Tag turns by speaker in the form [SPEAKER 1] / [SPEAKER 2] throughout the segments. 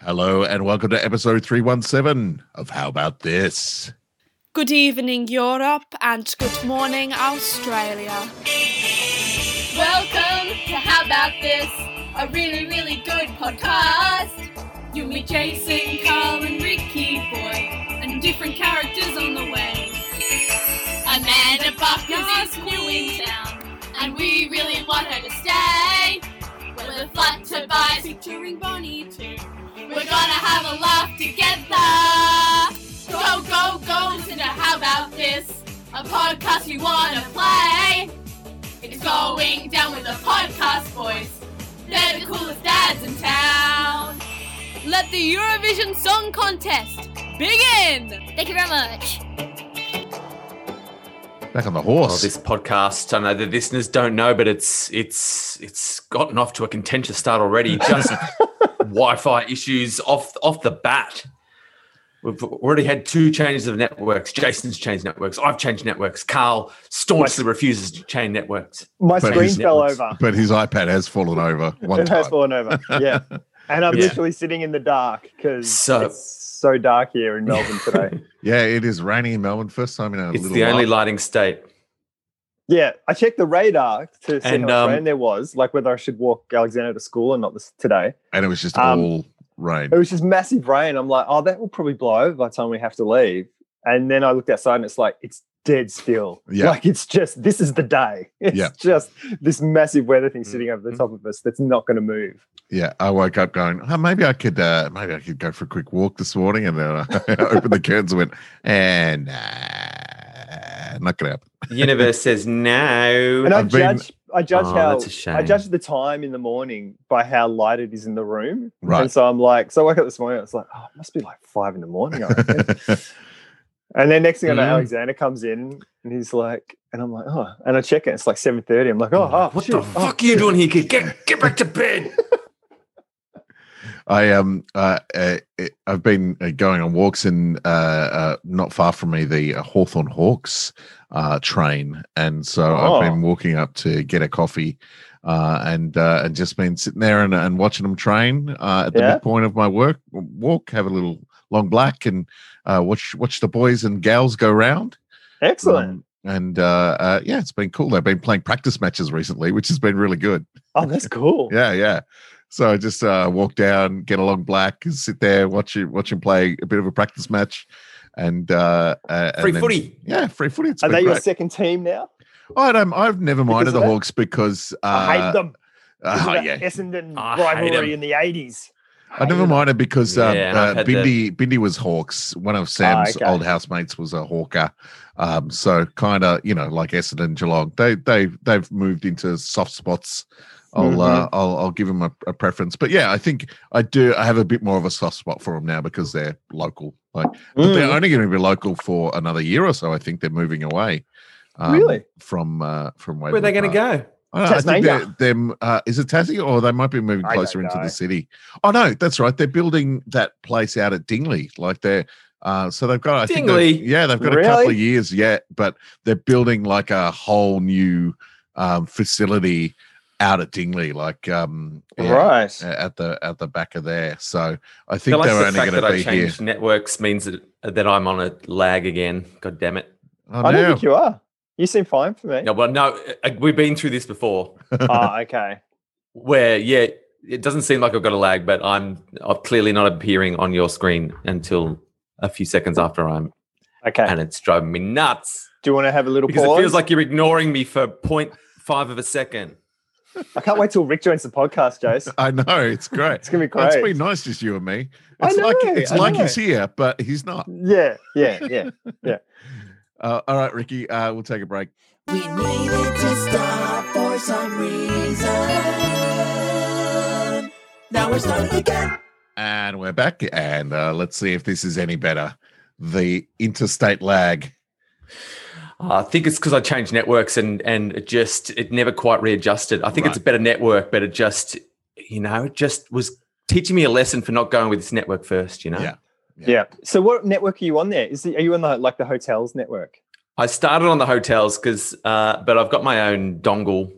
[SPEAKER 1] Hello and welcome to episode 317 of How About This?
[SPEAKER 2] Good evening, Europe, and good morning, Australia.
[SPEAKER 3] Welcome to How About This, a really, really good podcast. You meet Jason, Carl, and Ricky Boy, and different characters on the way. Amanda Buckner is new in town, and we really want her to stay. We're the flat to buy, featuring Bonnie too. We're gonna have a laugh together. Go, go, go, listen to How About This, a podcast you wanna play. It's going down with the podcast boys. They're the coolest dads in town. Let the Eurovision Song Contest begin!
[SPEAKER 4] Thank you very much.
[SPEAKER 1] Back on the
[SPEAKER 5] Well,
[SPEAKER 1] horse.
[SPEAKER 5] Oh, this podcast, I know the listeners don't know, but it's it's it's gotten off to a contentious start already. Just Wi-Fi issues off off the bat. We've already had two changes of networks. Jason's changed networks. I've changed networks. Carl staunchly refuses to change networks.
[SPEAKER 6] My
[SPEAKER 1] But
[SPEAKER 6] screen
[SPEAKER 5] his
[SPEAKER 6] fell
[SPEAKER 5] network's-
[SPEAKER 6] over.
[SPEAKER 1] but his iPad has fallen over one
[SPEAKER 6] It
[SPEAKER 1] time.
[SPEAKER 6] has fallen over. Yeah. And I'm
[SPEAKER 5] Yeah.
[SPEAKER 6] literally sitting in the dark because
[SPEAKER 5] So-
[SPEAKER 6] it's so dark here in Melbourne today.
[SPEAKER 1] Yeah, it is raining in Melbourne. First time in a
[SPEAKER 5] It's
[SPEAKER 1] little
[SPEAKER 5] the
[SPEAKER 1] while.
[SPEAKER 5] only lighting state.
[SPEAKER 6] yeah. I checked the radar to see
[SPEAKER 5] And,
[SPEAKER 6] how much
[SPEAKER 5] um,
[SPEAKER 6] rain there was, like whether I should walk Alexander to school or not this today.
[SPEAKER 1] and it was just
[SPEAKER 6] Um,
[SPEAKER 1] all rain.
[SPEAKER 6] It was just massive rain. I'm like, oh, that will probably blow over by the time we have to leave. And then I looked outside and it's like, it's dead still.
[SPEAKER 1] Yeah.
[SPEAKER 6] Like it's just, this is the day. It's
[SPEAKER 1] Yeah.
[SPEAKER 6] just this massive weather thing
[SPEAKER 5] Mm.
[SPEAKER 6] sitting over the
[SPEAKER 5] Mm.
[SPEAKER 6] top of us that's not going to move.
[SPEAKER 1] Yeah, I woke up going, oh, maybe I could, uh, maybe I could go for a quick walk this morning, and then I opened the curtains and went, and nah, not gonna happen.
[SPEAKER 5] The universe says no.
[SPEAKER 6] And I
[SPEAKER 1] I've been-
[SPEAKER 6] judge, I judge
[SPEAKER 5] Oh,
[SPEAKER 6] how
[SPEAKER 5] that's a shame.
[SPEAKER 6] I judge the time in the morning by how light it is in the room.
[SPEAKER 1] Right.
[SPEAKER 6] And so I'm like, so I woke up this morning, it's like, oh, it must be like five in the morning. I reckon. and then next thing I know,
[SPEAKER 5] Mm.
[SPEAKER 6] Alexander comes in and he's like, and I'm like, oh, and I check it, it's like 7.30. I'm like, oh, oh
[SPEAKER 5] what
[SPEAKER 6] shit.
[SPEAKER 5] the
[SPEAKER 6] Oh,
[SPEAKER 5] fuck are you doing here, kid? Get get back to bed.
[SPEAKER 1] I um uh, uh it- I've been uh, going on walks in uh, uh not far from me the uh, Hawthorne Hawks uh train and so I've been
[SPEAKER 6] Oh.
[SPEAKER 1] walking up to get a coffee uh and uh and just been sitting there and, and watching them train uh at the
[SPEAKER 6] Yeah.
[SPEAKER 1] midpoint of my work walk have a little long black and uh watch watch the boys and gals go round
[SPEAKER 6] Excellent.
[SPEAKER 1] Um, and uh, uh yeah it's been cool they've been playing practice matches recently which has been really good
[SPEAKER 6] Oh, that's cool.
[SPEAKER 1] yeah, yeah. So I just uh, walk down, get a long black, and sit there, watch it, watch him play a bit of a practice match, and uh, uh and
[SPEAKER 5] Free
[SPEAKER 1] then-
[SPEAKER 5] footy.
[SPEAKER 1] Yeah, free footy. It's
[SPEAKER 6] Are
[SPEAKER 1] been
[SPEAKER 6] they your
[SPEAKER 1] great. Oh,
[SPEAKER 6] second team now?
[SPEAKER 1] I don't. I've never minded
[SPEAKER 6] of
[SPEAKER 1] the
[SPEAKER 6] that?
[SPEAKER 1] Hawks because uh,
[SPEAKER 6] I hate them.
[SPEAKER 1] ah,
[SPEAKER 6] Because of
[SPEAKER 1] yeah.
[SPEAKER 6] that Essendon
[SPEAKER 5] I hate
[SPEAKER 6] rivalry
[SPEAKER 5] them.
[SPEAKER 6] in the 80s.
[SPEAKER 1] I never minded because um,
[SPEAKER 5] Yeah, I've
[SPEAKER 1] uh,
[SPEAKER 5] had that.
[SPEAKER 1] Bindi Bindi was Hawks. One of Sam's
[SPEAKER 5] Ah,
[SPEAKER 6] okay.
[SPEAKER 1] old housemates was a Hawker, um, so kind of you know like Essendon, Geelong. They they they've moved into soft spots. I'll
[SPEAKER 5] Mm-hmm.
[SPEAKER 1] uh, I'll I'll give them a, a preference, but yeah, I think I do. I have a bit more of a soft spot for them now because they're local. Like, but
[SPEAKER 6] Mm.
[SPEAKER 5] Mm.
[SPEAKER 1] they're only going to be local for another year or so. I think they're moving away. um,
[SPEAKER 6] Really?
[SPEAKER 1] From uh, from
[SPEAKER 5] Where are they
[SPEAKER 1] Waverley
[SPEAKER 5] going to
[SPEAKER 1] Park.
[SPEAKER 5] go?
[SPEAKER 1] I, don't know, I think
[SPEAKER 6] Tasmania.
[SPEAKER 1] they're, them, uh, is it Tassie or they might be moving
[SPEAKER 6] I don't
[SPEAKER 1] closer into
[SPEAKER 6] know.
[SPEAKER 1] the city? Oh no, that's right. They're building that place out at Dingley. Like they're uh, so they've got I think they've-
[SPEAKER 5] Dingley?
[SPEAKER 1] yeah, they've got a couple of
[SPEAKER 6] Really?
[SPEAKER 1] years yet, but they're building like a whole new um, facility out at Dingley, like um, yeah,
[SPEAKER 6] Right.
[SPEAKER 1] a- at the at the back of there. So I
[SPEAKER 5] I
[SPEAKER 1] think
[SPEAKER 5] like
[SPEAKER 1] they're
[SPEAKER 5] the
[SPEAKER 1] only
[SPEAKER 5] fact
[SPEAKER 1] going
[SPEAKER 5] that
[SPEAKER 1] to be
[SPEAKER 5] I
[SPEAKER 1] here.
[SPEAKER 5] changed networks means that, that I'm on a lag again. God damn it.
[SPEAKER 1] Oh,
[SPEAKER 6] I don't
[SPEAKER 1] no.
[SPEAKER 6] think you are. You seem fine for me.
[SPEAKER 5] No, well, no, uh, we've been through this before
[SPEAKER 6] Ah, okay.
[SPEAKER 5] where, yeah, it doesn't seem like I've got a lag, but I'm, I'm clearly not appearing on your screen until a few seconds after I'm,
[SPEAKER 6] Okay.
[SPEAKER 5] and it's driving me nuts
[SPEAKER 6] Do you want to have a little
[SPEAKER 5] because
[SPEAKER 6] pause?
[SPEAKER 5] it feels like you're ignoring me for 0.5 of a second.
[SPEAKER 6] I can't wait till Rick joins the podcast, Jace.
[SPEAKER 1] I know it's great.
[SPEAKER 6] It's gonna be
[SPEAKER 1] Oh, It's
[SPEAKER 6] great.
[SPEAKER 1] been nice, just you and me.
[SPEAKER 6] I
[SPEAKER 1] It's like
[SPEAKER 6] know,
[SPEAKER 1] it's
[SPEAKER 6] I
[SPEAKER 1] like
[SPEAKER 6] know.
[SPEAKER 1] he's here, but he's not.
[SPEAKER 6] Yeah, yeah, yeah.
[SPEAKER 1] Uh, all right, Ricky, uh, we'll take a break.
[SPEAKER 7] We needed to stop for some reason. Now we're starting again.
[SPEAKER 1] And we're back. And uh, let's see if this is any better. The interstate lag.
[SPEAKER 5] Uh, I think it's because I changed networks and and it just it never quite readjusted. I think it's a
[SPEAKER 1] Right.
[SPEAKER 5] better network, but it just you know it just was teaching me a lesson for not going with this network first. You know,
[SPEAKER 1] Yeah. Yeah.
[SPEAKER 6] Yeah. So what network are you on there? Is it, are you on the like the hotels network?
[SPEAKER 5] I started on the hotels because, uh, but I've got my own dongle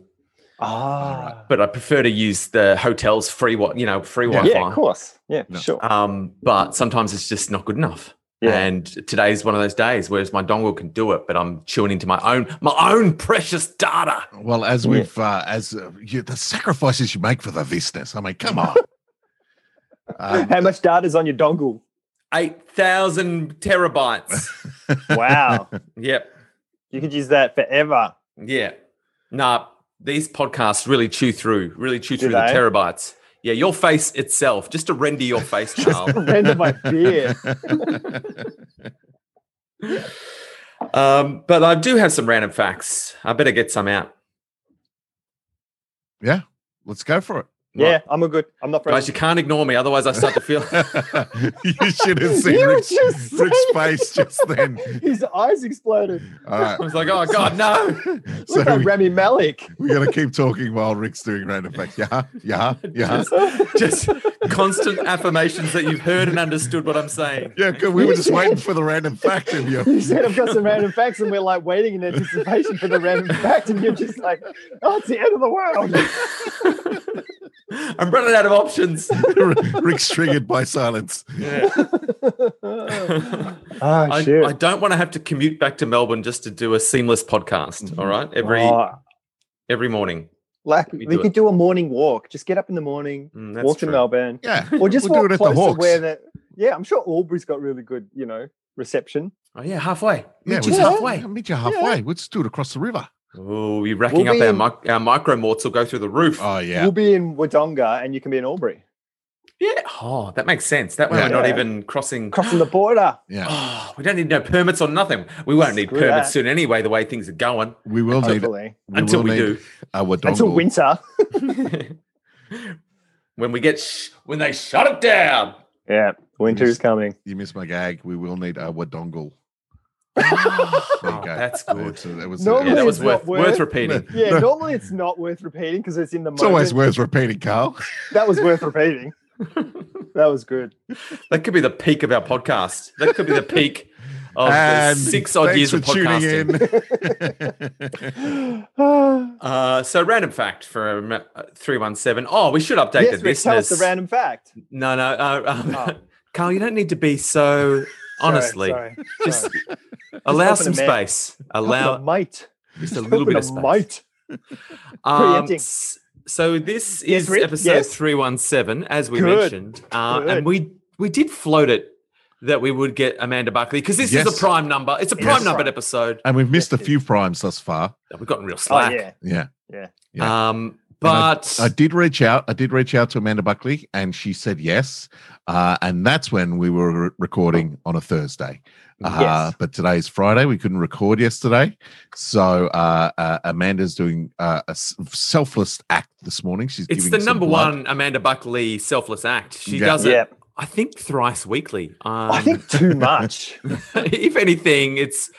[SPEAKER 6] Ah,
[SPEAKER 5] but I prefer to use the hotel's free what you know free
[SPEAKER 1] Yeah.
[SPEAKER 5] Wi-Fi.
[SPEAKER 6] yeah, of course. Yeah,
[SPEAKER 1] No.
[SPEAKER 6] sure.
[SPEAKER 5] um, but sometimes it's just not good enough.
[SPEAKER 6] Yeah.
[SPEAKER 5] And today's one of those days whereas my dongle can do it, but I'm chewing into my own my own precious data.
[SPEAKER 1] Well, as
[SPEAKER 6] Yeah.
[SPEAKER 1] we've uh, as uh, you, the sacrifices you make for the business. I mean, come on. Um,
[SPEAKER 6] How much data's on your dongle?
[SPEAKER 5] Eight thousand terabytes.
[SPEAKER 6] Wow,
[SPEAKER 5] yep.
[SPEAKER 6] you could use that forever.
[SPEAKER 5] Yeah. Nah, these podcasts really chew through, really chew
[SPEAKER 6] Do
[SPEAKER 5] through the
[SPEAKER 6] they?
[SPEAKER 5] terabytes. Yeah, your face itself, just to render your face, Charles.
[SPEAKER 6] Render my beer.
[SPEAKER 5] um, but I do have some random facts. I better get some out.
[SPEAKER 1] Let's go for it.
[SPEAKER 6] Yeah, I'm a good. I'm not
[SPEAKER 5] Guys,
[SPEAKER 6] friends.
[SPEAKER 5] you can't ignore me, otherwise I start to feel
[SPEAKER 1] you should have seen
[SPEAKER 6] You were
[SPEAKER 1] Rick's,
[SPEAKER 6] just
[SPEAKER 1] Rick's
[SPEAKER 6] saying-
[SPEAKER 1] face just then.
[SPEAKER 6] His eyes exploded.
[SPEAKER 1] All right.
[SPEAKER 5] I was like, oh God, no.
[SPEAKER 1] So
[SPEAKER 6] Look at
[SPEAKER 1] we,
[SPEAKER 6] Rami Malik.
[SPEAKER 1] we're going to keep talking while Rick's doing random facts. Yeah, yeah, yeah.
[SPEAKER 5] Just constant affirmations that you've heard and understood what I'm saying.
[SPEAKER 1] Yeah, 'cause we were just waiting for the random fact of you.
[SPEAKER 6] You said I've got some random facts, and we're like waiting in anticipation for the random fact, and you're just like, "Oh, it's the end of the world."
[SPEAKER 5] I'm running out of options.
[SPEAKER 1] Rick's triggered by silence.
[SPEAKER 5] Yeah.
[SPEAKER 6] oh
[SPEAKER 5] I,
[SPEAKER 6] shit!
[SPEAKER 5] I don't want to have to commute back to Melbourne just to do a seamless podcast. All right. Every
[SPEAKER 6] Mm-hmm. Oh,
[SPEAKER 5] every morning.
[SPEAKER 6] like
[SPEAKER 5] we
[SPEAKER 6] we,
[SPEAKER 5] do
[SPEAKER 6] could
[SPEAKER 5] it.
[SPEAKER 6] do a morning walk. Just get up in the morning,
[SPEAKER 5] Mm, that's
[SPEAKER 6] walk
[SPEAKER 5] true.
[SPEAKER 6] to Melbourne,
[SPEAKER 1] Yeah.
[SPEAKER 6] or just
[SPEAKER 1] We'll do it at
[SPEAKER 6] walk
[SPEAKER 1] the
[SPEAKER 6] close
[SPEAKER 1] Hawks.
[SPEAKER 6] to where the. Yeah, I'm sure Albury's got really good, you know, reception.
[SPEAKER 5] Oh yeah, halfway.
[SPEAKER 1] Yeah,
[SPEAKER 5] Meet
[SPEAKER 1] we
[SPEAKER 5] you
[SPEAKER 1] just-
[SPEAKER 5] halfway.
[SPEAKER 1] yeah, meet you halfway. We'll just do it across the river.
[SPEAKER 5] Oh, we're racking
[SPEAKER 6] We'll
[SPEAKER 5] up our,
[SPEAKER 6] be
[SPEAKER 5] mic- our micro morts will go through the roof.
[SPEAKER 1] Oh, yeah.
[SPEAKER 6] We'll be in Wodonga, and you can be in Albury,
[SPEAKER 5] yeah. Oh, that makes sense. That way
[SPEAKER 1] Yeah.
[SPEAKER 5] we're not
[SPEAKER 6] Yeah.
[SPEAKER 5] even crossing.
[SPEAKER 6] crossing the border.
[SPEAKER 1] Yeah.
[SPEAKER 5] Oh, we don't need no permits or nothing. We won't need
[SPEAKER 6] Screw
[SPEAKER 5] permits
[SPEAKER 6] that.
[SPEAKER 5] soon anyway, the way things are going.
[SPEAKER 1] We will need
[SPEAKER 6] Hopefully,
[SPEAKER 1] we
[SPEAKER 5] until
[SPEAKER 1] will
[SPEAKER 5] we
[SPEAKER 1] need
[SPEAKER 5] do.
[SPEAKER 1] a Wodongle.
[SPEAKER 6] until winter.
[SPEAKER 5] when we get sh- when they shut it down.
[SPEAKER 6] Yeah, winter is coming.
[SPEAKER 1] You missed my gag. We will need a Wodongle. There you
[SPEAKER 5] Oh,
[SPEAKER 1] go.
[SPEAKER 5] that's good.
[SPEAKER 1] That's a- that was a-
[SPEAKER 6] Normally
[SPEAKER 5] Yeah, that was
[SPEAKER 6] it's
[SPEAKER 5] worth,
[SPEAKER 6] not
[SPEAKER 5] worth
[SPEAKER 6] worth-
[SPEAKER 5] repeating.
[SPEAKER 6] Yeah,
[SPEAKER 1] No.
[SPEAKER 6] normally it's not worth repeating because it's in the
[SPEAKER 1] It's
[SPEAKER 6] moment.
[SPEAKER 1] always worth repeating, Carl.
[SPEAKER 6] That was worth repeating. that was good.
[SPEAKER 5] That could be the peak of our podcast. That could be the peak of the six odd
[SPEAKER 1] thanks
[SPEAKER 5] years
[SPEAKER 1] for
[SPEAKER 5] of podcasting.
[SPEAKER 1] tuning in.
[SPEAKER 6] yes,
[SPEAKER 5] Uh, so, random fact for uh, 317. Oh, we should update the
[SPEAKER 6] Rick, tell us
[SPEAKER 5] listeners.
[SPEAKER 6] the random fact.
[SPEAKER 5] no, no. Uh, um,
[SPEAKER 6] Oh.
[SPEAKER 5] Carl, you don't need to be so. Honestly,
[SPEAKER 6] sorry, sorry,
[SPEAKER 5] just
[SPEAKER 6] sorry.
[SPEAKER 5] allow
[SPEAKER 6] open
[SPEAKER 5] some
[SPEAKER 6] a man-
[SPEAKER 5] space.
[SPEAKER 6] Open
[SPEAKER 5] Allow
[SPEAKER 6] a mite.
[SPEAKER 5] just a
[SPEAKER 6] Open Oh,
[SPEAKER 5] little bit of space.
[SPEAKER 6] mite.
[SPEAKER 5] Um,
[SPEAKER 6] Preempting.
[SPEAKER 5] s- so this
[SPEAKER 6] Yes,
[SPEAKER 5] is
[SPEAKER 6] Rick?
[SPEAKER 5] episode
[SPEAKER 6] Yes.
[SPEAKER 5] 317, as we
[SPEAKER 6] Good.
[SPEAKER 5] mentioned. Uh,
[SPEAKER 6] Good.
[SPEAKER 5] and we we did float it that we would get Amanda Buckley because this is
[SPEAKER 1] Yes.
[SPEAKER 5] a prime number. It's a prime
[SPEAKER 6] Yes.
[SPEAKER 5] numbered episode.
[SPEAKER 1] and we've missed a few primes thus far.
[SPEAKER 5] We've gotten real
[SPEAKER 6] Oh
[SPEAKER 5] slack.
[SPEAKER 6] yeah.
[SPEAKER 1] Yeah. yeah.
[SPEAKER 5] Um, but
[SPEAKER 1] I did reach out. I did reach out to Amanda Buckley, and she said yes. Uh, and that's when we were re- recording on a Thursday. Uh,
[SPEAKER 6] Yes.
[SPEAKER 1] But today's Friday. We couldn't record yesterday, so uh, uh, Amanda's doing uh, a s- selfless act this morning. She's
[SPEAKER 5] it's
[SPEAKER 1] giving
[SPEAKER 5] the
[SPEAKER 1] some
[SPEAKER 5] number
[SPEAKER 1] blood.
[SPEAKER 5] one Amanda Buckley selfless act. She
[SPEAKER 1] Yeah.
[SPEAKER 5] does it,
[SPEAKER 6] Yeah.
[SPEAKER 5] I think, thrice weekly. Um,
[SPEAKER 6] I think too much.
[SPEAKER 5] if anything, it's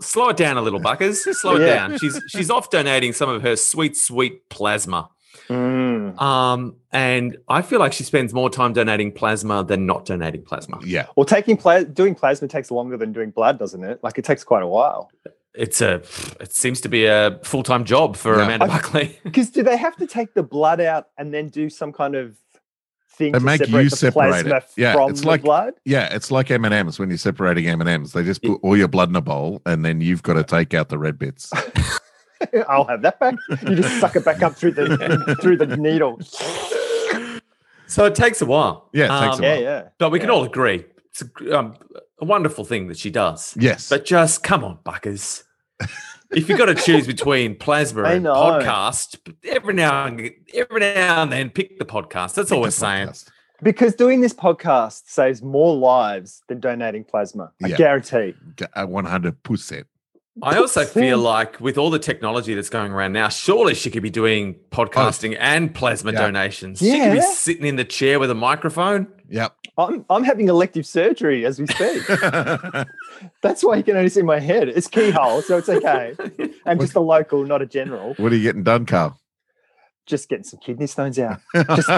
[SPEAKER 5] slow it down a little, Buckers. Slow it
[SPEAKER 6] Yeah.
[SPEAKER 5] down. She's she's off donating some of her sweet, sweet plasma.
[SPEAKER 6] Mm.
[SPEAKER 5] Um, and I feel like she spends more time donating plasma than not donating plasma.
[SPEAKER 1] Yeah,
[SPEAKER 6] Well, taking pla- doing plasma takes longer than doing blood, doesn't it? Like it takes quite a while.
[SPEAKER 5] It's a, it seems to be a full time job for
[SPEAKER 1] Yeah.
[SPEAKER 5] Amanda
[SPEAKER 6] I-
[SPEAKER 5] Buckley.
[SPEAKER 6] Because do they have to take the blood out and then do some kind of thing
[SPEAKER 1] They
[SPEAKER 6] to
[SPEAKER 1] make
[SPEAKER 6] separate
[SPEAKER 1] you
[SPEAKER 6] the
[SPEAKER 1] separate
[SPEAKER 6] plasma
[SPEAKER 1] it. Yeah,
[SPEAKER 6] from
[SPEAKER 1] it's
[SPEAKER 6] the
[SPEAKER 1] like-
[SPEAKER 6] blood?
[SPEAKER 1] yeah. It's like M and M's when you're separating M and M's. They just
[SPEAKER 5] Yeah.
[SPEAKER 1] put all your blood in a bowl, and then you've got to take out the red bits.
[SPEAKER 6] I'll have that back. You just suck it back up through the through the needle.
[SPEAKER 5] So it takes a while.
[SPEAKER 1] Yeah, it takes a
[SPEAKER 5] Um,
[SPEAKER 1] while.
[SPEAKER 6] Yeah, yeah.
[SPEAKER 5] But we can
[SPEAKER 6] Yeah.
[SPEAKER 5] all agree it's a, gr- um, a wonderful thing that she does.
[SPEAKER 1] Yes,
[SPEAKER 5] But just come on, Buckers. if you've got to choose between plasma
[SPEAKER 6] I
[SPEAKER 5] and
[SPEAKER 6] know.
[SPEAKER 5] podcast, every now and every now and then pick the podcast. That's all we're saying.
[SPEAKER 6] Because doing this podcast saves more lives than donating plasma. I
[SPEAKER 1] Yeah.
[SPEAKER 6] guarantee.
[SPEAKER 1] uh, One hundred percent.
[SPEAKER 5] I also feel
[SPEAKER 6] Same.
[SPEAKER 5] like with all the technology that's going around now, surely she could be doing podcasting and plasma
[SPEAKER 1] Yeah.
[SPEAKER 5] donations. She could be
[SPEAKER 6] Oh, Yeah.
[SPEAKER 5] sitting in the chair with a microphone.
[SPEAKER 1] Yep.
[SPEAKER 6] I'm I'm having elective surgery as we speak. That's why you can only see my head. It's keyhole, so it's okay. I'm just a local, not a general.
[SPEAKER 1] what are you getting done, Carl?
[SPEAKER 6] Just getting some kidney stones out. Just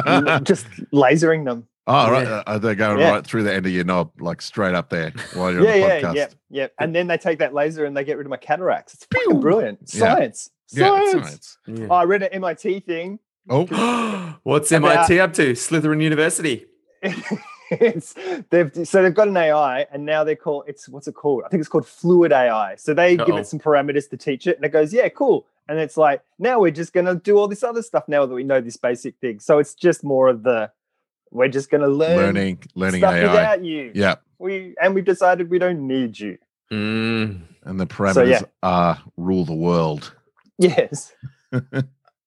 [SPEAKER 6] just lasering them.
[SPEAKER 1] Oh, right.
[SPEAKER 5] Yeah.
[SPEAKER 1] Uh, they go
[SPEAKER 6] Yeah.
[SPEAKER 1] right through the end of your knob, like straight up there while you're
[SPEAKER 6] yeah,
[SPEAKER 1] on the
[SPEAKER 6] yeah,
[SPEAKER 1] podcast.
[SPEAKER 6] yeah, yeah. And then they take that laser and they get rid of my cataracts. It's fucking brilliant.
[SPEAKER 1] Yeah.
[SPEAKER 6] Science.
[SPEAKER 1] Yeah,
[SPEAKER 6] Science.
[SPEAKER 1] science.
[SPEAKER 5] Yeah.
[SPEAKER 6] Oh, I read an MIT thing.
[SPEAKER 1] Oh,
[SPEAKER 5] What's
[SPEAKER 6] About-
[SPEAKER 5] MIT up to? Slytherin University.
[SPEAKER 6] it's they've so they've got an AI and now they're called it's what's it called? I think it's called fluid AI. So they give
[SPEAKER 5] Uh-oh.
[SPEAKER 6] it some parameters to teach it and it goes, yeah, cool. And it's like, now we're just gonna do all this other stuff now that we know this basic thing. So it's just more of the we're just gonna learn
[SPEAKER 1] learning, learning
[SPEAKER 6] stuff
[SPEAKER 1] AI.
[SPEAKER 6] without you.
[SPEAKER 1] Yeah,
[SPEAKER 6] We and we've decided we don't need you.
[SPEAKER 5] Mm.
[SPEAKER 1] and the parameters
[SPEAKER 6] yeah.
[SPEAKER 1] are rule the world.
[SPEAKER 6] Yes.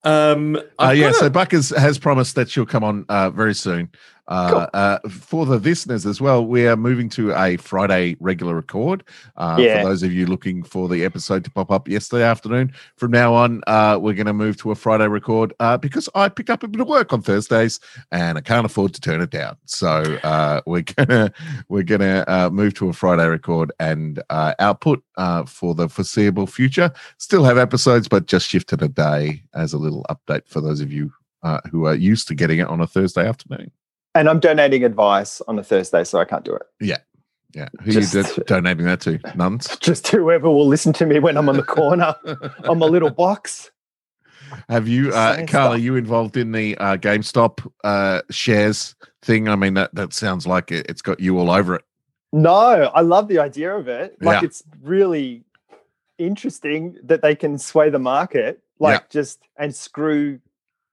[SPEAKER 5] Um,
[SPEAKER 1] Uh,
[SPEAKER 5] I've
[SPEAKER 1] yeah,
[SPEAKER 5] got a-
[SPEAKER 1] so Buck is, has promised that she'll come on uh, very soon. Uh, uh, for the listeners as well, we are moving to a Friday regular record. Uh,
[SPEAKER 6] Yeah.
[SPEAKER 1] For those of you looking for the episode to pop up yesterday afternoon, from now on, uh, we're going to move to a Friday record uh, because I picked up a bit of work on Thursdays and I can't afford to turn it down. So uh, we're gonna we're gonna uh, move to a Friday record and uh, output uh, for the foreseeable future still have episodes, but just shifted a day as a little update for those of you uh, who are used to getting it on a Thursday afternoon.
[SPEAKER 6] And I'm donating advice on a Thursday, so I can't do it.
[SPEAKER 1] Yeah, who you
[SPEAKER 6] Just-
[SPEAKER 1] do- donating that to? Nuns.
[SPEAKER 6] Just whoever will listen to me when I'm on the corner on my little box.
[SPEAKER 1] have you, uh,
[SPEAKER 6] Science
[SPEAKER 1] Carla?
[SPEAKER 6] stuff.
[SPEAKER 1] You involved in the uh, GameStop uh, shares thing? I mean, that that sounds like it, it's got you all over it.
[SPEAKER 6] No, I love the idea of it. Like
[SPEAKER 1] Yeah.
[SPEAKER 6] it's really interesting that they can sway the market, like just and screw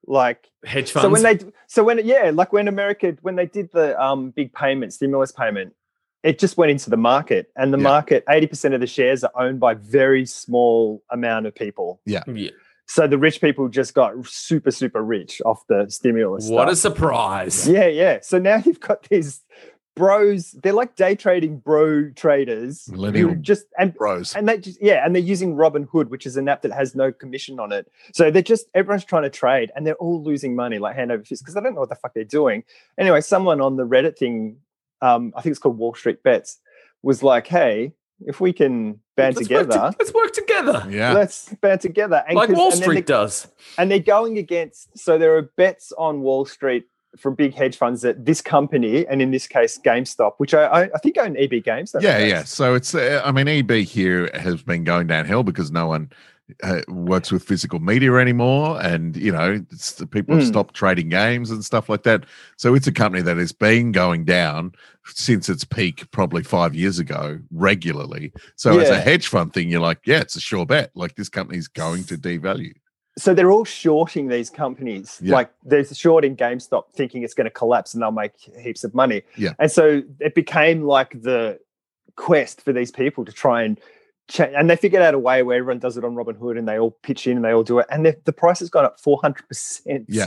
[SPEAKER 6] like
[SPEAKER 5] hedge funds.
[SPEAKER 6] so when they so when yeah, like when America when they did the um big payment, stimulus payment, it just went into the market and the
[SPEAKER 1] Yeah.
[SPEAKER 6] market 80% of the shares are owned by very small amount of people.
[SPEAKER 5] Yeah.
[SPEAKER 6] So the rich people just got super, super rich off the stimulus.
[SPEAKER 5] What
[SPEAKER 6] stuff.
[SPEAKER 5] a surprise!
[SPEAKER 6] Yeah, yeah. So now you've got these bros. They're like day trading bro traders. who
[SPEAKER 1] Millennial
[SPEAKER 6] just and
[SPEAKER 1] Rose.
[SPEAKER 6] and they just yeah, and they're using Robin Hood, which is an app that has no commission on it. So they're just everyone's trying to trade, and they're all losing money like hand over fist because they don't know what the fuck they're doing. Anyway, someone on the Reddit thing, um, I think it's called Wall Street Bets, was like, "Hey, if we can band
[SPEAKER 5] Let's work to-
[SPEAKER 6] together."
[SPEAKER 5] let's work together,
[SPEAKER 1] Yeah,
[SPEAKER 6] Let's band together, and
[SPEAKER 5] like
[SPEAKER 6] 'cause-
[SPEAKER 5] Wall
[SPEAKER 6] and then
[SPEAKER 5] Street
[SPEAKER 6] the-
[SPEAKER 5] does.
[SPEAKER 6] and they're going against so there are bets on wall street from big hedge funds that this company and in this case gamestop which i i, I think own eb games don't
[SPEAKER 1] yeah,
[SPEAKER 6] they?
[SPEAKER 1] yeah. So it's, uh, I mean, EB here has been going downhill because no one uh, works with physical media anymore, and you know, it's, the people have
[SPEAKER 6] Mm.
[SPEAKER 1] stopped trading games and stuff like that. So it's a company that has been going down since its peak, probably five years ago, regularly. So as a
[SPEAKER 6] Yeah.
[SPEAKER 1] hedge fund thing, you're like, yeah, it's a sure bet. Like this company's going to devalue.
[SPEAKER 6] so they're all shorting these companies
[SPEAKER 1] Yeah.
[SPEAKER 6] like they're shorting gamestop thinking it's going to collapse and they'll make heaps of money
[SPEAKER 1] Yeah.
[SPEAKER 6] and so it became like the quest for these people to try and cha- and they figured out a way where everyone does it on Robinhood and they all pitch in and they all do it. And the, the price has gone up 400%.
[SPEAKER 1] Yeah.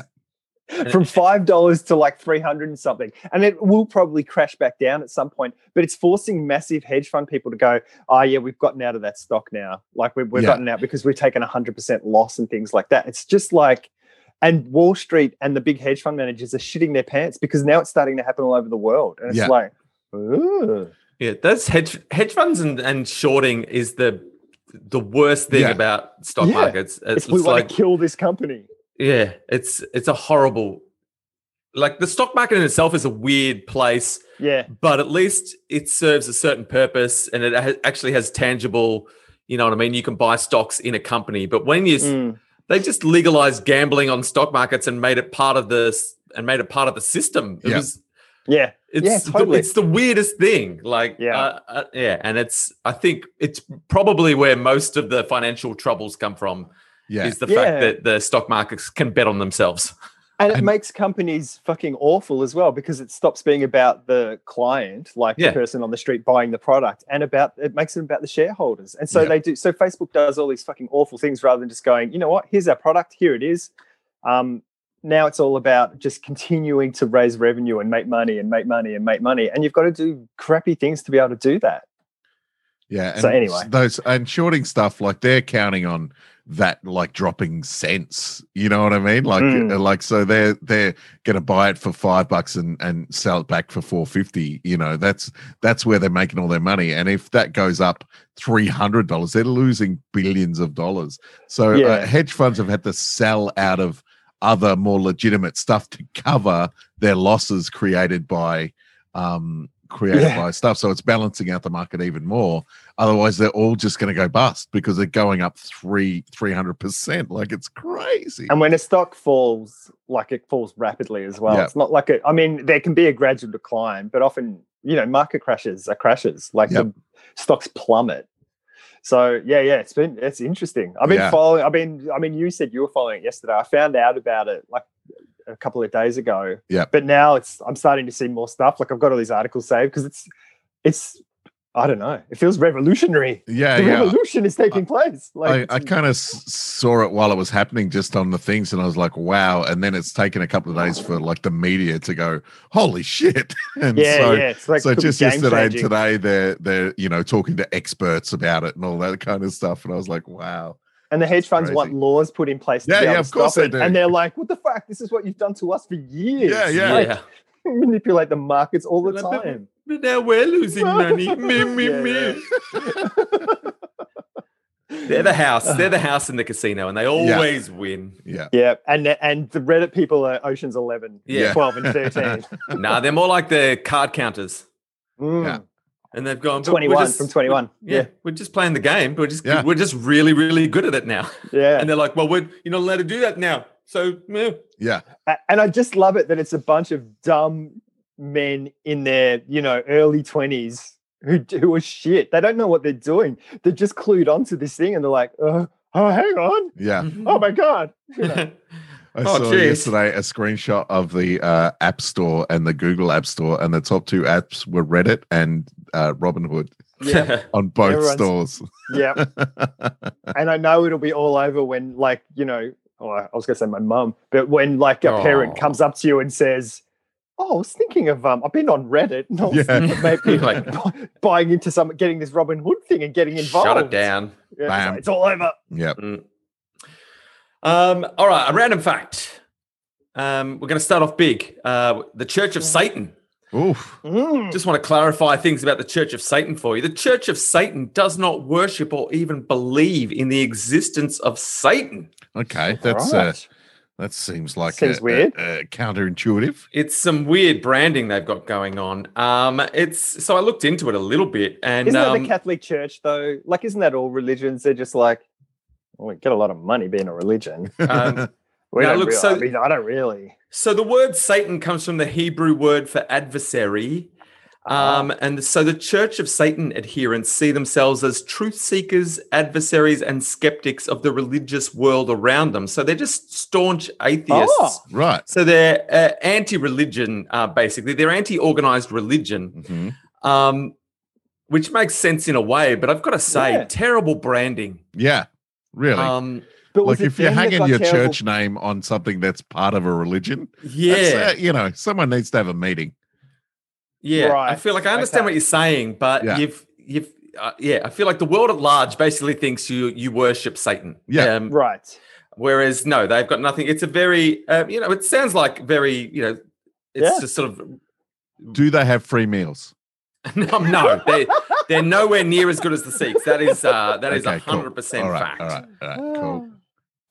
[SPEAKER 6] From $5 to like 300 and something. And it will probably crash back down at some point, but it's forcing massive hedge fund people to go, oh, yeah, we've gotten out of that stock now. Like we've, we've
[SPEAKER 1] Yeah.
[SPEAKER 6] gotten out because we've taken 100% loss and things like that. It's just like, and Wall Street and the big hedge fund managers are shitting their pants because now it's starting to happen all over the world. And it's
[SPEAKER 1] Yeah.
[SPEAKER 6] like, ooh.
[SPEAKER 5] Yeah, that's hedge hedge funds and, and shorting is the the worst thing
[SPEAKER 1] Yeah.
[SPEAKER 5] about stock
[SPEAKER 6] Yeah.
[SPEAKER 5] markets. It's,
[SPEAKER 6] It's, we
[SPEAKER 5] it's
[SPEAKER 6] want
[SPEAKER 5] like
[SPEAKER 6] to kill this company.
[SPEAKER 5] yeah, it's it's a horrible. Like the stock market in itself is a weird place,
[SPEAKER 6] Yeah.
[SPEAKER 5] but at least it serves a certain purpose and it ha- actually has tangible. You know what I mean? You can buy stocks in a company, but when you s-
[SPEAKER 6] Mm.
[SPEAKER 5] they just legalized gambling on stock markets and made it part of this and made it part of the system. It
[SPEAKER 1] Yeah.
[SPEAKER 5] was
[SPEAKER 6] Yeah.
[SPEAKER 5] it's
[SPEAKER 6] Yeah,
[SPEAKER 5] the-
[SPEAKER 6] totally.
[SPEAKER 5] it's the weirdest thing. Like
[SPEAKER 6] Yeah.
[SPEAKER 5] uh, uh, yeah, and it's I think it's probably where most of the financial troubles come from
[SPEAKER 1] Yeah,
[SPEAKER 5] is the
[SPEAKER 6] Yeah.
[SPEAKER 5] fact that the stock markets can bet on themselves.
[SPEAKER 6] And it
[SPEAKER 1] And-
[SPEAKER 6] makes companies fucking awful as well because it stops being about the client, like
[SPEAKER 5] Yeah.
[SPEAKER 6] the person on the street buying the product, and about it makes it about the shareholders. And so
[SPEAKER 1] Yeah.
[SPEAKER 6] they do. So Facebook does all these fucking awful things rather than just going, you know what, here's our product, here it is. Um, now it's all about just continuing to raise revenue and make money and make money and make money. And you've got to do crappy things to be able to do that.
[SPEAKER 1] yeah.
[SPEAKER 6] So
[SPEAKER 1] and
[SPEAKER 6] anyway.
[SPEAKER 1] those and shorting stuff like they're counting on that like dropping cents. You know what I mean? Like
[SPEAKER 6] Mm.
[SPEAKER 1] uh, like so they're they're gonna buy it for five bucks and and sell it back for four fifty. You know that's that's where they're making all their money. And if that goes up three hundred dollars, they're losing billions of dollars. So uh,
[SPEAKER 6] Yeah.
[SPEAKER 1] hedge funds have had to sell out of other more legitimate stuff to cover their losses created by um created
[SPEAKER 6] Yeah.
[SPEAKER 1] by stuff. So it's balancing out the market even more. Otherwise, they're all just going to go bust because they're going up three three hundred percent. Like it's crazy.
[SPEAKER 6] And when a stock falls, like it falls rapidly as well.
[SPEAKER 1] Yeah.
[SPEAKER 6] It's not like a, I mean, there can be a gradual decline, but often, you know, market crashes are crashes, like
[SPEAKER 1] Yep.
[SPEAKER 6] the stocks plummet. So yeah, yeah, it's been it's interesting. I've been
[SPEAKER 1] Yeah.
[SPEAKER 6] following. I've been. I mean, you said you were following it yesterday. I found out about it like a couple of days ago.
[SPEAKER 1] Yeah.
[SPEAKER 6] But now it's. I'm starting to see more stuff. Like I've got all these articles saved because it's. It's. I don't know. It feels revolutionary.
[SPEAKER 1] yeah,
[SPEAKER 6] the
[SPEAKER 1] yeah.
[SPEAKER 6] revolution is taking place. Like
[SPEAKER 1] I,
[SPEAKER 6] it's-
[SPEAKER 1] I kind of s- saw it while it was happening just on the things and I was like, wow. And then it's taken a couple of days for like the media to go, holy shit. And
[SPEAKER 6] yeah,
[SPEAKER 1] so,
[SPEAKER 6] yeah. It's like
[SPEAKER 1] so
[SPEAKER 6] could be
[SPEAKER 1] just yesterday and
[SPEAKER 6] game-changing.
[SPEAKER 1] today, they're, they're, you know, talking to experts about it and all that kind of stuff. And I was like, wow.
[SPEAKER 6] And the hedge funds want
[SPEAKER 1] crazy.
[SPEAKER 6] laws put in place. To
[SPEAKER 1] Yeah,
[SPEAKER 6] be able
[SPEAKER 1] yeah,
[SPEAKER 6] to
[SPEAKER 1] of course
[SPEAKER 6] stop
[SPEAKER 1] they
[SPEAKER 6] it.
[SPEAKER 1] do.
[SPEAKER 6] And they're like, "What the fuck? This is what you've done to us for years.
[SPEAKER 1] Yeah, yeah.
[SPEAKER 6] Like, manipulate the markets all the
[SPEAKER 5] Like, but-
[SPEAKER 6] time.
[SPEAKER 5] But now we're losing money. me, me,
[SPEAKER 6] Yeah,
[SPEAKER 5] me.
[SPEAKER 6] yeah.
[SPEAKER 5] They're the house. They're the house in the casino, and they always win.
[SPEAKER 1] Yeah.
[SPEAKER 6] Yeah, and the- and the Reddit people are Ocean's 11,
[SPEAKER 5] Yeah.
[SPEAKER 6] 12, and 13.
[SPEAKER 5] Nah, they're more like the card counters,
[SPEAKER 6] Mm,
[SPEAKER 1] Yeah.
[SPEAKER 5] and they've gone "But we're
[SPEAKER 6] 21
[SPEAKER 5] just-
[SPEAKER 6] from 21.
[SPEAKER 5] Yeah,
[SPEAKER 6] Yeah.
[SPEAKER 5] we're just playing the game. We're just
[SPEAKER 1] Yeah.
[SPEAKER 5] we're just really really good at it now.
[SPEAKER 6] Yeah.
[SPEAKER 5] And they're like, well, we're you're not allowed to do that now. So meh.
[SPEAKER 1] Yeah.
[SPEAKER 6] A- and I just love it that it's a bunch of dumb men in their you know early twenties who d- who are shit. They don't know what they're doing. They're just clued onto this thing, and they're like, uh, oh, hang on,
[SPEAKER 1] Yeah.
[SPEAKER 5] Mm-hmm.
[SPEAKER 6] oh my god,
[SPEAKER 1] I
[SPEAKER 5] Oh,
[SPEAKER 1] saw
[SPEAKER 5] geez.
[SPEAKER 1] yesterday a screenshot of the uh, App Store and the Google App Store, and the top two apps were Reddit and uh, Robinhood
[SPEAKER 5] yeah.
[SPEAKER 1] on both
[SPEAKER 6] Everyone's-
[SPEAKER 1] stores.
[SPEAKER 6] yeah. and I know it'll be all over when, like, you know, oh, I was going to say my mum, but when like a parent
[SPEAKER 5] Aw.
[SPEAKER 6] comes up to you and says, "Oh, I was thinking of um, I've been on Reddit, and I was
[SPEAKER 1] Yeah.
[SPEAKER 6] thinking of maybe
[SPEAKER 5] Like-
[SPEAKER 6] bu- buying into some, getting this Robin Hood thing and getting involved."
[SPEAKER 5] Shut it down.
[SPEAKER 6] Yeah, it's,
[SPEAKER 1] Bam.
[SPEAKER 6] like, it's all over.
[SPEAKER 1] yeah.
[SPEAKER 5] Um, all right, a random fact. Um, we're going to start off big. Uh, the Church of Satan.
[SPEAKER 1] Oof.
[SPEAKER 6] Mm.
[SPEAKER 5] Just want to clarify things about the Church of Satan for you. The Church of Satan does not worship or even believe in the existence of Satan.
[SPEAKER 1] Okay. That's uh,
[SPEAKER 6] Right.
[SPEAKER 1] that seems like
[SPEAKER 6] Seems
[SPEAKER 1] a- a-
[SPEAKER 6] weird.
[SPEAKER 1] a counterintuitive.
[SPEAKER 5] It's some weird branding they've got going on. Um, it's so I looked into it a little bit, and
[SPEAKER 6] isn't that
[SPEAKER 5] um,
[SPEAKER 6] the Catholic Church though? Like, isn't that all religions? They're just like, well, we get a lot of money being a religion.
[SPEAKER 5] um,
[SPEAKER 6] We
[SPEAKER 5] Now,
[SPEAKER 6] don't
[SPEAKER 5] look,
[SPEAKER 6] rea-
[SPEAKER 5] so-
[SPEAKER 6] I, mean, I don't really.
[SPEAKER 5] So the word Satan comes from the Hebrew word for adversary.
[SPEAKER 6] Ah.
[SPEAKER 5] Um, and so the Church of Satan adherents see themselves as truth seekers, adversaries, and skeptics of the religious world around them. So they're just staunch atheists.
[SPEAKER 6] Oh.
[SPEAKER 1] Right.
[SPEAKER 5] So they're uh, anti religion, uh, basically. They're anti organized religion,
[SPEAKER 1] Mhm.
[SPEAKER 5] um, which makes sense in a way. But I've got to say,
[SPEAKER 6] Yeah.
[SPEAKER 5] terrible branding.
[SPEAKER 1] Yeah. Really.
[SPEAKER 5] Um,
[SPEAKER 6] But was
[SPEAKER 1] like
[SPEAKER 6] it
[SPEAKER 1] if you're
[SPEAKER 6] them that
[SPEAKER 1] hanging
[SPEAKER 6] got
[SPEAKER 1] your
[SPEAKER 6] terrible-
[SPEAKER 1] church name on something that's part of a religion, that's,
[SPEAKER 5] yeah.
[SPEAKER 1] uh, you know, someone needs to have a meeting.
[SPEAKER 5] Yeah, I
[SPEAKER 6] Right,
[SPEAKER 5] feel like I understand what
[SPEAKER 6] okay.
[SPEAKER 5] you're saying, but
[SPEAKER 1] Yeah.
[SPEAKER 5] you've you've uh, yeah, I feel like the world at large basically thinks you you worship Satan.
[SPEAKER 1] Yeah.
[SPEAKER 5] Um,
[SPEAKER 6] right?
[SPEAKER 5] Whereas no, they've got nothing. It's a very um, you know, it sounds like very you know, it's
[SPEAKER 6] Yeah.
[SPEAKER 5] just sort of
[SPEAKER 1] Do they have free meals?
[SPEAKER 5] no, no they they're nowhere near as good as the Sikhs. That is uh, that is a
[SPEAKER 1] Okay, cool.
[SPEAKER 5] hundred percent
[SPEAKER 1] All right,
[SPEAKER 5] fact.
[SPEAKER 1] all right, all right, uh,
[SPEAKER 6] Uh,
[SPEAKER 1] cool.
[SPEAKER 6] Mm-hmm.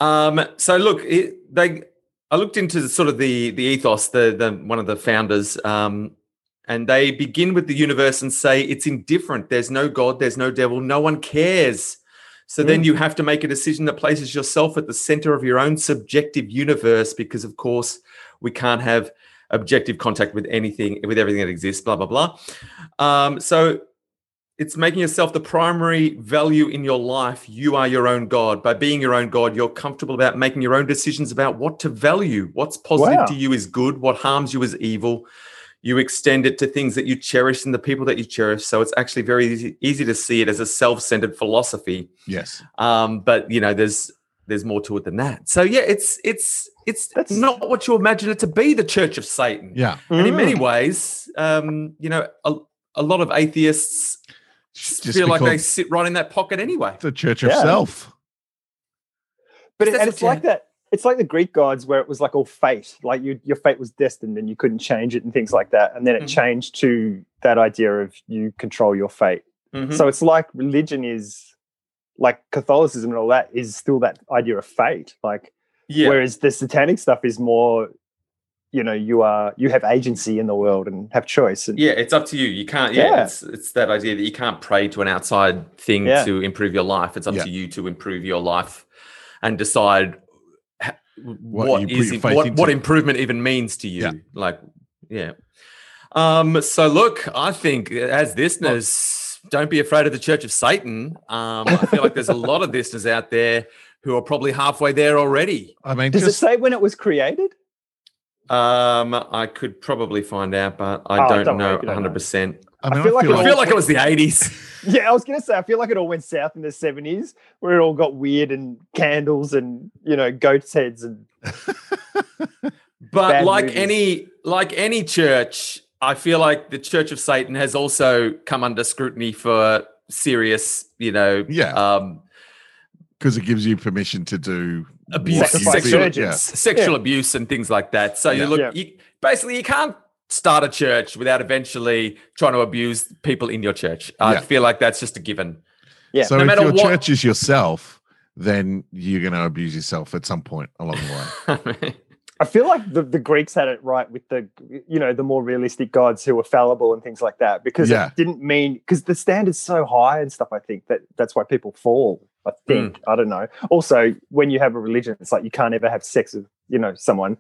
[SPEAKER 5] Um, so look, it, they I looked into the, sort of the the ethos, the the one of the founders, um, and they begin with the universe and say it's indifferent. There's no God, there's no devil, no one cares. So then you have to make a decision that places yourself at the center of your own subjective universe, because of course we can't have objective contact with anything, with everything that exists. Blah blah blah. Um, so it's making yourself the primary value in your life. You are your own God. By being your own God, you're comfortable about making your own decisions about what to value. What's positive
[SPEAKER 6] Wow.
[SPEAKER 5] to you is good, what harms you is evil. You extend it to things that you cherish and the people that you cherish. So it's actually very easy, easy to see it as a self centered philosophy.
[SPEAKER 1] Yes.
[SPEAKER 5] Um, but you know, there's there's more to it than that. So yeah, it's it's it's
[SPEAKER 6] That's-
[SPEAKER 5] not what you imagine it to be, the Church of Satan.
[SPEAKER 1] Yeah.
[SPEAKER 5] And in
[SPEAKER 6] Mm.
[SPEAKER 5] many ways, um, you know, a, a lot of atheists
[SPEAKER 1] Just
[SPEAKER 5] feel like they
[SPEAKER 1] because
[SPEAKER 5] sit right in that pocket anyway.
[SPEAKER 1] the church
[SPEAKER 6] Yeah.
[SPEAKER 1] herself.
[SPEAKER 6] But it,
[SPEAKER 5] That's
[SPEAKER 6] and
[SPEAKER 5] what
[SPEAKER 6] it's
[SPEAKER 5] you-
[SPEAKER 6] like that. It's like the Greek gods, where it was like all fate, like you, your fate was destined and you couldn't change it and things like that. And then it
[SPEAKER 5] Mhm.
[SPEAKER 6] changed to that idea of you control your fate.
[SPEAKER 5] Mhm.
[SPEAKER 6] So it's like religion is like Catholicism and all that is still that idea of fate. Like,
[SPEAKER 5] yeah,
[SPEAKER 6] whereas the satanic stuff is more you know you are you have agency in the world and have choice and
[SPEAKER 5] Yeah, it's up to you. You can't. Yeah,
[SPEAKER 6] Yeah.
[SPEAKER 5] It's, it's that idea that you can't pray to an outside thing
[SPEAKER 6] Yeah.
[SPEAKER 5] to improve your life. It's up
[SPEAKER 1] Yeah.
[SPEAKER 5] to you to improve your life and decide h-
[SPEAKER 1] you
[SPEAKER 5] what
[SPEAKER 1] put
[SPEAKER 5] is
[SPEAKER 1] your
[SPEAKER 5] it-
[SPEAKER 1] faith
[SPEAKER 5] what,
[SPEAKER 1] into.
[SPEAKER 5] what improvement even means to you.
[SPEAKER 1] Yeah.
[SPEAKER 5] Like, yeah. Um. So look, I think as listeners, don't be afraid of the Church of Satan. Um. I feel like there's a lot of listeners out there who are probably halfway there already.
[SPEAKER 1] I mean,
[SPEAKER 6] does
[SPEAKER 1] just
[SPEAKER 6] it say when it was created
[SPEAKER 5] Um. I could probably find out, but I
[SPEAKER 6] Oh,
[SPEAKER 5] don't,
[SPEAKER 6] don't worry
[SPEAKER 5] know
[SPEAKER 6] if you don't know.
[SPEAKER 5] 100. percent
[SPEAKER 1] I mean,
[SPEAKER 6] I feel like
[SPEAKER 5] I
[SPEAKER 6] Well,
[SPEAKER 5] feel like it was the 80s.
[SPEAKER 6] yeah i was gonna say i feel like it all went south in the 70s where it all got weird and candles and you know goat's heads and
[SPEAKER 5] But
[SPEAKER 6] bad
[SPEAKER 5] like
[SPEAKER 6] movies.
[SPEAKER 5] any like any church, I feel like the Church of Satan has also come under scrutiny for serious, you know,
[SPEAKER 1] Yeah.
[SPEAKER 5] um,
[SPEAKER 1] because it gives you permission to do
[SPEAKER 5] abuse,
[SPEAKER 1] what you
[SPEAKER 6] Sacrifice
[SPEAKER 5] sexual,
[SPEAKER 1] feel,
[SPEAKER 6] surgeons.
[SPEAKER 1] yeah.
[SPEAKER 5] s- sexual abuse, and things like that. So you
[SPEAKER 1] Yeah.
[SPEAKER 5] look,
[SPEAKER 6] Yeah.
[SPEAKER 5] you, basically, you can't start a church without eventually trying to abuse people in your church. I
[SPEAKER 1] Yeah.
[SPEAKER 5] feel like that's just a given.
[SPEAKER 6] Yeah.
[SPEAKER 1] So
[SPEAKER 5] No
[SPEAKER 1] if
[SPEAKER 5] matter
[SPEAKER 1] your
[SPEAKER 5] what-
[SPEAKER 1] church is yourself, then you're going to abuse yourself at some point along the way.
[SPEAKER 6] I feel like the, the Greeks had it right with the you know the more realistic gods who were fallible and things like that because
[SPEAKER 1] Yeah.
[SPEAKER 6] it didn't mean because the standard's so high and stuff. I think that that's why people fall. I think I don't know. Also, when you have a religion, it's like you can't ever have sex with you know someone.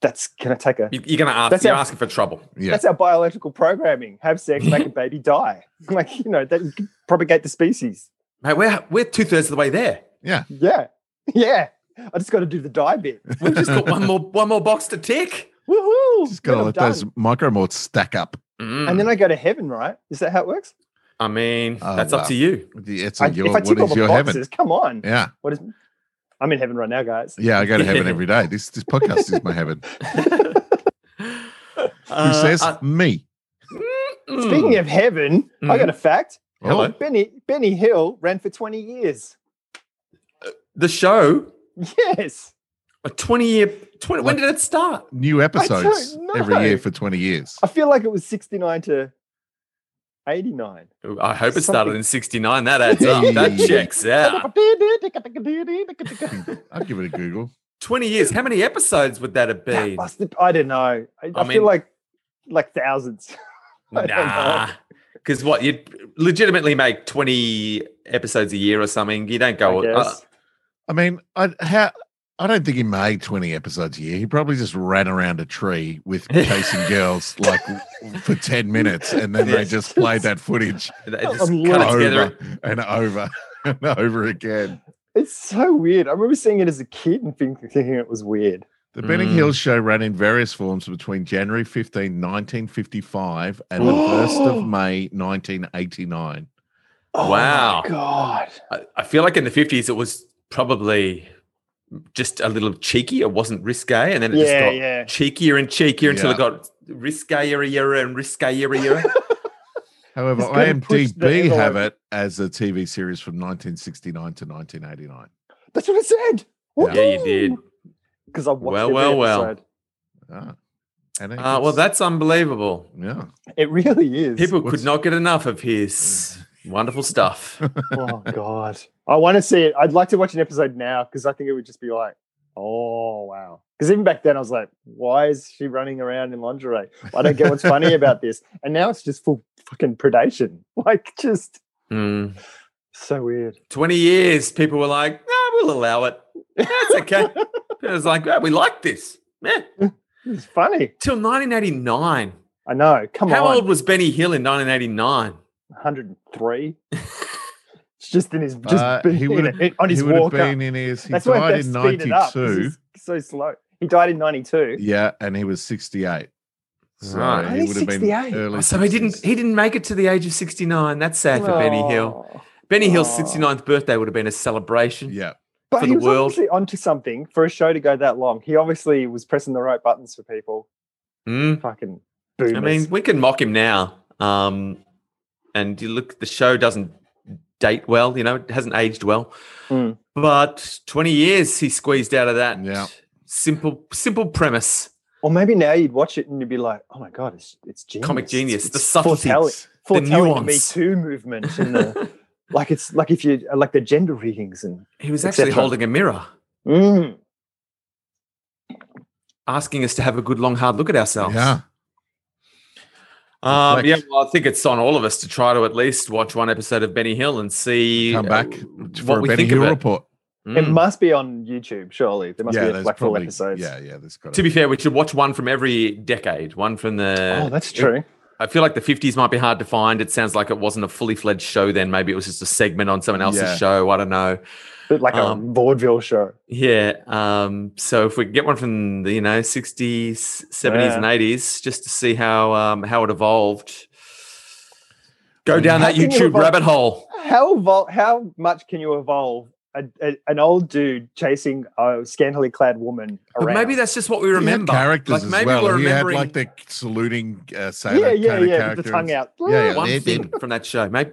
[SPEAKER 6] That's gonna take a.
[SPEAKER 5] you, you're going to ask.
[SPEAKER 6] That's
[SPEAKER 5] you're
[SPEAKER 6] how-
[SPEAKER 5] asking for trouble.
[SPEAKER 1] Yeah.
[SPEAKER 6] That's our biological programming. Have sex, make a baby die. Like you know that you can propagate the species.
[SPEAKER 5] Mate, we're we're two thirds of the way there.
[SPEAKER 6] Yeah, yeah. I just got to do the die bit.
[SPEAKER 5] We've just got one more one more box to tick.
[SPEAKER 6] Woohoo!
[SPEAKER 1] Just got to
[SPEAKER 6] Then I'm
[SPEAKER 1] let those Hmm.
[SPEAKER 6] done.
[SPEAKER 1] micromorts stack up.
[SPEAKER 5] Mm.
[SPEAKER 6] And then I go to heaven, right? Is that how it works?
[SPEAKER 5] I mean,
[SPEAKER 1] Oh,
[SPEAKER 5] that's up to
[SPEAKER 1] wow.
[SPEAKER 5] you.
[SPEAKER 1] It's
[SPEAKER 6] I,
[SPEAKER 1] a
[SPEAKER 6] if
[SPEAKER 1] your,
[SPEAKER 6] I
[SPEAKER 1] what
[SPEAKER 6] tick all
[SPEAKER 1] is
[SPEAKER 6] the
[SPEAKER 1] your
[SPEAKER 6] boxes,
[SPEAKER 1] heaven?
[SPEAKER 6] come on.
[SPEAKER 1] Yeah.
[SPEAKER 6] What is? I'm in heaven right now, guys.
[SPEAKER 1] Yeah. I go to heaven every day. This this podcast is my heaven. Who
[SPEAKER 5] Uh,
[SPEAKER 1] says
[SPEAKER 5] uh,
[SPEAKER 1] me?
[SPEAKER 5] mm.
[SPEAKER 6] Speaking of heaven,
[SPEAKER 1] Mm.
[SPEAKER 6] I got a fact.
[SPEAKER 5] Hello.
[SPEAKER 1] Oh,
[SPEAKER 6] Benny Benny Hill ran for 20 years.
[SPEAKER 5] the show,
[SPEAKER 6] Yes.
[SPEAKER 5] a 20 year, 20, when did it start?
[SPEAKER 1] New episodes
[SPEAKER 6] don't
[SPEAKER 1] every
[SPEAKER 6] know.
[SPEAKER 1] year for 20 years.
[SPEAKER 6] I feel like it was 69 to 89.
[SPEAKER 5] I hope it started in 69. That adds
[SPEAKER 1] Hey.
[SPEAKER 5] up. That checks out.
[SPEAKER 6] 20
[SPEAKER 1] I'll give it a Google.
[SPEAKER 5] 20 years. How many episodes would that have been?
[SPEAKER 6] I don't know. I, I,
[SPEAKER 5] mean-
[SPEAKER 6] feel like like thousands. I don't know.
[SPEAKER 5] Nah. Because what, you'd legitimately make 20 episodes a year or something. You don't go,
[SPEAKER 6] I
[SPEAKER 5] uh,
[SPEAKER 6] guess.
[SPEAKER 1] I mean, I how I don't think he made 20 episodes a year. He probably just ran around a tree with chasing girls like for 10 minutes and then they just played that footage
[SPEAKER 5] uh, they just
[SPEAKER 6] I'm
[SPEAKER 5] cut it
[SPEAKER 6] lost.
[SPEAKER 5] together.
[SPEAKER 1] over and over and over again.
[SPEAKER 6] It's so weird. I remember seeing it as a kid and think, thinking it was weird.
[SPEAKER 1] The Benning
[SPEAKER 5] Mm.
[SPEAKER 1] Hills show ran in various forms between January 15, 1955 and the 1st of May 1989.
[SPEAKER 6] Oh my
[SPEAKER 5] Wow.
[SPEAKER 6] God.
[SPEAKER 5] I, I feel like in the 50s, it was probably just a little cheeky. It wasn't risque. And then it just
[SPEAKER 6] Yeah,
[SPEAKER 5] got
[SPEAKER 6] yeah.
[SPEAKER 5] cheekier and cheekier until
[SPEAKER 1] Yeah.
[SPEAKER 5] it got riskier and riskier.
[SPEAKER 1] However,
[SPEAKER 6] It's gotta push the
[SPEAKER 1] IMDb have
[SPEAKER 6] envelope.
[SPEAKER 1] it as a TV series from 1969 to 1989.
[SPEAKER 6] That's what I said.
[SPEAKER 1] Yeah.
[SPEAKER 5] yeah, you did.
[SPEAKER 6] Because I watched
[SPEAKER 5] Well,
[SPEAKER 6] every
[SPEAKER 5] well, well.
[SPEAKER 6] episode.
[SPEAKER 1] Ah, and it-
[SPEAKER 5] Uh, well,
[SPEAKER 1] it's-
[SPEAKER 5] that's unbelievable.
[SPEAKER 1] yeah.
[SPEAKER 6] It really is.
[SPEAKER 5] People could
[SPEAKER 1] What's-
[SPEAKER 5] not get enough of his wonderful stuff.
[SPEAKER 6] oh god i want to see it i'd like to watch an episode now because i think it would just be like oh wow because even back then i was like why is she running around in lingerie i don't get what's funny about this and now it's just full fucking predation like just
[SPEAKER 5] Hmm.
[SPEAKER 6] so weird
[SPEAKER 5] 20 years, people were like, nah, we'll allow it. That's okay. it was like, "Ah, we like this. Yeah.
[SPEAKER 6] it's funny
[SPEAKER 5] Till 1989.
[SPEAKER 6] i know come
[SPEAKER 5] How
[SPEAKER 6] on
[SPEAKER 5] old was Benny Hill in 1989?
[SPEAKER 6] 103 it's just in his just
[SPEAKER 1] Uh,
[SPEAKER 6] been
[SPEAKER 1] he
[SPEAKER 6] in
[SPEAKER 1] would've-
[SPEAKER 6] it- on
[SPEAKER 1] he
[SPEAKER 6] his
[SPEAKER 1] would have
[SPEAKER 6] walk up.
[SPEAKER 1] been in his. He
[SPEAKER 6] that's why
[SPEAKER 1] died
[SPEAKER 6] that's
[SPEAKER 1] in
[SPEAKER 6] speeded up 'cause
[SPEAKER 1] 92.
[SPEAKER 6] he's so slow he died in 92
[SPEAKER 1] Yeah, and he was 68. So
[SPEAKER 5] Right.
[SPEAKER 1] he
[SPEAKER 6] Only
[SPEAKER 1] would have been
[SPEAKER 6] 68?
[SPEAKER 1] early.
[SPEAKER 5] Oh, so he didn't
[SPEAKER 1] 60s.
[SPEAKER 5] he didn't make it to the age of 69. That's sad for Benny Hill.
[SPEAKER 6] Aw.
[SPEAKER 5] Benny Hill's
[SPEAKER 6] Aw.
[SPEAKER 5] 69th birthday would have been a celebration.
[SPEAKER 1] Yeah,
[SPEAKER 6] but
[SPEAKER 5] for
[SPEAKER 6] he
[SPEAKER 5] the
[SPEAKER 6] was
[SPEAKER 5] world.
[SPEAKER 6] obviously onto something for a show to go that long. He obviously was pressing the right buttons for people.
[SPEAKER 5] Mm.
[SPEAKER 6] Fucking boomers.
[SPEAKER 5] I mean, we can mock him now. Um, and you look, the show doesn't date well, you know, it hasn't aged well.
[SPEAKER 6] Mm.
[SPEAKER 5] But 20 years he squeezed out of that
[SPEAKER 1] Yeah.
[SPEAKER 5] simple, simple premise.
[SPEAKER 6] or maybe now you'd watch it and you'd be like, "Oh my god, it's it's genius.
[SPEAKER 5] Comic genius, the
[SPEAKER 6] It's
[SPEAKER 5] subtleties,
[SPEAKER 6] foretelling,
[SPEAKER 5] the
[SPEAKER 6] foretelling the Me
[SPEAKER 5] nuance.
[SPEAKER 6] Too movement and the like. It's like if you like the gender readings and mm,
[SPEAKER 5] He was actually
[SPEAKER 6] Etcetera.
[SPEAKER 5] holding a mirror.
[SPEAKER 6] Mm.
[SPEAKER 5] asking us to have a good long hard look at ourselves.
[SPEAKER 1] Yeah.
[SPEAKER 5] Um,
[SPEAKER 1] Reflect.
[SPEAKER 5] yeah, well, I think it's on all of us to try to at least watch one episode of Benny Hill and see
[SPEAKER 1] Come
[SPEAKER 5] uh,
[SPEAKER 1] back
[SPEAKER 5] what
[SPEAKER 1] for a
[SPEAKER 5] we
[SPEAKER 1] Benny
[SPEAKER 5] think of
[SPEAKER 1] Hill
[SPEAKER 5] it.
[SPEAKER 1] report.
[SPEAKER 6] It
[SPEAKER 5] Mm.
[SPEAKER 6] must be on YouTube, surely. There must
[SPEAKER 1] yeah,
[SPEAKER 6] be
[SPEAKER 1] there's
[SPEAKER 6] like full
[SPEAKER 1] probably
[SPEAKER 6] episodes.
[SPEAKER 1] yeah, yeah. There's got
[SPEAKER 5] Mm. To be fair, we should watch one from every decade. One from the
[SPEAKER 6] Oh, that's true.
[SPEAKER 5] I feel like the 50s might be hard to find. It sounds like it wasn't a fully fledged show then. Maybe it was just a segment on someone else's
[SPEAKER 1] Yeah.
[SPEAKER 5] show. I don't know.
[SPEAKER 6] Bit like a
[SPEAKER 5] um,
[SPEAKER 6] vaudeville show.
[SPEAKER 5] Yeah. Um, so if we could get one from the, you know, 60s, 70s, and 80s, just to see how um, how it evolved. Go
[SPEAKER 1] And
[SPEAKER 5] down
[SPEAKER 6] how
[SPEAKER 5] that
[SPEAKER 6] can you
[SPEAKER 5] YouTube
[SPEAKER 6] evolve-
[SPEAKER 5] rabbit hole.
[SPEAKER 6] How evol- How much can you evolve a, a, an old dude chasing a scantily clad woman
[SPEAKER 5] But
[SPEAKER 6] around?
[SPEAKER 5] maybe that's just what we
[SPEAKER 1] He had
[SPEAKER 5] remember.
[SPEAKER 1] characters
[SPEAKER 5] like
[SPEAKER 1] as
[SPEAKER 5] maybe
[SPEAKER 1] well.
[SPEAKER 5] we're
[SPEAKER 1] he had
[SPEAKER 5] remembering
[SPEAKER 1] like the saluting uh, sailor
[SPEAKER 6] yeah, yeah,
[SPEAKER 1] kind of
[SPEAKER 6] yeah.
[SPEAKER 1] character.
[SPEAKER 6] With the tongue out.
[SPEAKER 1] Yeah,
[SPEAKER 5] one
[SPEAKER 1] yeah.
[SPEAKER 5] thing from that show. Maybe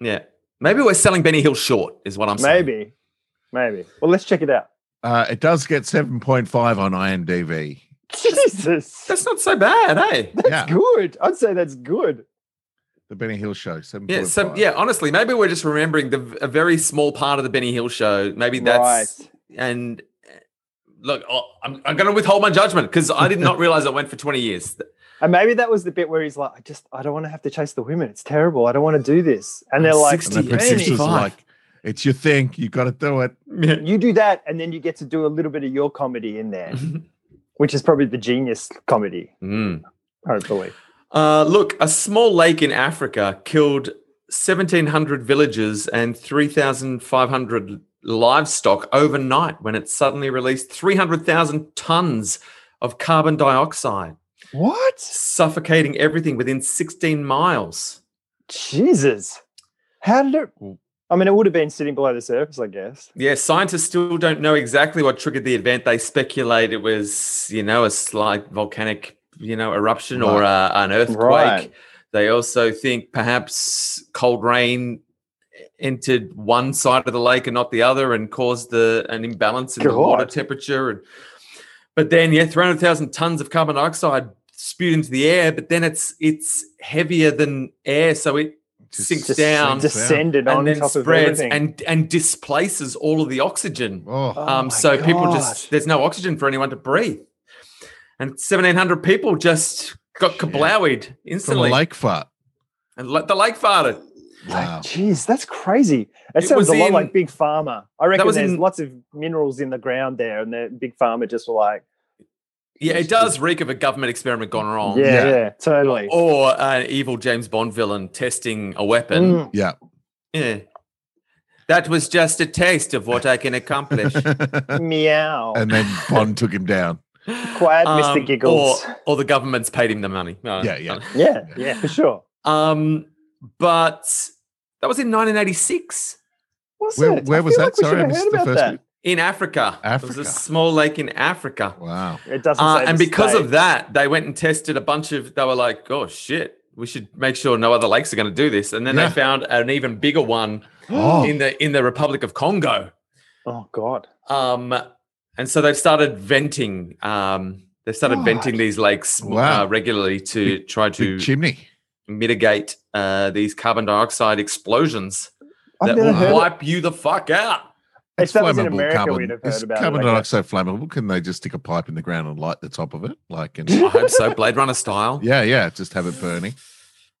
[SPEAKER 5] yeah. Maybe we're selling Benny Hill short, is what I'm saying.
[SPEAKER 6] maybe, maybe. Well, let's check it out.
[SPEAKER 1] Uh, it does get seven point five on IMDb.
[SPEAKER 6] Jesus,
[SPEAKER 5] That's not so bad, hey?
[SPEAKER 1] yeah,
[SPEAKER 6] good. I'd say that's good.
[SPEAKER 1] the Benny Hill show. Seven.
[SPEAKER 5] Yeah, so yeah, honestly, maybe we're just remembering the a very small part of the Benny Hill show. Maybe that's
[SPEAKER 6] right.
[SPEAKER 5] and uh, look, oh, I'm I'm going to withhold my judgment because I did not realize it went for 20 years.
[SPEAKER 6] And maybe that was the bit where he's like, I just, I don't want to have to chase the women. It's terrible. I don't want to do this. And they're like,
[SPEAKER 1] And the
[SPEAKER 5] 60,
[SPEAKER 1] producers are
[SPEAKER 5] 85.
[SPEAKER 1] like, "It's your thing. You got to do it."
[SPEAKER 6] you do that, and then you get to do a little bit of your comedy in there,
[SPEAKER 5] Mm-hmm.
[SPEAKER 6] which is probably the genius comedy,
[SPEAKER 5] Mm.
[SPEAKER 6] hopefully.
[SPEAKER 5] Uh, look, a small lake in Africa killed 1,700 villagers and 3,500 livestock overnight when it suddenly released 300,000 tons of carbon dioxide,
[SPEAKER 6] What?
[SPEAKER 5] suffocating everything within 16 miles.
[SPEAKER 6] Jesus. How did it? I mean, it would have been sitting below the surface, I guess.
[SPEAKER 5] Yeah, scientists still don't know exactly what triggered the event. They speculate it was, you know, a slight volcanic, you know, eruption or uh, an earthquake.
[SPEAKER 6] Right.
[SPEAKER 5] They also think perhaps cold rain entered one side of the lake and not the other and caused the an imbalance in the water
[SPEAKER 6] God.
[SPEAKER 5] temperature and but then yeah 300,000 tons of carbon dioxide spewed into the air but then it's it's heavier than air so it
[SPEAKER 1] Just
[SPEAKER 5] sinks
[SPEAKER 6] Just
[SPEAKER 5] down
[SPEAKER 6] descended on
[SPEAKER 5] and then
[SPEAKER 6] top
[SPEAKER 5] spreads
[SPEAKER 6] of everything.
[SPEAKER 5] and and displaces all of the oxygen.
[SPEAKER 1] Oh,
[SPEAKER 6] Oh
[SPEAKER 5] um,
[SPEAKER 6] my
[SPEAKER 5] so people
[SPEAKER 6] God.
[SPEAKER 5] just there's no oxygen for anyone to breathe, and seventeen hundred people just got
[SPEAKER 1] Shit.
[SPEAKER 5] kablowied
[SPEAKER 1] from a
[SPEAKER 5] instantly,
[SPEAKER 1] lake fart.
[SPEAKER 5] and let the lake farted.
[SPEAKER 6] Like,
[SPEAKER 1] Wow.
[SPEAKER 6] Jeez, that's crazy. That
[SPEAKER 5] It was
[SPEAKER 6] sounds a lot
[SPEAKER 5] in-
[SPEAKER 6] like Big Pharma. I reckon
[SPEAKER 5] was
[SPEAKER 6] there's
[SPEAKER 5] in-
[SPEAKER 6] lots of minerals in the ground there, and the Big Pharma just were like,
[SPEAKER 5] Yeah, it does reek of a government experiment gone wrong.
[SPEAKER 6] yeah,
[SPEAKER 1] Yeah.
[SPEAKER 6] yeah, totally.
[SPEAKER 5] Or an evil James Bond villain testing a weapon.
[SPEAKER 6] Mm.
[SPEAKER 1] Yeah.
[SPEAKER 5] Yeah. That was just a taste of what I can accomplish.
[SPEAKER 6] Meow.
[SPEAKER 1] and then Bond took him down.
[SPEAKER 6] Quiet Mr.
[SPEAKER 5] Um,
[SPEAKER 6] Giggles.
[SPEAKER 5] Or, or the government's paid him the money. No,
[SPEAKER 1] Yeah, yeah.
[SPEAKER 6] yeah, yeah, for sure.
[SPEAKER 5] Um, but that was in 1986
[SPEAKER 6] Was
[SPEAKER 1] Where-
[SPEAKER 6] it?
[SPEAKER 1] where
[SPEAKER 6] I
[SPEAKER 1] was that?
[SPEAKER 6] feel like we
[SPEAKER 1] Sorry, I
[SPEAKER 6] should have
[SPEAKER 1] missed the
[SPEAKER 6] heard about
[SPEAKER 1] first
[SPEAKER 6] that.
[SPEAKER 5] in Africa. It was
[SPEAKER 1] Africa.
[SPEAKER 5] a small lake in Africa.
[SPEAKER 1] Wow.
[SPEAKER 6] It doesn't
[SPEAKER 5] Uh,
[SPEAKER 6] say
[SPEAKER 5] and
[SPEAKER 6] the
[SPEAKER 5] because
[SPEAKER 6] state.
[SPEAKER 5] of that, they went and tested a bunch of, they were like, oh shit, we should make sure no other lakes are going to do this. And then
[SPEAKER 1] Yeah.
[SPEAKER 5] they found an even bigger one
[SPEAKER 1] Oh.
[SPEAKER 5] in the in the Republic of Congo.
[SPEAKER 6] Oh God.
[SPEAKER 5] Um, and so they've started venting. Um, they've started
[SPEAKER 6] What?
[SPEAKER 5] venting these lakes
[SPEAKER 1] Wow.
[SPEAKER 5] uh, regularly to try to
[SPEAKER 1] Big chimney.
[SPEAKER 5] mitigate uh, these carbon dioxide explosions.
[SPEAKER 6] I've
[SPEAKER 5] that
[SPEAKER 6] never
[SPEAKER 5] will
[SPEAKER 6] heard
[SPEAKER 5] wipe you the fuck out.
[SPEAKER 6] If that was in
[SPEAKER 1] flammable
[SPEAKER 6] America,
[SPEAKER 1] carbon.
[SPEAKER 6] we'd have heard
[SPEAKER 1] Is
[SPEAKER 6] about it
[SPEAKER 1] carbon
[SPEAKER 6] like that.
[SPEAKER 1] dioxide flammable? Can they just stick a pipe in the ground and light the top of it? Like, and
[SPEAKER 5] I hope so, Blade Runner style.
[SPEAKER 1] yeah, yeah, just have it burning. Oh,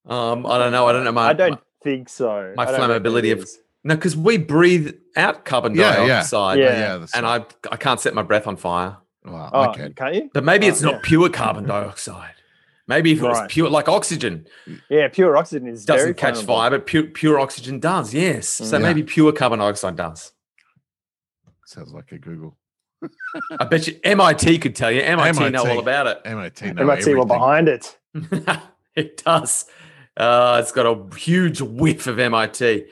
[SPEAKER 5] Um, I don't know. I don't know. My,
[SPEAKER 6] I don't
[SPEAKER 5] my-
[SPEAKER 6] think so.
[SPEAKER 5] my
[SPEAKER 6] I don't reckon
[SPEAKER 5] flammability
[SPEAKER 6] it
[SPEAKER 5] of-
[SPEAKER 6] is.
[SPEAKER 5] no, because we breathe out carbon
[SPEAKER 1] Yeah, yeah.
[SPEAKER 5] dioxide,
[SPEAKER 6] Yeah.
[SPEAKER 1] Yeah, that's
[SPEAKER 5] and I I can't set my breath on fire.
[SPEAKER 1] wow,
[SPEAKER 6] Oh,
[SPEAKER 1] okay.
[SPEAKER 6] can't you?
[SPEAKER 5] But maybe
[SPEAKER 6] Oh,
[SPEAKER 5] it's not
[SPEAKER 6] yeah.
[SPEAKER 5] pure carbon dioxide. Maybe if it
[SPEAKER 6] Right.
[SPEAKER 5] was pure, like oxygen,
[SPEAKER 6] Yeah, pure oxygen is very
[SPEAKER 5] doesn't catch
[SPEAKER 6] flammable. Mm.
[SPEAKER 5] fire, but pure, pure oxygen does. Yes, so
[SPEAKER 1] Yeah.
[SPEAKER 5] maybe pure carbon dioxide does.
[SPEAKER 1] Sounds like a Google.
[SPEAKER 5] I bet you MIT could tell you. MIT, know
[SPEAKER 1] MIT.
[SPEAKER 5] all about it.
[SPEAKER 1] MIT.
[SPEAKER 6] You
[SPEAKER 1] Know
[SPEAKER 6] might see
[SPEAKER 1] everything.
[SPEAKER 6] well behind it.
[SPEAKER 5] it does. Uh, it's got a huge whiff of MIT.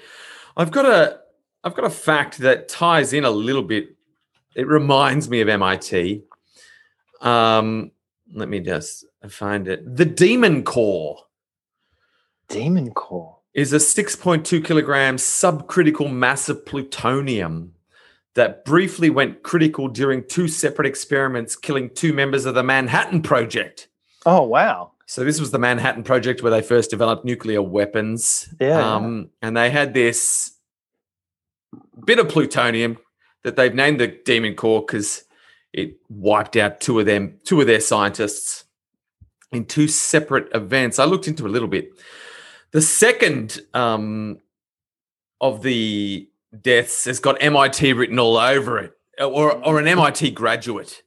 [SPEAKER 5] I've got a I've got a fact that ties in a little bit. It reminds me of MIT. Um, let me just find it. The Demon Core
[SPEAKER 6] Demon core.
[SPEAKER 5] is a 6.2 kilogram subcritical mass of plutonium that briefly went critical during two separate experiments, killing two members of the Manhattan Project.
[SPEAKER 6] Oh wow.
[SPEAKER 5] So this was the Manhattan Project where they first developed nuclear weapons.
[SPEAKER 6] Yeah.
[SPEAKER 5] Um, and they had this bit of plutonium that they've named the Demon Core because It wiped out two of them, two of their scientists in two separate events. I looked into it a little bit. The second um, of the deaths has got MIT written all over it, or or
[SPEAKER 1] Mm.
[SPEAKER 5] an MIT graduate.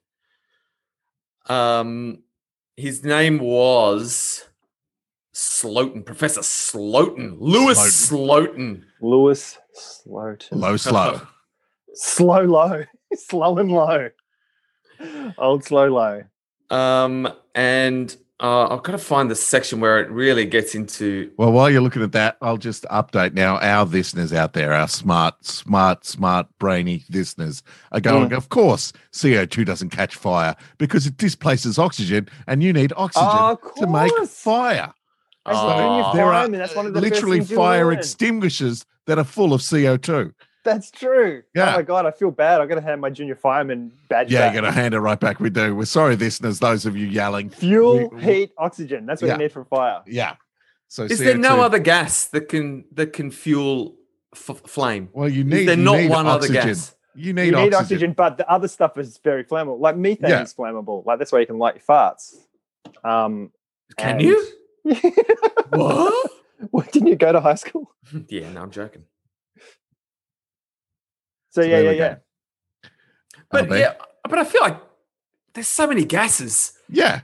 [SPEAKER 5] Um, his name was Slotin, Professor Slotin, Lewis Slotin.
[SPEAKER 6] Lewis Slotin.
[SPEAKER 1] Low slow.
[SPEAKER 6] Slow low. slow and low. Old slow low.
[SPEAKER 5] Um, and uh, I've got to find the section where it really gets into.
[SPEAKER 1] Well, while you're looking at that, I'll just update now. Our listeners out there, our smart, smart, smart, brainy listeners, are going,
[SPEAKER 6] Mm.
[SPEAKER 1] of course, CO2 doesn't catch fire because it displaces oxygen and you need oxygen
[SPEAKER 6] Of
[SPEAKER 1] to make
[SPEAKER 6] course.
[SPEAKER 1] fire.
[SPEAKER 6] That's the
[SPEAKER 5] Ah.
[SPEAKER 6] thing with
[SPEAKER 1] There are
[SPEAKER 6] firemen, that's one of the first
[SPEAKER 1] Literally,
[SPEAKER 6] things you
[SPEAKER 1] fire
[SPEAKER 6] learn.
[SPEAKER 1] extinguishers that are full of CO2.
[SPEAKER 6] That's true.
[SPEAKER 1] Yeah.
[SPEAKER 6] Oh my god, I feel bad. I'm gonna hand my junior fireman badge.
[SPEAKER 1] Yeah,
[SPEAKER 6] back.
[SPEAKER 1] you're going to hand it right back. We do. We're sorry, listeners, those of you yelling.
[SPEAKER 6] Fuel,
[SPEAKER 1] We- we-
[SPEAKER 6] heat, oxygen. That's what
[SPEAKER 1] Yeah.
[SPEAKER 6] you need for fire.
[SPEAKER 1] Yeah. So
[SPEAKER 5] Is there no
[SPEAKER 1] CO2
[SPEAKER 5] other gas that can that can fuel f- flame?
[SPEAKER 1] Well, you
[SPEAKER 5] Is
[SPEAKER 1] need,
[SPEAKER 5] there
[SPEAKER 1] you
[SPEAKER 5] not
[SPEAKER 1] need
[SPEAKER 5] one
[SPEAKER 1] oxygen.
[SPEAKER 5] other gas?
[SPEAKER 1] You
[SPEAKER 6] You
[SPEAKER 1] need,
[SPEAKER 6] need oxygen.
[SPEAKER 1] oxygen.
[SPEAKER 6] but the other stuff is very flammable. Like methane
[SPEAKER 1] Yeah.
[SPEAKER 6] is flammable. Like that's why you can light your farts. Um,
[SPEAKER 5] Can
[SPEAKER 6] and-
[SPEAKER 5] you? What?
[SPEAKER 6] what, didn't you go to high school?
[SPEAKER 5] yeah, no, I'm joking.
[SPEAKER 6] So, yeah,
[SPEAKER 1] there
[SPEAKER 6] yeah,
[SPEAKER 1] we go.
[SPEAKER 6] yeah.
[SPEAKER 5] But
[SPEAKER 1] Albie.
[SPEAKER 5] yeah, but I feel like there's so many gases.
[SPEAKER 1] Yeah.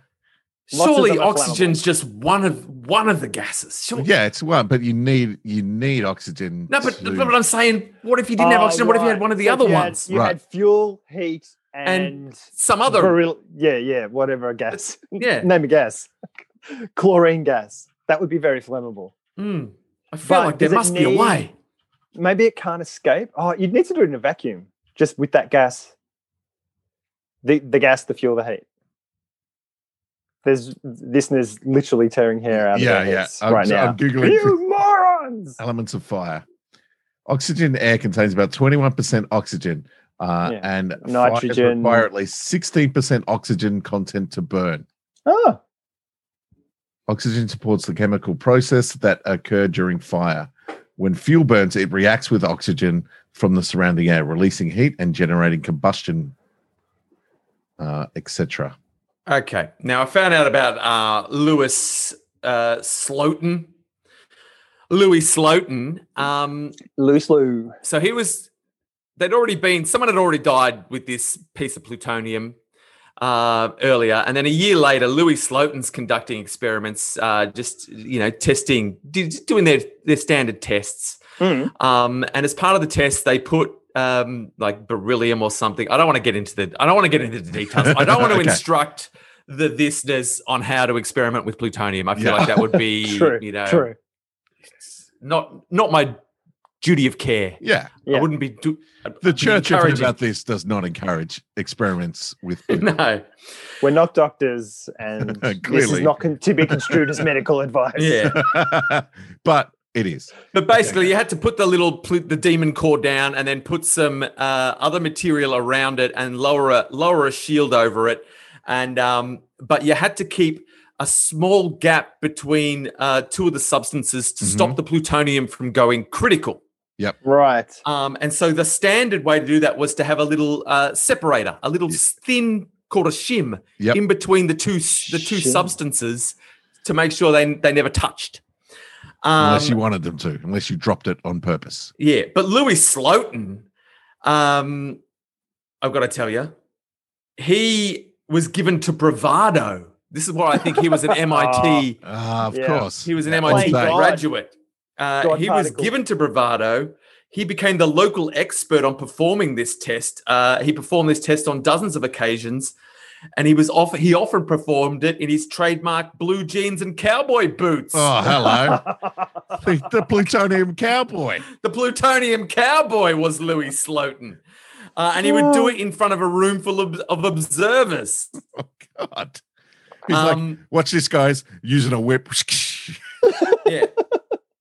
[SPEAKER 6] Lots of
[SPEAKER 5] Surely
[SPEAKER 6] them are flammable.
[SPEAKER 5] oxygen's just one of one of the gases. Sure.
[SPEAKER 1] Oh. Yeah, it's one, but you need you need oxygen.
[SPEAKER 5] No, but,
[SPEAKER 1] to-
[SPEAKER 5] but I'm saying, what if you didn't have
[SPEAKER 6] Oh,
[SPEAKER 5] oxygen? What if you
[SPEAKER 6] right.
[SPEAKER 5] had one of the
[SPEAKER 6] So if
[SPEAKER 5] other
[SPEAKER 6] you had-
[SPEAKER 5] ones?
[SPEAKER 6] you
[SPEAKER 1] Right.
[SPEAKER 6] had fuel, heat, and,
[SPEAKER 5] And Some other.
[SPEAKER 6] viril- yeah, yeah, whatever gas.
[SPEAKER 5] yeah.
[SPEAKER 6] Name a gas. Chlorine gas. That would be very flammable.
[SPEAKER 5] Mm. I feel
[SPEAKER 6] But
[SPEAKER 5] like there
[SPEAKER 6] does
[SPEAKER 5] must
[SPEAKER 6] it
[SPEAKER 5] be a
[SPEAKER 6] need-
[SPEAKER 5] way.
[SPEAKER 6] Maybe it can't escape. Oh, you'd need to do it in a vacuum, just with that gas. The the gas, the fuel, the heat. There's listeners literally tearing hair out of
[SPEAKER 1] yeah,
[SPEAKER 6] their
[SPEAKER 1] yeah.
[SPEAKER 6] heads
[SPEAKER 1] I'm,
[SPEAKER 6] right now.
[SPEAKER 1] I'm googling for
[SPEAKER 6] you morons!
[SPEAKER 1] elements of fire. Oxygen in air contains about 21% oxygen, uh,
[SPEAKER 6] Yeah.
[SPEAKER 1] and fires
[SPEAKER 6] Nitrogen.
[SPEAKER 1] require at least 16% oxygen content to burn.
[SPEAKER 6] Oh,
[SPEAKER 1] Oxygen supports the chemical process that occur during fire. When fuel burns, it reacts with oxygen from the surrounding air, releasing heat and generating combustion, uh, etc.
[SPEAKER 5] Okay. Now I found out about uh, Lewis uh, Slotin. Louis Slotin. Um,
[SPEAKER 6] loose loo.
[SPEAKER 5] so he was. They'd already been. Someone had already died with this piece of plutonium uh, earlier, and then a year later, Louis Slotin's conducting experiments, uh, just you know, testing, d- doing their their standard tests.
[SPEAKER 6] Mm.
[SPEAKER 5] Um, and as part of the test, they put um, like beryllium or something. I don't want to get into the. I don't want to get into the details. I don't want to
[SPEAKER 1] Okay.
[SPEAKER 5] instruct the listeners on how to experiment with plutonium. I feel
[SPEAKER 1] Yeah.
[SPEAKER 5] like that would be,
[SPEAKER 6] True,
[SPEAKER 5] you know,
[SPEAKER 6] true.
[SPEAKER 5] not not my duty of care.
[SPEAKER 1] Yeah,
[SPEAKER 6] Yeah.
[SPEAKER 5] I wouldn't be. Do- I'd-
[SPEAKER 1] the
[SPEAKER 5] I'd be
[SPEAKER 1] church have heard
[SPEAKER 5] encouraging-
[SPEAKER 1] about this does not encourage experiments with.
[SPEAKER 5] no.
[SPEAKER 6] We're not doctors, and this is
[SPEAKER 1] Clearly.
[SPEAKER 6] not con- to be construed as medical advice.
[SPEAKER 5] Yeah.
[SPEAKER 1] but it is.
[SPEAKER 5] But basically, you had to put the little plu- the demon core down, and then put some uh, other material around it, and lower a lower a shield over it, and um, but you had to keep a small gap between uh, two of the substances to stop the plutonium from going critical.
[SPEAKER 6] Right.
[SPEAKER 5] Um, and so the standard way to do that was to have a little uh, separator, a little thin called a shim
[SPEAKER 1] Yep.
[SPEAKER 5] in between the two s- the two
[SPEAKER 6] Shim.
[SPEAKER 5] substances to make sure they they never touched. Um,
[SPEAKER 1] unless you wanted them to, unless you dropped it on purpose.
[SPEAKER 5] Yeah, but Louis Slotin, um, I've got to tell you, he was given to bravado. This is why I think he was an MIT.
[SPEAKER 1] Ah, of
[SPEAKER 6] Yeah.
[SPEAKER 1] course.
[SPEAKER 5] He was an
[SPEAKER 1] Yeah,
[SPEAKER 5] MIT
[SPEAKER 1] all day.
[SPEAKER 6] God.
[SPEAKER 5] graduate. Uh,
[SPEAKER 6] God
[SPEAKER 5] he was
[SPEAKER 6] particle.
[SPEAKER 5] given to bravado. He became the local expert on performing this test. Uh, he performed this test on dozens of occasions, and he was off. He often performed it in his trademark blue jeans and cowboy boots.
[SPEAKER 1] Oh, hello. the, the plutonium cowboy.
[SPEAKER 5] The plutonium cowboy was Louis Slotin. Uh, and he would
[SPEAKER 1] Ah.
[SPEAKER 5] do it in front of a room full of, of observers.
[SPEAKER 1] Oh, God. He's like,
[SPEAKER 5] Um,
[SPEAKER 1] watch this, guys, using a whip.
[SPEAKER 5] yeah.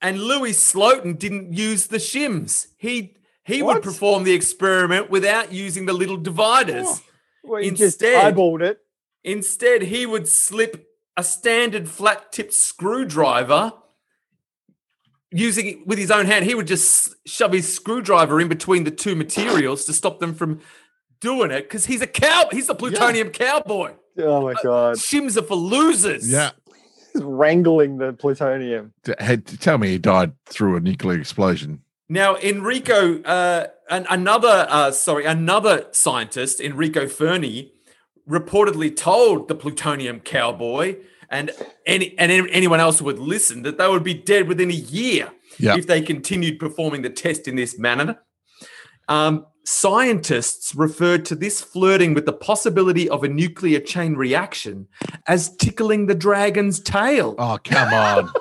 [SPEAKER 5] And Louis Slotin didn't use the shims. He he would
[SPEAKER 6] What?
[SPEAKER 5] perform the experiment without using the little dividers.
[SPEAKER 6] Well, you just
[SPEAKER 5] Instead-
[SPEAKER 6] eyeballed it.
[SPEAKER 5] Instead, he would slip a standard flat tipped screwdriver using it with his own hand. He would just shove his screwdriver in between the two materials to stop them from doing it because he's a cow. He's the plutonium cowboy.
[SPEAKER 6] Oh my god,
[SPEAKER 5] Shims are for losers.
[SPEAKER 1] Yeah.
[SPEAKER 6] He's wrangling the plutonium.
[SPEAKER 1] D- had- Tell me he died through a nuclear explosion.
[SPEAKER 5] Now, Enrico, uh, an, another uh, sorry, another scientist, Enrico Ferni, reportedly told the plutonium cowboy and any and any- anyone else who would listen that they would be dead within a year
[SPEAKER 1] Yeah.
[SPEAKER 5] if they continued performing the test in this manner. Um, scientists referred to this flirting with the possibility of a nuclear chain reaction as tickling the dragon's tail.
[SPEAKER 1] Oh, come on.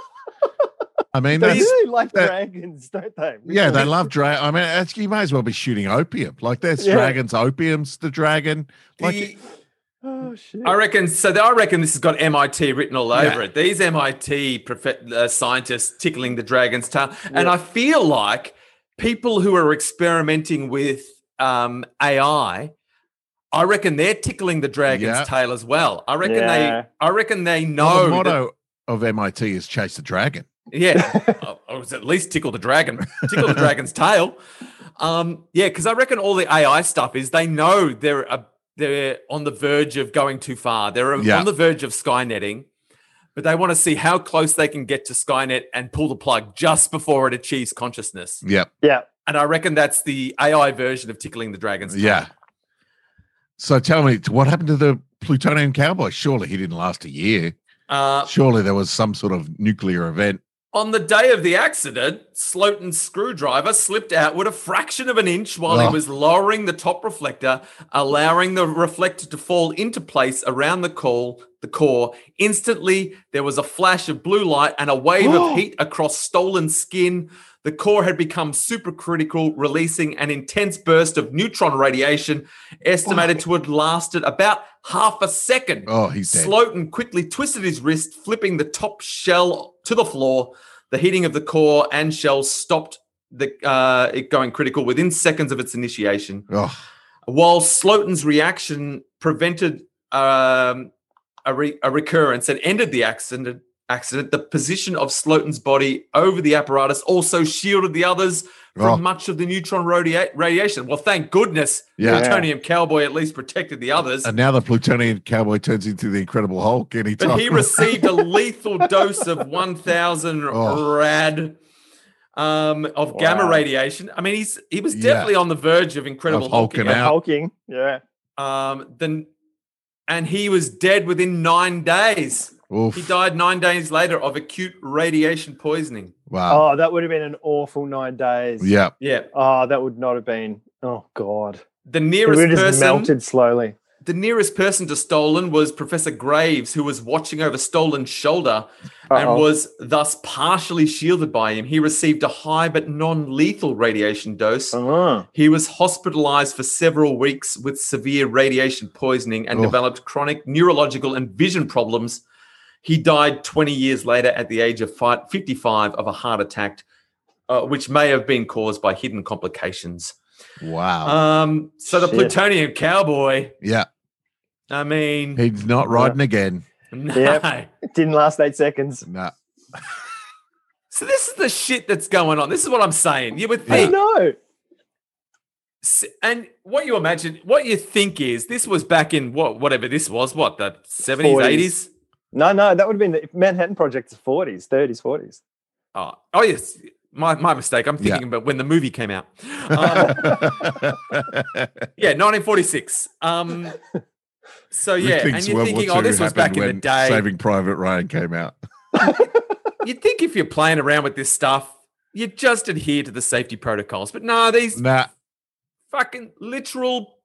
[SPEAKER 1] I mean,
[SPEAKER 6] They
[SPEAKER 1] that's,
[SPEAKER 6] really like
[SPEAKER 1] that-
[SPEAKER 6] dragons, don't they?
[SPEAKER 1] yeah, they
[SPEAKER 6] Really?
[SPEAKER 1] love dragon. I mean, that's, you may as well be shooting opium. Like, there's
[SPEAKER 6] Yeah.
[SPEAKER 1] dragons, opium's the dragon. Like,
[SPEAKER 5] The-
[SPEAKER 6] Oh shit!
[SPEAKER 5] I reckon so. I reckon this has got MIT written all
[SPEAKER 1] Yeah.
[SPEAKER 5] over it. These MIT prof- uh, scientists tickling the dragon's tail, and
[SPEAKER 6] Yeah.
[SPEAKER 5] I feel like people who are experimenting with um, AI, I reckon they're tickling the dragon's
[SPEAKER 1] Yeah.
[SPEAKER 5] tail as well. I reckon
[SPEAKER 6] Yeah.
[SPEAKER 5] they. I reckon they
[SPEAKER 1] well,
[SPEAKER 5] know.
[SPEAKER 1] the
[SPEAKER 5] that-
[SPEAKER 1] motto of MIT is chase the dragon.
[SPEAKER 5] yeah, I- I was at least tickle the dragon, tickle the dragon's tail. Um, yeah, because I reckon all the AI stuff is they know they're a, they're on the verge of going too far. They're
[SPEAKER 1] Yeah.
[SPEAKER 5] on the verge of Skynetting, but they want to see how close they can get to Skynet and pull the plug just before it achieves consciousness.
[SPEAKER 1] Yep.
[SPEAKER 6] yeah,
[SPEAKER 5] And I reckon that's the AI version of tickling the dragon's tail.
[SPEAKER 1] Yeah. So tell me, what happened to the plutonium cowboy? Surely he didn't last a year.
[SPEAKER 5] Uh,
[SPEAKER 1] Surely there was some sort of nuclear event.
[SPEAKER 5] on the day of the accident, Slotin's screwdriver slipped out with a fraction of an inch while
[SPEAKER 1] Oh.
[SPEAKER 5] he was lowering the top reflector, allowing the reflector to fall into place around the call, the core. Instantly, there was a flash of blue light and a wave of heat across stolen skin. The core had become supercritical, releasing an intense burst of neutron radiation, estimated to have lasted about half a second.
[SPEAKER 1] Oh, he's dead.
[SPEAKER 5] Slotin quickly twisted his wrist, flipping the top shell to the floor. The heating of the core and shell stopped the uh, it going critical within seconds of its initiation.
[SPEAKER 1] Oh,
[SPEAKER 5] While Slotin's reaction prevented um, a, re- a recurrence and ended the accident, accident, the position of Slotin's body over the apparatus also shielded the others from
[SPEAKER 1] Oh.
[SPEAKER 5] much of the neutron radia- radiation. Well, thank goodness,
[SPEAKER 1] yeah.
[SPEAKER 5] plutonium cowboy at least protected the others.
[SPEAKER 1] And now the plutonium cowboy turns into the Incredible Hulk anytime.
[SPEAKER 5] But he received a lethal dose of 1,000
[SPEAKER 1] Oh.
[SPEAKER 5] rad um, of gamma
[SPEAKER 6] Wow.
[SPEAKER 5] radiation. I mean, he's he was
[SPEAKER 1] Yeah.
[SPEAKER 5] definitely on the verge of incredible
[SPEAKER 1] Of hulking
[SPEAKER 5] hulking.
[SPEAKER 1] out.
[SPEAKER 6] hulking. Yeah,
[SPEAKER 5] Um, then, and he was dead within nine days.
[SPEAKER 1] Oof.
[SPEAKER 5] He died nine days later of acute radiation poisoning.
[SPEAKER 1] Wow.
[SPEAKER 6] oh, that would have been an awful nine days.
[SPEAKER 1] Ah. yeah.
[SPEAKER 5] Yeah,
[SPEAKER 6] Oh, that would not have been. Oh God,
[SPEAKER 5] the
[SPEAKER 6] it would
[SPEAKER 5] nearest
[SPEAKER 6] have just
[SPEAKER 5] person
[SPEAKER 6] melted slowly.
[SPEAKER 5] the nearest person to Stolen was Professor Graves, who was watching over Stolen's shoulder
[SPEAKER 6] Uh-oh.
[SPEAKER 5] and was thus partially shielded by him. He received a high but non lethal radiation dose.
[SPEAKER 6] Uh-huh.
[SPEAKER 5] He was hospitalized for several weeks with severe radiation poisoning and
[SPEAKER 1] Oh.
[SPEAKER 5] developed chronic neurological and vision problems. He died 20 years later at the age of fi- 55 of a heart attack, uh, which may have been caused by hidden complications.
[SPEAKER 1] Wow.
[SPEAKER 5] Um, so the
[SPEAKER 6] Oh. Shit.
[SPEAKER 5] plutonium cowboy,
[SPEAKER 1] yeah.
[SPEAKER 5] I mean,
[SPEAKER 1] He's not riding again.
[SPEAKER 5] no.
[SPEAKER 6] Yep. It didn't last eight seconds.
[SPEAKER 1] Nah.
[SPEAKER 5] So this is the shit that's going on. This is what I'm saying. You would
[SPEAKER 6] I
[SPEAKER 5] think,
[SPEAKER 6] know.
[SPEAKER 5] s- and what you imagine, what you think is this was back in what, whatever this was, what the 70s,
[SPEAKER 6] 40s.
[SPEAKER 5] 80s.
[SPEAKER 6] No, no, that would have been the Manhattan Project's forties, thirties, forties.
[SPEAKER 5] Oh, oh yes. My, my mistake. I'm
[SPEAKER 1] Yeah.
[SPEAKER 5] thinking about when the movie came out. Um, yeah, 1946. Um, so
[SPEAKER 1] Rick
[SPEAKER 5] yeah, and
[SPEAKER 1] thinks
[SPEAKER 5] you're
[SPEAKER 1] World War
[SPEAKER 5] thinking, oh,
[SPEAKER 1] II
[SPEAKER 5] this was back
[SPEAKER 1] happened
[SPEAKER 5] in the
[SPEAKER 1] when
[SPEAKER 5] day.
[SPEAKER 1] Saving Private Ryan came out.
[SPEAKER 5] You'd think if you're playing around with this stuff, you just adhere to the safety protocols. But no, these
[SPEAKER 1] Nah.
[SPEAKER 5] fucking literal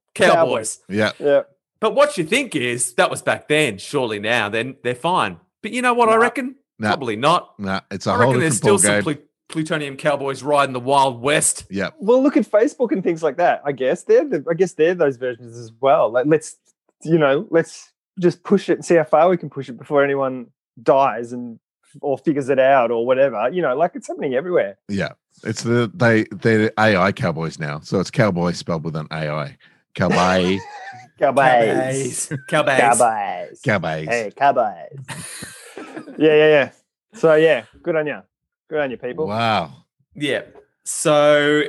[SPEAKER 5] cowboys.
[SPEAKER 6] Cowboys.
[SPEAKER 1] Yeah.
[SPEAKER 6] Yeah.
[SPEAKER 5] But what you think is that was back then. Surely now, then they're fine. But you know what? I
[SPEAKER 6] No.
[SPEAKER 5] reckon
[SPEAKER 1] No.
[SPEAKER 5] probably not.
[SPEAKER 1] Nah. It's a
[SPEAKER 5] I
[SPEAKER 1] whole
[SPEAKER 5] reckon there's
[SPEAKER 1] different
[SPEAKER 5] still
[SPEAKER 1] ball
[SPEAKER 5] some
[SPEAKER 1] game.
[SPEAKER 5] plu- plutonium cowboys riding the wild west.
[SPEAKER 1] yeah.
[SPEAKER 6] Well, look at Facebook and things like that. I guess they're the, I guess they're those versions as well. Like let's you know let's just push it and see how far we can push it before anyone dies and or figures it out or whatever. You know, like it's happening everywhere.
[SPEAKER 1] Yeah. It's the they they're AI cowboys now. So it's cowboy spelled with an AI. Cowboy.
[SPEAKER 6] Cowboys.
[SPEAKER 5] Cowboys.
[SPEAKER 6] Cowboys.
[SPEAKER 1] cowboys.
[SPEAKER 6] Hey, cowboys. yeah, yeah, yeah. So yeah, good on you. Good on you, people.
[SPEAKER 1] Wow.
[SPEAKER 5] Yeah. So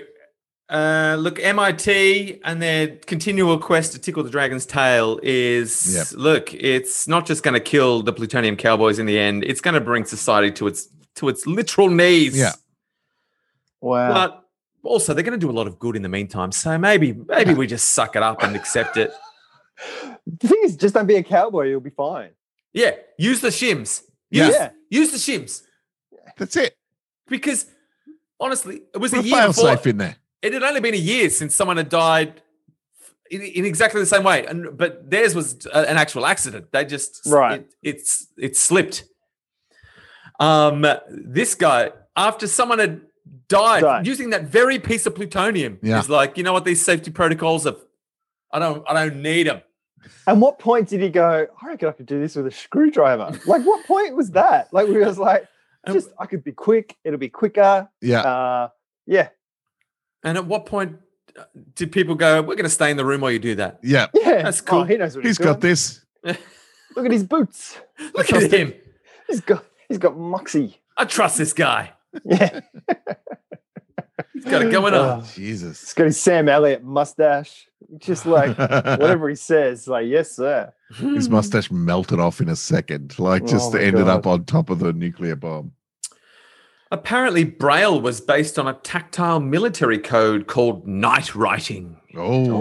[SPEAKER 5] Uh, look, MIT and their continual quest to tickle the dragon's tail is
[SPEAKER 1] Yep.
[SPEAKER 5] look, it's not just going to kill the plutonium cowboys in the end. It's going to bring society to its to its literal knees.
[SPEAKER 1] Yeah.
[SPEAKER 6] Wow.
[SPEAKER 5] But also, they're going to do a lot of good in the meantime. So maybe maybe we just suck it up and accept it.
[SPEAKER 6] the thing is, just don't be a cowboy. You'll be fine.
[SPEAKER 5] Yeah, use the shims.
[SPEAKER 1] Yeah.
[SPEAKER 5] Use,
[SPEAKER 6] Yeah.
[SPEAKER 5] use the shims
[SPEAKER 1] That's it.
[SPEAKER 5] because honestly, it was
[SPEAKER 1] Put a
[SPEAKER 5] a year
[SPEAKER 1] fail
[SPEAKER 5] before.
[SPEAKER 1] safe in there.
[SPEAKER 5] it had only been a year since someone had died in, in exactly the same way and but theirs was a- an actual accident they just
[SPEAKER 6] Right.
[SPEAKER 5] it, it's it slipped um this guy after someone had died,
[SPEAKER 6] Died.
[SPEAKER 5] using that very piece of plutonium
[SPEAKER 1] Yeah.
[SPEAKER 5] he's like you know what these safety protocols are i don't i don't need them
[SPEAKER 6] And what point did he go? I reckon I could do this with a screwdriver. like, what point was that? Like, we was like,
[SPEAKER 5] And-
[SPEAKER 6] just I could be quick. It'll be quicker.
[SPEAKER 1] Yeah.
[SPEAKER 6] Uh, yeah,
[SPEAKER 5] and at what point uh, did people go we're going to stay in the room while you do that
[SPEAKER 1] yeah.
[SPEAKER 6] yeah.
[SPEAKER 5] That's
[SPEAKER 6] Oh,
[SPEAKER 5] cool.
[SPEAKER 6] he knows what he's,
[SPEAKER 1] He's got
[SPEAKER 6] doing.
[SPEAKER 1] this.
[SPEAKER 6] Look at his boots.
[SPEAKER 5] look
[SPEAKER 1] trust
[SPEAKER 5] at him
[SPEAKER 6] He's got he's got moxie.
[SPEAKER 5] i trust this guy
[SPEAKER 6] Yeah,
[SPEAKER 5] he's got it going on
[SPEAKER 6] Uh,
[SPEAKER 1] Jesus.
[SPEAKER 6] he's got his Sam Elliott mustache. Just like whatever he says, like yes, sir.
[SPEAKER 1] His mustache melted off in a second, like just
[SPEAKER 6] Oh my
[SPEAKER 1] ended
[SPEAKER 6] God.
[SPEAKER 1] up on top of the nuclear bomb.
[SPEAKER 5] Apparently, Braille was based on a tactile military code called night writing,
[SPEAKER 1] Oh,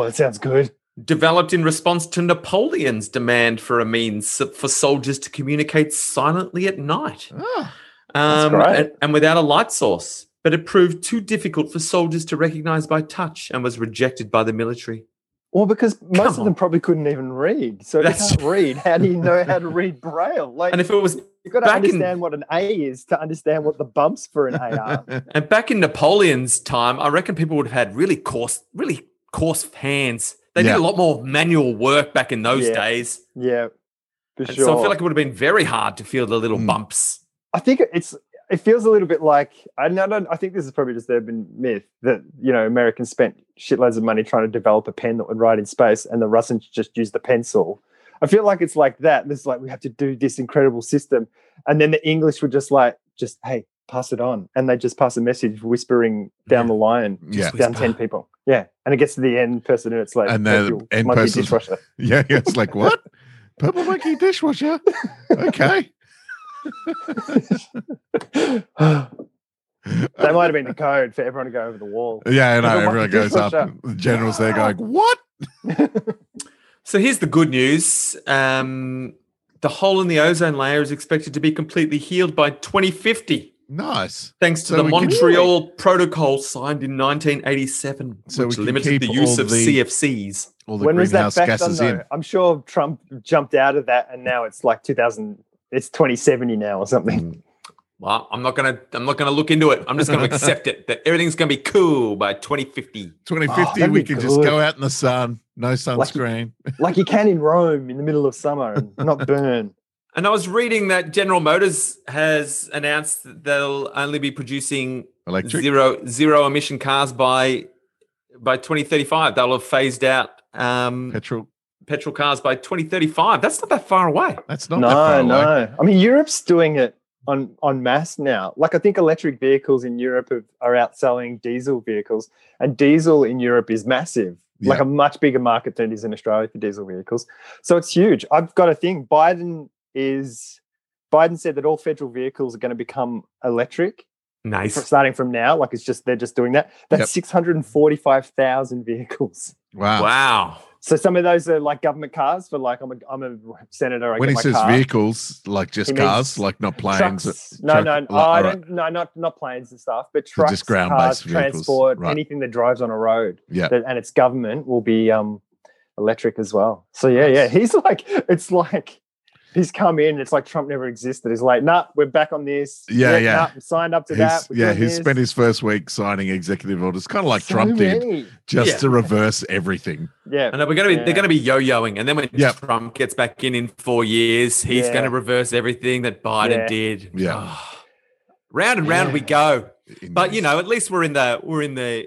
[SPEAKER 6] Oh, that sounds good.
[SPEAKER 5] developed in response to Napoleon's demand for a means for soldiers to communicate silently at night
[SPEAKER 1] Ah,
[SPEAKER 5] um,
[SPEAKER 6] great.
[SPEAKER 5] and, and without a light source. But it proved too difficult for soldiers to recognize by touch and was rejected by the military.
[SPEAKER 6] Well, because most
[SPEAKER 5] Come
[SPEAKER 6] of
[SPEAKER 5] on.
[SPEAKER 6] them probably couldn't even read. So if
[SPEAKER 5] That's-
[SPEAKER 6] you can't read, how do you know how to read Braille? Like,
[SPEAKER 5] And if it was
[SPEAKER 6] you've got to
[SPEAKER 5] back in-
[SPEAKER 6] understand what an A is to understand what the bumps for an A are.
[SPEAKER 5] and back in Napoleon's time, I reckon people would have had really coarse, really coarse hands. They
[SPEAKER 1] Yeah.
[SPEAKER 5] did a lot more manual work back in those
[SPEAKER 6] Yeah.
[SPEAKER 5] days.
[SPEAKER 6] Yeah, for
[SPEAKER 5] And
[SPEAKER 6] sure.
[SPEAKER 5] So I feel like it would have been very hard to feel the little
[SPEAKER 1] Mm.
[SPEAKER 5] bumps.
[SPEAKER 6] I think it's it feels a little bit like I don't, I don't- I think this is probably just urban myth that you know Americans spent shitloads of money trying to develop a pen that would write in space, and the Russians just used the pencil. I feel like it's like that. It's like we have to do this incredible system, and then the English were just like, just hey, pass it on, and they just pass a message whispering down the line,
[SPEAKER 1] yeah,
[SPEAKER 5] Just
[SPEAKER 6] down
[SPEAKER 5] whisper.
[SPEAKER 6] ten people, yeah, and it gets to the end person, and it's like,
[SPEAKER 1] And the
[SPEAKER 6] "Thank you,
[SPEAKER 1] end
[SPEAKER 6] monkey
[SPEAKER 1] person's-
[SPEAKER 6] dishwasher.
[SPEAKER 1] yeah, yeah. It's like what? Purple monkey dishwasher. Okay.
[SPEAKER 6] that might have been the code for everyone to go over the wall.
[SPEAKER 1] Yeah, I know.
[SPEAKER 6] Purple
[SPEAKER 1] Everyone
[SPEAKER 6] monkey
[SPEAKER 1] goes up.
[SPEAKER 6] dishwasher.
[SPEAKER 1] The general's there going, "What?"
[SPEAKER 5] So here's the good news. Um, the hole in the ozone layer is expected to be completely healed by 2050,
[SPEAKER 1] Nice.
[SPEAKER 5] thanks to
[SPEAKER 1] So
[SPEAKER 5] the
[SPEAKER 1] we can-
[SPEAKER 5] Montreal Protocol signed in 1987,
[SPEAKER 1] So we
[SPEAKER 5] which
[SPEAKER 1] can
[SPEAKER 5] limited the
[SPEAKER 1] keep
[SPEAKER 5] use
[SPEAKER 1] all
[SPEAKER 5] of
[SPEAKER 1] the-
[SPEAKER 5] CFCs.
[SPEAKER 1] All the
[SPEAKER 6] when was that
[SPEAKER 1] greenhouse
[SPEAKER 6] back done
[SPEAKER 1] gases in.
[SPEAKER 6] though? I'm sure Trump jumped out of that, and now it's like 2000. It's 2070 now or
[SPEAKER 1] Hmm.
[SPEAKER 6] something.
[SPEAKER 5] Well, I'm not gonna. I'm not gonna look into it. I'm just gonna accept it that everything's gonna be cool by 2050.
[SPEAKER 6] Oh,
[SPEAKER 1] 2050,
[SPEAKER 6] that'd
[SPEAKER 1] we
[SPEAKER 6] be
[SPEAKER 1] can just
[SPEAKER 6] good.
[SPEAKER 1] go out in the sun, no sunscreen.
[SPEAKER 6] like you can in Rome in the middle of summer and not burn.
[SPEAKER 5] And I was reading that General Motors has announced that they'll only be producing
[SPEAKER 1] Electric.
[SPEAKER 5] zero zero emission cars by by 2035 they'll have phased out um
[SPEAKER 1] Petrol.
[SPEAKER 5] petrol cars by 2035 that's not that far away
[SPEAKER 1] That's not
[SPEAKER 6] No,
[SPEAKER 1] that far away.
[SPEAKER 6] no. I mean, Europe's doing it on on mass now. Like I think electric vehicles in Europe have, are outselling diesel vehicles, and diesel in Europe is massive. Like
[SPEAKER 1] Yeah.
[SPEAKER 6] a much bigger market than it is in Australia for diesel vehicles. So it's huge. I've got a thing. Biden is Biden said that all federal vehicles are going to become electric. fr-
[SPEAKER 5] nice
[SPEAKER 6] starting from now. Like it's just they're just doing that. That's
[SPEAKER 1] Yep.
[SPEAKER 6] six hundred and forty-five thousand vehicles.
[SPEAKER 1] Wow.
[SPEAKER 5] wow
[SPEAKER 6] So some of those are like government cars for like I'm a I'm a senator. I
[SPEAKER 1] When
[SPEAKER 6] get
[SPEAKER 1] he
[SPEAKER 6] my
[SPEAKER 1] says
[SPEAKER 6] car.
[SPEAKER 1] vehicles, like just
[SPEAKER 6] He means
[SPEAKER 1] cars, like not planes. uh,
[SPEAKER 6] trucks, no,
[SPEAKER 1] truck-
[SPEAKER 6] no, no,
[SPEAKER 1] li- all
[SPEAKER 6] I
[SPEAKER 1] right.
[SPEAKER 6] don't, no, not not planes and stuff, but
[SPEAKER 1] So
[SPEAKER 6] trucks,
[SPEAKER 1] just
[SPEAKER 6] cars,
[SPEAKER 1] ground-based vehicles,
[SPEAKER 6] transport,
[SPEAKER 1] right.
[SPEAKER 6] anything that drives on a road.
[SPEAKER 1] Yeah.
[SPEAKER 6] that- and it's government will be um electric as well. So yeah, yeah,
[SPEAKER 1] Nice.
[SPEAKER 6] he's like, it's like. He's come in. It's like Trump never existed. He's like, nah, we're back on this.
[SPEAKER 1] Yeah, yeah.
[SPEAKER 6] nah, signed up to
[SPEAKER 1] He's-
[SPEAKER 6] that. we're
[SPEAKER 1] yeah,
[SPEAKER 6] doing
[SPEAKER 1] he
[SPEAKER 6] this."
[SPEAKER 1] spent his first week signing executive orders, kind of like
[SPEAKER 6] So
[SPEAKER 1] Trump did,
[SPEAKER 6] many.
[SPEAKER 1] just
[SPEAKER 5] Yeah.
[SPEAKER 1] to reverse everything.
[SPEAKER 6] Yeah,
[SPEAKER 5] and we're gonna be
[SPEAKER 6] Yeah.
[SPEAKER 5] they're gonna be yo-yoing and then when
[SPEAKER 1] Yep.
[SPEAKER 5] trump gets back in in four years he's
[SPEAKER 6] Yeah.
[SPEAKER 5] gonna reverse everything that biden
[SPEAKER 6] Yeah.
[SPEAKER 5] did Ah.
[SPEAKER 1] Yeah.
[SPEAKER 5] round and round we go
[SPEAKER 1] in
[SPEAKER 5] but
[SPEAKER 1] this.
[SPEAKER 5] you know at least we're in the we're in the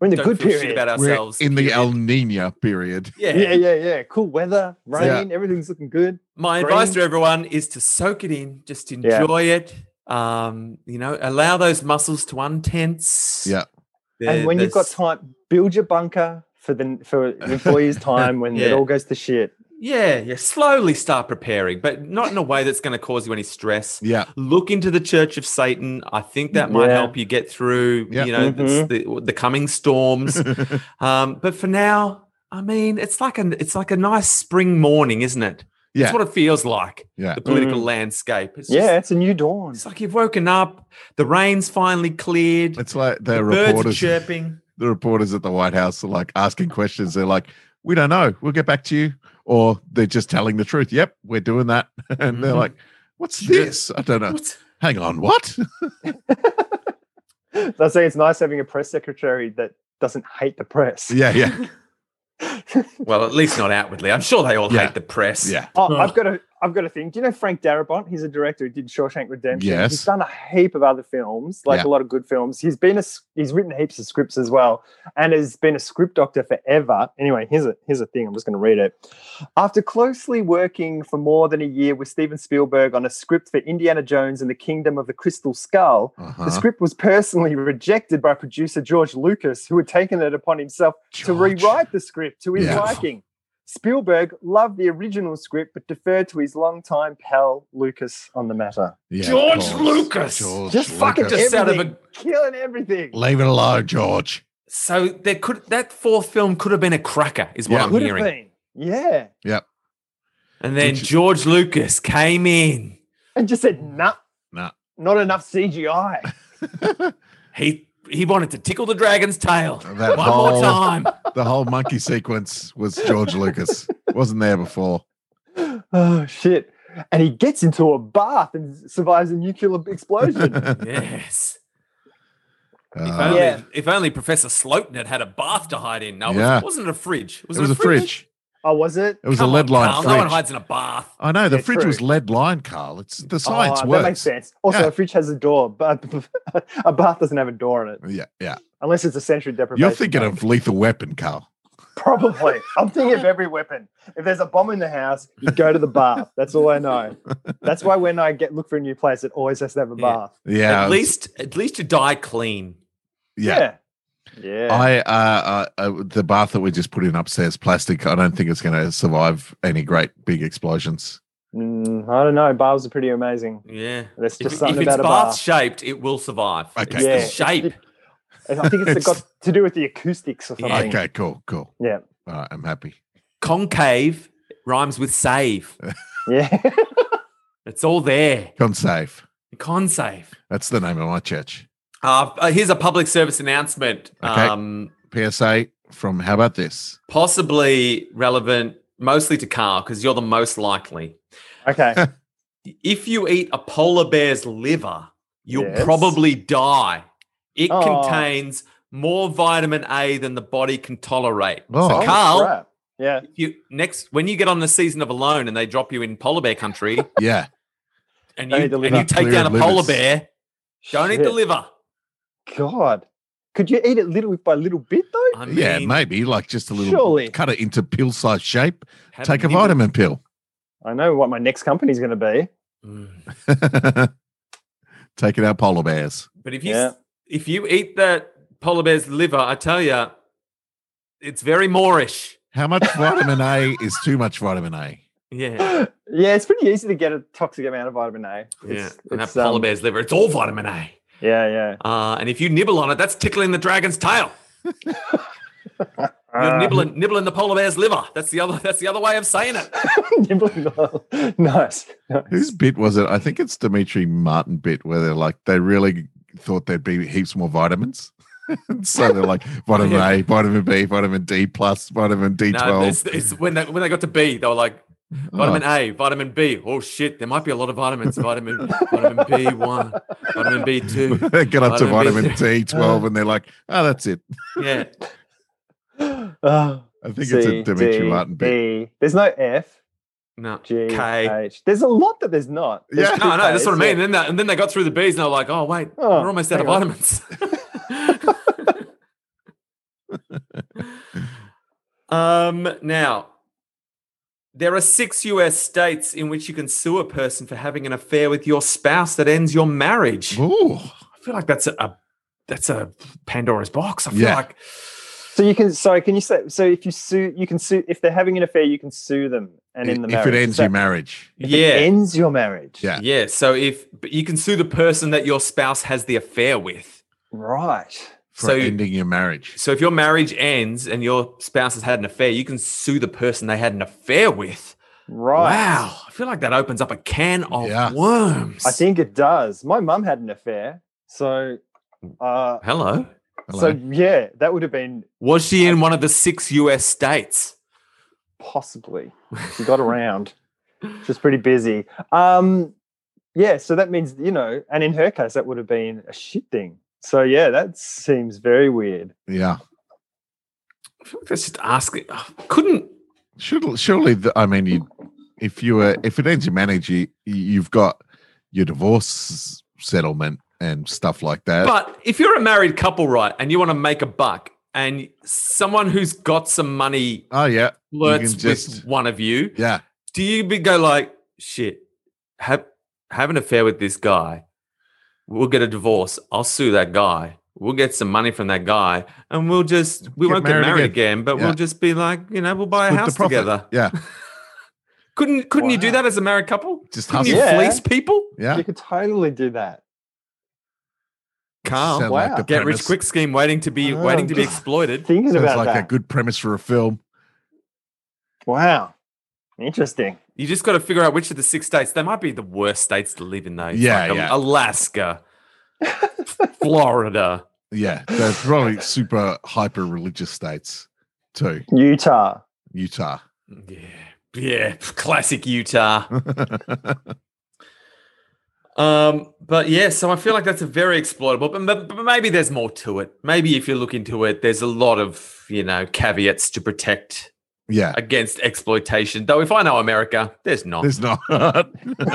[SPEAKER 6] We're in the
[SPEAKER 5] don't
[SPEAKER 6] good
[SPEAKER 5] feel shit
[SPEAKER 6] period.
[SPEAKER 5] about
[SPEAKER 1] we're
[SPEAKER 5] ourselves
[SPEAKER 1] in the
[SPEAKER 5] period.
[SPEAKER 1] El Nino period.
[SPEAKER 5] yeah.
[SPEAKER 6] yeah, yeah, yeah. Cool weather, rain,
[SPEAKER 1] Yeah.
[SPEAKER 6] everything's looking good.
[SPEAKER 5] my advice
[SPEAKER 6] Green.
[SPEAKER 5] to everyone is to soak it in just enjoy it um you know allow those muscles to untense
[SPEAKER 1] Yeah.
[SPEAKER 6] and when you've got
[SPEAKER 5] there's-
[SPEAKER 6] time, build your bunker for the for employees' time when it
[SPEAKER 5] Yeah.
[SPEAKER 6] all goes to shit.
[SPEAKER 5] yeah, yeah, slowly start preparing, but not in a way that's going to cause you any stress.
[SPEAKER 1] Yeah.
[SPEAKER 5] Look into the Church of Satan. I think that might
[SPEAKER 6] Yeah. Mm-hmm.
[SPEAKER 5] help you get through.
[SPEAKER 1] Yeah.
[SPEAKER 5] You know, it's the, the coming storms.
[SPEAKER 1] yeah.
[SPEAKER 5] um, but for now, I mean, it's like an it's like a nice spring morning, isn't it? That's what it feels like.
[SPEAKER 1] Yeah.
[SPEAKER 5] The political landscape. It's
[SPEAKER 6] Mm. yeah,
[SPEAKER 5] just-
[SPEAKER 6] it's a new dawn.
[SPEAKER 5] it's like you've woken up. The rain's finally cleared.
[SPEAKER 1] It's like
[SPEAKER 5] the
[SPEAKER 1] the
[SPEAKER 5] birds are
[SPEAKER 1] reporters
[SPEAKER 5] chirping.
[SPEAKER 1] the reporters at the White House are like asking questions. They're like, We don't know, we'll get back to you. Or they're just telling the truth. Yep, we're doing that. And they're
[SPEAKER 5] Mhm.
[SPEAKER 1] like, What's
[SPEAKER 5] Yeah.
[SPEAKER 1] this? I don't know.
[SPEAKER 5] What's-
[SPEAKER 1] Hang on, what?
[SPEAKER 6] I say it's nice having a press secretary that doesn't hate the press.
[SPEAKER 1] yeah, yeah.
[SPEAKER 5] Well, at least not outwardly. I'm sure they all
[SPEAKER 1] Yeah.
[SPEAKER 5] hate the press.
[SPEAKER 1] Yeah.
[SPEAKER 6] Oh,
[SPEAKER 5] Ugh.
[SPEAKER 6] I've got a I've got a thing. Do you know Frank Darabont? He's a director who did Shawshank Redemption.
[SPEAKER 1] Yes.
[SPEAKER 6] He's done a heap of other films, like
[SPEAKER 1] Yeah.
[SPEAKER 6] a lot of good films. He's been a s- he's written heaps of scripts as well, and has been a script doctor forever. Anyway, here's a here's a thing. I'm just going to read it. After closely working for more than a year with Steven Spielberg on a script for Indiana Jones and the Kingdom of the Crystal Skull,
[SPEAKER 1] Uh-huh.
[SPEAKER 6] The script was personally rejected by producer George Lucas, who had taken it upon himself to
[SPEAKER 1] George.
[SPEAKER 6] rewrite the script to his
[SPEAKER 1] Yeah.
[SPEAKER 6] liking. Spielberg loved the original script but deferred to his longtime pal Lucas on the matter.
[SPEAKER 1] Yeah, of
[SPEAKER 5] George
[SPEAKER 1] course.
[SPEAKER 5] Lucas.
[SPEAKER 1] George
[SPEAKER 6] Just fucking
[SPEAKER 1] Lucas.
[SPEAKER 5] Just out of a-
[SPEAKER 6] everything, killing everything.
[SPEAKER 1] Leave it alone, George.
[SPEAKER 5] So there could that fourth film could have been a cracker, is what
[SPEAKER 1] Yeah.
[SPEAKER 5] I'm
[SPEAKER 6] Could have
[SPEAKER 5] hearing.
[SPEAKER 6] been, yeah.
[SPEAKER 5] And then
[SPEAKER 1] Did you-
[SPEAKER 5] George Lucas came in.
[SPEAKER 6] And just said, nah,
[SPEAKER 1] Nah.
[SPEAKER 6] not enough CGI.
[SPEAKER 5] He he wanted to tickle the dragon's tail
[SPEAKER 1] That
[SPEAKER 5] one
[SPEAKER 1] whole-
[SPEAKER 5] more time.
[SPEAKER 1] The whole monkey sequence was George Lucas. Wasn't there before.
[SPEAKER 6] oh shit! And he gets into a bath and survives a nuclear explosion.
[SPEAKER 5] Yes. If
[SPEAKER 1] Uh,
[SPEAKER 5] only,
[SPEAKER 6] Yeah.
[SPEAKER 5] if only Professor Slotin had had a bath to hide in. No, it
[SPEAKER 1] Yeah.
[SPEAKER 5] wasn't a fridge.
[SPEAKER 1] it was a fridge.
[SPEAKER 6] oh, was it?
[SPEAKER 1] It was
[SPEAKER 5] Come
[SPEAKER 1] a
[SPEAKER 5] on,
[SPEAKER 1] lead line
[SPEAKER 5] Carl,
[SPEAKER 1] fridge.
[SPEAKER 5] No one hides in a bath.
[SPEAKER 1] I know the
[SPEAKER 6] Yeah,
[SPEAKER 1] fridge was
[SPEAKER 6] true.
[SPEAKER 1] lead line, Carl. It's the science
[SPEAKER 6] oh,
[SPEAKER 1] works.
[SPEAKER 6] That makes sense. Also,
[SPEAKER 1] Yeah.
[SPEAKER 6] a fridge has a door, but a bath doesn't have a door in it
[SPEAKER 1] Yeah, yeah.
[SPEAKER 6] unless it's a sensory deprivation.
[SPEAKER 1] You're thinking of Lethal Weapon, Carl.
[SPEAKER 6] probably. I'm thinking of every weapon. If there's a bomb in the house, you go to the bath. That's all I know. That's why when I get look for a new place, it always has to have a
[SPEAKER 5] Yeah.
[SPEAKER 6] bath.
[SPEAKER 1] Yeah,
[SPEAKER 5] At least at least you die clean.
[SPEAKER 1] yeah.
[SPEAKER 6] Yeah. Yeah.
[SPEAKER 1] I uh, uh, uh, the bath that we just put in upstairs, plastic. I don't think it's going to survive any great big explosions.
[SPEAKER 6] Mm, I don't know. Baths are pretty amazing.
[SPEAKER 5] Yeah.
[SPEAKER 6] There's
[SPEAKER 5] If,
[SPEAKER 6] just
[SPEAKER 5] if
[SPEAKER 6] something
[SPEAKER 5] it's
[SPEAKER 6] about a
[SPEAKER 5] bath
[SPEAKER 6] bath.
[SPEAKER 5] shaped, it will survive.
[SPEAKER 1] Okay.
[SPEAKER 5] It's
[SPEAKER 1] Yeah.
[SPEAKER 5] the shape.
[SPEAKER 6] And I think it's got to do with the acoustics or
[SPEAKER 5] Yeah.
[SPEAKER 6] something.
[SPEAKER 1] Okay, cool, cool.
[SPEAKER 6] Yeah.
[SPEAKER 1] All right, I'm happy.
[SPEAKER 5] Concave rhymes with save.
[SPEAKER 6] Yeah.
[SPEAKER 5] It's all there.
[SPEAKER 1] Come safe.
[SPEAKER 5] Consave.
[SPEAKER 1] That's the name of my church.
[SPEAKER 5] Uh, uh, here's a public service announcement.
[SPEAKER 1] Okay.
[SPEAKER 5] Um,
[SPEAKER 1] PSA from How about this?
[SPEAKER 5] possibly relevant mostly to Carl because you're the most likely.
[SPEAKER 6] okay.
[SPEAKER 5] If you eat a polar bear's liver, you'll
[SPEAKER 6] Yes.
[SPEAKER 5] probably die. It
[SPEAKER 6] Oh.
[SPEAKER 5] contains more vitamin A than the body can tolerate.
[SPEAKER 1] Oh.
[SPEAKER 6] Holy
[SPEAKER 5] Carl.
[SPEAKER 6] crap. Yeah.
[SPEAKER 5] If You next when you get on the season of Alone and they drop you in polar bear country
[SPEAKER 1] Yeah,
[SPEAKER 5] and
[SPEAKER 6] Don't
[SPEAKER 5] you
[SPEAKER 6] eat the
[SPEAKER 5] and
[SPEAKER 6] liver.
[SPEAKER 5] you take
[SPEAKER 1] Clear
[SPEAKER 5] down a
[SPEAKER 1] of
[SPEAKER 5] polar
[SPEAKER 1] livers.
[SPEAKER 5] bear, don't eat the
[SPEAKER 6] Shit.
[SPEAKER 5] liver.
[SPEAKER 6] God. Could you eat it little by little bit though?
[SPEAKER 5] I
[SPEAKER 1] yeah,
[SPEAKER 5] mean,
[SPEAKER 1] maybe like just a little.
[SPEAKER 6] Surely.
[SPEAKER 1] Cut it into pill-sized shape.
[SPEAKER 5] have
[SPEAKER 1] Take a
[SPEAKER 5] nibble-
[SPEAKER 1] vitamin pill.
[SPEAKER 6] I know what my next company's going to be.
[SPEAKER 5] Mm.
[SPEAKER 1] Taking out polar bears.
[SPEAKER 5] But if you
[SPEAKER 6] Yeah.
[SPEAKER 5] if you eat that polar bear's liver, I tell you, it's very Moorish.
[SPEAKER 1] How much vitamin A is too much vitamin A?
[SPEAKER 5] Yeah,
[SPEAKER 6] yeah, it's pretty easy to get a toxic amount of vitamin A. It's,
[SPEAKER 5] yeah. And that
[SPEAKER 6] it's,
[SPEAKER 5] polar
[SPEAKER 6] um,
[SPEAKER 5] bear's liver, it's all vitamin A.
[SPEAKER 6] Yeah, yeah.
[SPEAKER 5] Uh, and if you nibble on it, that's tickling the dragon's tail. You're
[SPEAKER 6] Uh,
[SPEAKER 5] nibbling, nibbling the polar bear's liver. That's the other. That's the other way of saying it.
[SPEAKER 6] nibbling. on- nice.
[SPEAKER 1] Whose bit was it? I think it's Dimitri Martin bit where they're like they really thought there'd be heaps more vitamins. so they're like vitamin
[SPEAKER 5] yeah.
[SPEAKER 1] A, vitamin B, vitamin D plus, vitamin D
[SPEAKER 5] No,
[SPEAKER 1] twelve. Oh.
[SPEAKER 5] it's, it's when they when they got to B, they were like vitamin A, vitamin B. Oh shit, there might be a lot of vitamins. Vitamin vitamin B one, vitamin B two.
[SPEAKER 1] they get up to
[SPEAKER 5] Vitamin B.
[SPEAKER 1] vitamin
[SPEAKER 5] Uh-huh.
[SPEAKER 1] D twelve and they're like, oh, that's it.
[SPEAKER 5] Yeah,
[SPEAKER 6] Oh,
[SPEAKER 1] I think it's a Dimitri Martin bit.
[SPEAKER 6] E. There's no F,
[SPEAKER 5] no.
[SPEAKER 6] G,
[SPEAKER 5] K.
[SPEAKER 6] H. There's a lot that there's not. There's
[SPEAKER 1] Yeah.
[SPEAKER 6] two
[SPEAKER 5] No, no, that's what I
[SPEAKER 6] Ks,
[SPEAKER 5] mean.
[SPEAKER 6] yeah.
[SPEAKER 5] And then, that, and then they got through the bees and they were like, oh, wait,
[SPEAKER 6] Oh,
[SPEAKER 5] we're almost out of
[SPEAKER 6] hang on.
[SPEAKER 5] vitamins. um, now, there are six US states in which you can sue a person for having an affair with your spouse that ends your marriage.
[SPEAKER 1] Ooh,
[SPEAKER 5] I feel like that's a, a- that's a Pandora's box. I feel
[SPEAKER 1] Yeah.
[SPEAKER 5] like
[SPEAKER 6] So you can. Sorry, can you say? So if you sue, you can sue. If they're having an affair, you can sue them. And in the
[SPEAKER 1] if
[SPEAKER 6] marriage,
[SPEAKER 1] it ends
[SPEAKER 6] So
[SPEAKER 1] your marriage.
[SPEAKER 6] if
[SPEAKER 5] yeah.
[SPEAKER 6] it ends your marriage.
[SPEAKER 1] Yeah.
[SPEAKER 5] yeah. So if but you can sue the person that your spouse has the affair with.
[SPEAKER 6] Right.
[SPEAKER 1] For
[SPEAKER 5] So-
[SPEAKER 1] ending your marriage.
[SPEAKER 5] So if your marriage ends and your spouse has had an affair, you can sue the person they had an affair with.
[SPEAKER 6] Right.
[SPEAKER 5] Wow. I feel like that opens up a can of
[SPEAKER 1] Yeah.
[SPEAKER 5] worms.
[SPEAKER 6] I think it does. My mum had an affair, so. Uh,
[SPEAKER 5] Hello.
[SPEAKER 1] Hello.
[SPEAKER 6] so yeah, that would have been
[SPEAKER 5] Was she in one of the six US states?
[SPEAKER 6] possibly. She got around. She was pretty busy. Um, yeah, so that means you know, and in her case, that would have been a shit thing. So yeah, that seems very weird.
[SPEAKER 1] yeah.
[SPEAKER 5] I feel like that's just asking. Couldn't.
[SPEAKER 1] Should, surely, the, I mean, you, if you were, if it ends your marriage, you, you've got your divorce settlement and stuff like that.
[SPEAKER 5] But if you're a married couple, right, and you want to make a buck, and someone who's got some money
[SPEAKER 1] oh yeah,
[SPEAKER 5] flirts with
[SPEAKER 1] just-
[SPEAKER 5] one of you,
[SPEAKER 1] yeah,
[SPEAKER 5] do you be go like shit have have an affair with this guy we'll get a divorce i'll sue that guy we'll get some money from that guy and we'll just we
[SPEAKER 1] Get
[SPEAKER 5] won't get
[SPEAKER 1] married
[SPEAKER 5] married again,
[SPEAKER 1] again."
[SPEAKER 5] but
[SPEAKER 1] Yeah.
[SPEAKER 5] we'll just be like you know we'll buy
[SPEAKER 1] Split
[SPEAKER 5] a
[SPEAKER 1] the
[SPEAKER 5] house
[SPEAKER 1] profit.
[SPEAKER 5] together
[SPEAKER 1] Yeah,
[SPEAKER 5] couldn't couldn't you do
[SPEAKER 6] Wow.
[SPEAKER 5] that as a married couple
[SPEAKER 1] just
[SPEAKER 5] couldn't
[SPEAKER 1] hustle.
[SPEAKER 5] you
[SPEAKER 1] Yeah,
[SPEAKER 6] Yeah.
[SPEAKER 5] fleece people
[SPEAKER 6] You could totally do that.
[SPEAKER 5] Carl,
[SPEAKER 1] Sound
[SPEAKER 6] wow.
[SPEAKER 1] the
[SPEAKER 5] get rich
[SPEAKER 1] premise-
[SPEAKER 5] quick scheme waiting to be
[SPEAKER 6] Oh,
[SPEAKER 5] waiting to be
[SPEAKER 6] God.
[SPEAKER 5] exploited
[SPEAKER 6] Thinking
[SPEAKER 1] Sounds
[SPEAKER 6] about
[SPEAKER 1] like
[SPEAKER 6] that.
[SPEAKER 1] a good premise for a film.
[SPEAKER 6] wow. Interesting.
[SPEAKER 5] you just got to figure out which of the six states they might be the worst states to live in though It's
[SPEAKER 1] Yeah,
[SPEAKER 5] like um,
[SPEAKER 1] yeah.
[SPEAKER 5] alaska florida
[SPEAKER 1] Yeah, they're probably super hyper religious states too.
[SPEAKER 6] Utah.
[SPEAKER 1] Utah.
[SPEAKER 5] Yeah. Yeah. Classic Utah. Um, but yeah, so I feel like that's a very exploitable, but, but, but maybe there's more to it. Maybe if you look into it, there's a lot of, you know, caveats to protect
[SPEAKER 1] yeah,
[SPEAKER 5] against exploitation. Though if I know America, there's not.
[SPEAKER 1] there's not. it's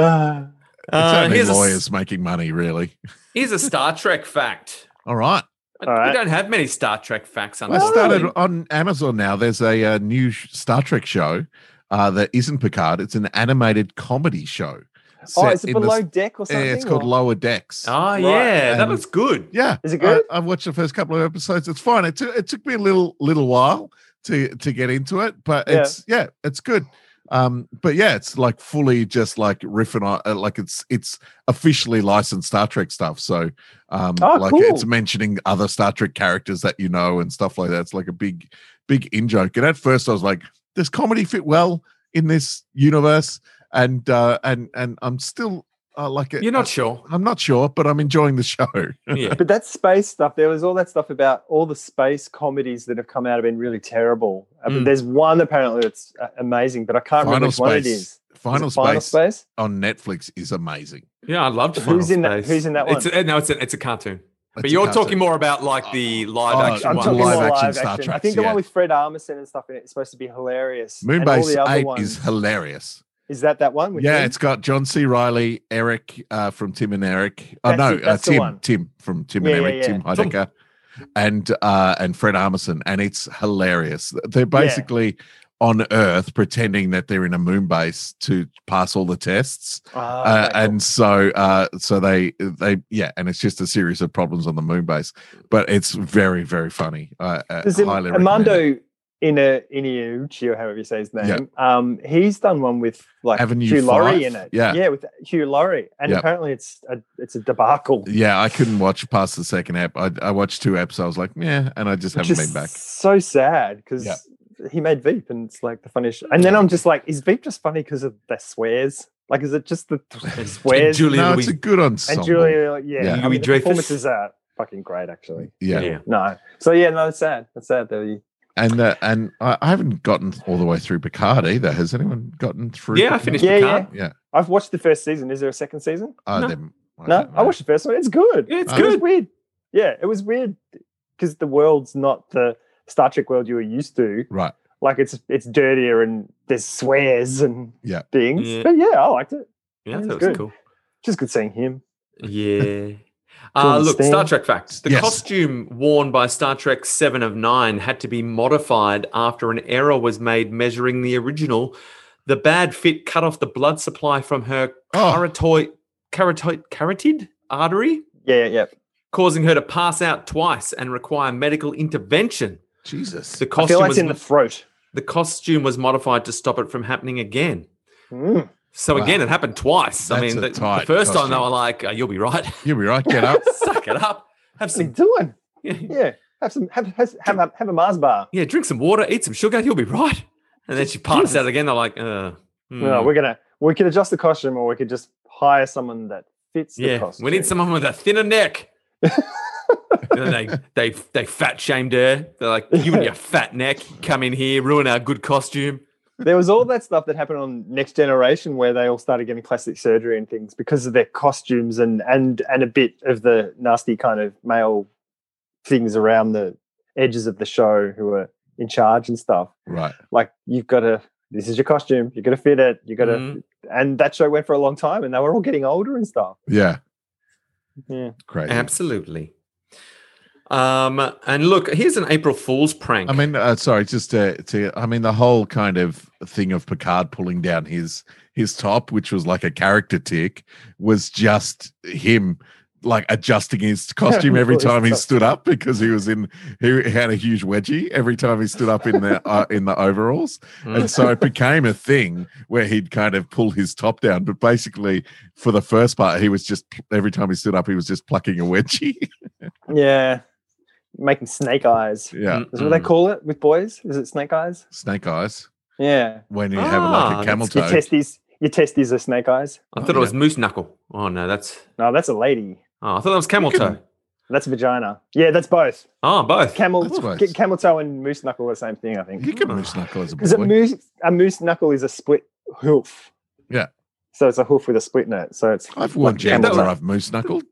[SPEAKER 6] Uh,
[SPEAKER 5] Uh,
[SPEAKER 1] only
[SPEAKER 5] here's, a,
[SPEAKER 1] lawyers
[SPEAKER 5] s-
[SPEAKER 1] making money, really.
[SPEAKER 5] here's a Star Trek fact.
[SPEAKER 1] All right.
[SPEAKER 5] We
[SPEAKER 6] All right.
[SPEAKER 5] don't have many Star Trek facts on
[SPEAKER 1] I
[SPEAKER 5] this.
[SPEAKER 1] started
[SPEAKER 5] really.
[SPEAKER 1] on Amazon now. There's a, uh new sh- Star Trek show uh, that isn't Picard. It's an animated comedy show.
[SPEAKER 6] oh,
[SPEAKER 1] set
[SPEAKER 6] is it
[SPEAKER 1] in the-
[SPEAKER 6] below deck or
[SPEAKER 1] Yeah,
[SPEAKER 6] something?
[SPEAKER 1] it's called
[SPEAKER 6] or-
[SPEAKER 1] Lower Decks.
[SPEAKER 5] Oh, yeah. That
[SPEAKER 1] and-
[SPEAKER 5] looks good.
[SPEAKER 1] Yeah,
[SPEAKER 6] Is it good?
[SPEAKER 1] I, have watched the first couple of episodes. It's fine. It took it took me a little little while to to get into it, but
[SPEAKER 6] Yeah.
[SPEAKER 1] it's yeah, it's good. Um, but yeah, it's like fully just like riffing on uh, like it's it's officially licensed Star Trek stuff. So um
[SPEAKER 6] Oh,
[SPEAKER 1] like it's
[SPEAKER 6] cool.
[SPEAKER 1] mentioning other Star Trek characters that you know and stuff like that. It's like a big, big in joke. And at first I was like, does comedy fit well in this universe? And uh and and I'm still uh, like
[SPEAKER 5] You're not sure.
[SPEAKER 1] I'm not sure, but I'm enjoying the show.
[SPEAKER 5] Yeah.
[SPEAKER 6] But that space stuff, there was all that stuff about all the space comedies that have come out have been really terrible. Uh, but
[SPEAKER 5] Mm.
[SPEAKER 6] There's one apparently that's uh, amazing, but I can't remember
[SPEAKER 1] Hmm. Final
[SPEAKER 6] which one it
[SPEAKER 1] Space.
[SPEAKER 6] is. Is
[SPEAKER 1] Final,
[SPEAKER 6] it
[SPEAKER 1] space,
[SPEAKER 6] Final Space?
[SPEAKER 1] on Netflix is amazing.
[SPEAKER 5] Yeah, I loved
[SPEAKER 6] Who's
[SPEAKER 5] Final
[SPEAKER 6] in that-
[SPEAKER 5] Space.
[SPEAKER 6] who's in that
[SPEAKER 5] It's a, no, it's a, it's a cartoon. but
[SPEAKER 1] It's a
[SPEAKER 5] you're
[SPEAKER 1] cartoon.
[SPEAKER 5] talking more about like the live
[SPEAKER 1] Oh,
[SPEAKER 5] action
[SPEAKER 1] I'm
[SPEAKER 6] I'm
[SPEAKER 5] ones.
[SPEAKER 6] talking
[SPEAKER 1] live
[SPEAKER 6] more live
[SPEAKER 1] action
[SPEAKER 6] action.
[SPEAKER 1] Star
[SPEAKER 6] I
[SPEAKER 1] Treks,
[SPEAKER 6] think the
[SPEAKER 1] yeah.
[SPEAKER 6] one with Fred Armisen and stuff in it is supposed to be hilarious. and all the
[SPEAKER 1] Moonbase
[SPEAKER 6] other
[SPEAKER 1] Eight
[SPEAKER 6] ones.
[SPEAKER 1] is hilarious.
[SPEAKER 6] Is that that one? with
[SPEAKER 1] Yeah,
[SPEAKER 6] him?
[SPEAKER 1] it's got John C. Riley, Eric uh, from Tim and Eric. Oh
[SPEAKER 6] That's
[SPEAKER 1] no,
[SPEAKER 6] it,
[SPEAKER 1] uh,
[SPEAKER 6] that's the
[SPEAKER 1] Tim,
[SPEAKER 6] one.
[SPEAKER 1] Tim from Tim
[SPEAKER 6] Yeah,
[SPEAKER 1] and
[SPEAKER 6] yeah,
[SPEAKER 1] Eric,
[SPEAKER 6] yeah.
[SPEAKER 1] Tim Heidecker, and uh, and Fred Armisen, and it's hilarious. They're basically on Earth pretending that they're in a moon base to pass all the tests.
[SPEAKER 6] Ah,
[SPEAKER 1] uh,
[SPEAKER 6] okay, cool.
[SPEAKER 1] and so uh so they they yeah and it's just a series of problems on the moon base but it's very very funny i, I
[SPEAKER 6] Does
[SPEAKER 1] highly recommend
[SPEAKER 6] Im-
[SPEAKER 1] it.
[SPEAKER 6] Armando in a or however you say his
[SPEAKER 1] Yeah.
[SPEAKER 6] name, um, he's done one with like
[SPEAKER 1] Avenue
[SPEAKER 6] Hugh Laurie
[SPEAKER 1] Five?
[SPEAKER 6] in it.
[SPEAKER 1] Yeah.
[SPEAKER 6] yeah, with Hugh Laurie, and
[SPEAKER 1] Yeah.
[SPEAKER 6] apparently it's a it's a debacle.
[SPEAKER 1] yeah i couldn't watch past the second app i, I watched two apps i was like yeah and i just haven't
[SPEAKER 6] Just
[SPEAKER 1] been back
[SPEAKER 6] So sad because
[SPEAKER 1] Yeah.
[SPEAKER 6] he made Veep, and it's like the funniest. And then I'm just like, is Veep just funny because of the swears? Like, is it just the
[SPEAKER 5] And
[SPEAKER 6] swears?
[SPEAKER 5] Julia
[SPEAKER 1] no
[SPEAKER 5] Louis-
[SPEAKER 1] it's a good ensemble
[SPEAKER 6] and Julia, yeah,
[SPEAKER 1] Yeah.
[SPEAKER 6] I
[SPEAKER 5] Louis
[SPEAKER 6] mean, the
[SPEAKER 5] Dreyfus.
[SPEAKER 6] performances are fucking great, actually.
[SPEAKER 1] yeah.
[SPEAKER 5] Yeah.
[SPEAKER 6] No, so yeah, no, that's sad. That's sad that he
[SPEAKER 1] and uh, and I, I haven't gotten all the way through picard either has anyone gotten through
[SPEAKER 5] Yeah, I
[SPEAKER 1] Picard?
[SPEAKER 5] finished
[SPEAKER 6] Yeah,
[SPEAKER 5] Picard.
[SPEAKER 1] yeah
[SPEAKER 6] I've watched the first season. Is there a second season?
[SPEAKER 1] oh,
[SPEAKER 5] No.
[SPEAKER 1] them- I
[SPEAKER 6] No,
[SPEAKER 1] don't
[SPEAKER 6] I
[SPEAKER 1] know. Oh,
[SPEAKER 6] watched the first one. It's good.
[SPEAKER 5] Yeah, it's
[SPEAKER 6] It was
[SPEAKER 5] good.
[SPEAKER 6] weird. Yeah, it was weird because the world's not the Star Trek world you were used to.
[SPEAKER 1] right
[SPEAKER 6] Like it's it's dirtier and there's swears and
[SPEAKER 1] Yeah.
[SPEAKER 6] things.
[SPEAKER 5] Yeah.
[SPEAKER 6] But yeah, I liked it.
[SPEAKER 5] Yeah,
[SPEAKER 6] That
[SPEAKER 5] that was
[SPEAKER 6] was good.
[SPEAKER 5] cool.
[SPEAKER 6] Just good seeing him.
[SPEAKER 5] Yeah. Uh,
[SPEAKER 6] Jordan
[SPEAKER 5] look, Star
[SPEAKER 6] Stan.
[SPEAKER 5] Trek fact. The
[SPEAKER 1] Yes.
[SPEAKER 5] costume worn by Star Trek 7 of 9 had to be modified after an error was made measuring the original. The bad fit cut off the blood supply from her
[SPEAKER 1] Oh.
[SPEAKER 5] carotid, carotid, carotid? artery,
[SPEAKER 6] Yeah, yeah.
[SPEAKER 5] causing her to pass out twice and require medical intervention.
[SPEAKER 1] Jesus.
[SPEAKER 5] The
[SPEAKER 6] I feel
[SPEAKER 5] costume,
[SPEAKER 6] like it's
[SPEAKER 5] was,
[SPEAKER 6] in the throat.
[SPEAKER 5] the costume was modified to stop it from happening again.
[SPEAKER 6] Mm.
[SPEAKER 5] So
[SPEAKER 1] Wow.
[SPEAKER 5] again, it happened twice. I
[SPEAKER 1] That's
[SPEAKER 5] mean,
[SPEAKER 1] a
[SPEAKER 5] the, the
[SPEAKER 1] tight
[SPEAKER 5] first time they
[SPEAKER 1] costume.
[SPEAKER 5] were like, oh, "You'll be right.
[SPEAKER 1] You'll be right. Get up.
[SPEAKER 5] Suck it up. Have
[SPEAKER 6] What's he
[SPEAKER 5] some,
[SPEAKER 6] doing?
[SPEAKER 5] yeah,
[SPEAKER 6] Yeah. Have some have have have a, have a Mars bar.
[SPEAKER 5] drink some water, eat some sugar. You'll be right." And then she passed out again. They're like, "Uh, hmm,
[SPEAKER 6] No, we're gonna we could adjust the costume or we could just hire someone that fits the
[SPEAKER 5] yeah,
[SPEAKER 6] costume.
[SPEAKER 5] we need someone with a thinner neck." and then they they they fat shamed her. They're like, "You and your fat neck, come in here, ruin our good costume."
[SPEAKER 6] there was all that stuff that happened on Next Generation where they all started getting plastic surgery and things because of their costumes and and and a bit of the nasty kind of male things around the edges of the show who are in charge and stuff.
[SPEAKER 1] Right.
[SPEAKER 6] Like you've got to this is your costume, you got to fit it, you got to
[SPEAKER 1] Mm-hmm.
[SPEAKER 5] Mhm.
[SPEAKER 6] and that show went for a long time and they were all getting older and stuff.
[SPEAKER 1] Yeah.
[SPEAKER 6] Yeah.
[SPEAKER 1] Crazy.
[SPEAKER 5] Absolutely. Um, and look, here's an April Fool's prank.
[SPEAKER 1] I mean, uh, sorry, just to, to, I mean, the whole kind of thing of Picard pulling down his his top, which was like a character tick, was just him like adjusting his costume every
[SPEAKER 6] Pull his
[SPEAKER 1] time he
[SPEAKER 6] top.
[SPEAKER 1] stood up because he was in he had a huge wedgie every time he stood up in the uh, in the overalls,
[SPEAKER 5] Mm.
[SPEAKER 1] and so it became a thing where he'd kind of pull his top down. But basically, for the first part, he was just every time he stood up, he was just plucking a wedgie.
[SPEAKER 6] Yeah. Making snake eyes.
[SPEAKER 1] yeah,
[SPEAKER 6] Is what they
[SPEAKER 5] Mm-mm.
[SPEAKER 6] call it with boys? Is it snake eyes?
[SPEAKER 1] snake eyes
[SPEAKER 6] Yeah.
[SPEAKER 1] when you have like
[SPEAKER 5] Ah,
[SPEAKER 1] a camel
[SPEAKER 6] Your
[SPEAKER 1] toe.
[SPEAKER 6] testes your testes are snake eyes.
[SPEAKER 5] I thought it was moose knuckle. Oh no, that's
[SPEAKER 6] No, that's a lady.
[SPEAKER 5] oh, I thought that was camel toe.
[SPEAKER 6] That's a vagina. Yeah, that's both.
[SPEAKER 5] Oh, both.
[SPEAKER 6] Camel
[SPEAKER 1] That's both.
[SPEAKER 6] ca- camel toe and moose knuckle are the same thing, I think.
[SPEAKER 1] You can moose knuckle as a
[SPEAKER 6] Because a
[SPEAKER 1] boy.
[SPEAKER 6] moose a moose knuckle is a split hoof.
[SPEAKER 1] Yeah.
[SPEAKER 6] So it's a hoof with a split note. So it's
[SPEAKER 1] I've worn
[SPEAKER 6] like
[SPEAKER 1] jeans
[SPEAKER 6] camel
[SPEAKER 1] where
[SPEAKER 6] toe.
[SPEAKER 1] I've moose knuckled.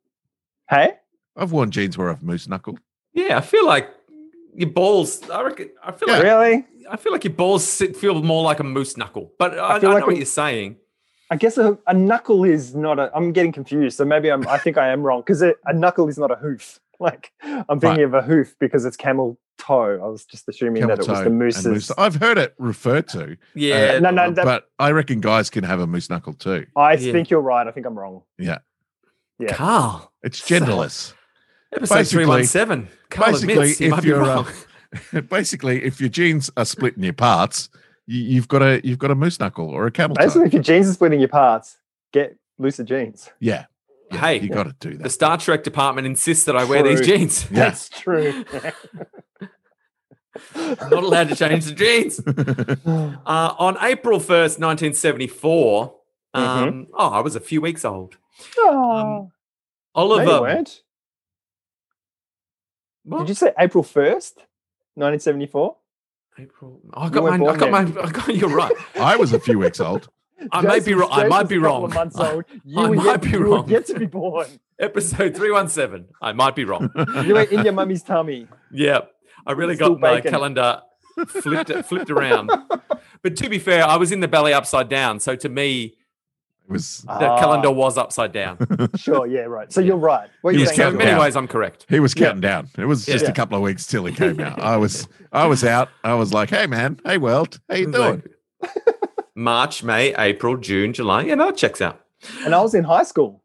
[SPEAKER 6] Hey?
[SPEAKER 1] I've worn jeans where I've moose knuckled.
[SPEAKER 5] yeah, I feel like your balls. I reckon. I feel like
[SPEAKER 6] Really?
[SPEAKER 5] I feel like your balls sit, feel more like a moose knuckle. But I, I,
[SPEAKER 6] feel
[SPEAKER 5] know
[SPEAKER 6] like
[SPEAKER 5] what
[SPEAKER 6] we-
[SPEAKER 5] you're saying.
[SPEAKER 6] I guess a, a knuckle is not a. I'm getting confused, so maybe I'm. I think I am wrong because a, a knuckle is not a hoof. Like I'm thinking of a hoof because it's camel toe. I was just assuming
[SPEAKER 1] Camel
[SPEAKER 6] that it
[SPEAKER 1] toe
[SPEAKER 6] was the
[SPEAKER 1] and
[SPEAKER 6] moose's.
[SPEAKER 1] moose- I've heard it referred to, uh,
[SPEAKER 5] Yeah,
[SPEAKER 6] no, no, that,
[SPEAKER 1] but I reckon guys can have a moose knuckle too.
[SPEAKER 6] I
[SPEAKER 5] Oh, yeah.
[SPEAKER 6] think you're right. I think I'm wrong. yeah.
[SPEAKER 5] Carl.
[SPEAKER 1] It's
[SPEAKER 5] So-
[SPEAKER 1] genderless.
[SPEAKER 5] Episode
[SPEAKER 1] Basically-
[SPEAKER 5] three one seven. Carl
[SPEAKER 1] basically,
[SPEAKER 5] admits he
[SPEAKER 1] if
[SPEAKER 5] might be
[SPEAKER 1] you're, uh,
[SPEAKER 5] wrong.
[SPEAKER 1] Basically, if your jeans are split in your parts, you, you've got a you've got a moose knuckle or a camel
[SPEAKER 6] Basically,
[SPEAKER 1] toe.
[SPEAKER 6] if your jeans are splitting your parts, get looser jeans.
[SPEAKER 1] Yeah, yeah,
[SPEAKER 5] Hey,
[SPEAKER 1] you got to do that.
[SPEAKER 5] the Star Trek department insists that I wear these
[SPEAKER 6] True.
[SPEAKER 5] jeans.
[SPEAKER 1] yeah.
[SPEAKER 6] That's true. Ah,
[SPEAKER 5] I'm not allowed to change the jeans. Uh, on April 1st, 1974,
[SPEAKER 6] Mm-hmm.
[SPEAKER 5] um, oh, I was a few weeks old. Um,
[SPEAKER 6] oh, no, you
[SPEAKER 5] Oliver.
[SPEAKER 6] weren't.
[SPEAKER 5] What?
[SPEAKER 6] Did you say April first, 1974?
[SPEAKER 5] April. Oh, I
[SPEAKER 6] You
[SPEAKER 5] got
[SPEAKER 6] weren't
[SPEAKER 5] mine. I
[SPEAKER 6] born
[SPEAKER 5] got
[SPEAKER 6] yet.
[SPEAKER 5] mine. I got, you're right.
[SPEAKER 1] I was a few weeks old.
[SPEAKER 5] I might be wrong. I might be wrong.
[SPEAKER 6] Months old. You
[SPEAKER 5] I
[SPEAKER 6] were
[SPEAKER 5] might
[SPEAKER 6] yet,
[SPEAKER 5] be
[SPEAKER 6] you were
[SPEAKER 5] wrong.
[SPEAKER 6] yet to be born.
[SPEAKER 5] Episode 317. I might be wrong.
[SPEAKER 6] You were in your mummy's tummy.
[SPEAKER 5] Yeah. I really
[SPEAKER 6] Still
[SPEAKER 5] got my
[SPEAKER 6] bacon.
[SPEAKER 5] calendar flipped flipped around. But to be fair, I was in the belly upside down. So to me,
[SPEAKER 1] It was
[SPEAKER 5] that
[SPEAKER 6] Ah.
[SPEAKER 5] calendar was upside down.
[SPEAKER 6] Sure, yeah, right. So you're right. What
[SPEAKER 1] He
[SPEAKER 6] you're
[SPEAKER 1] was counting
[SPEAKER 5] Yeah, so in
[SPEAKER 6] saying is right.
[SPEAKER 5] many
[SPEAKER 1] down.
[SPEAKER 5] ways, I'm correct.
[SPEAKER 1] He was counting down. It was just
[SPEAKER 6] Yeah.
[SPEAKER 1] a couple of weeks till he came out. I was I was out. I was like, hey man, hey world, how you
[SPEAKER 5] It was
[SPEAKER 1] doing?
[SPEAKER 5] like March, May, April, June, July. Yeah, no, it checks out.
[SPEAKER 6] And I was in high school.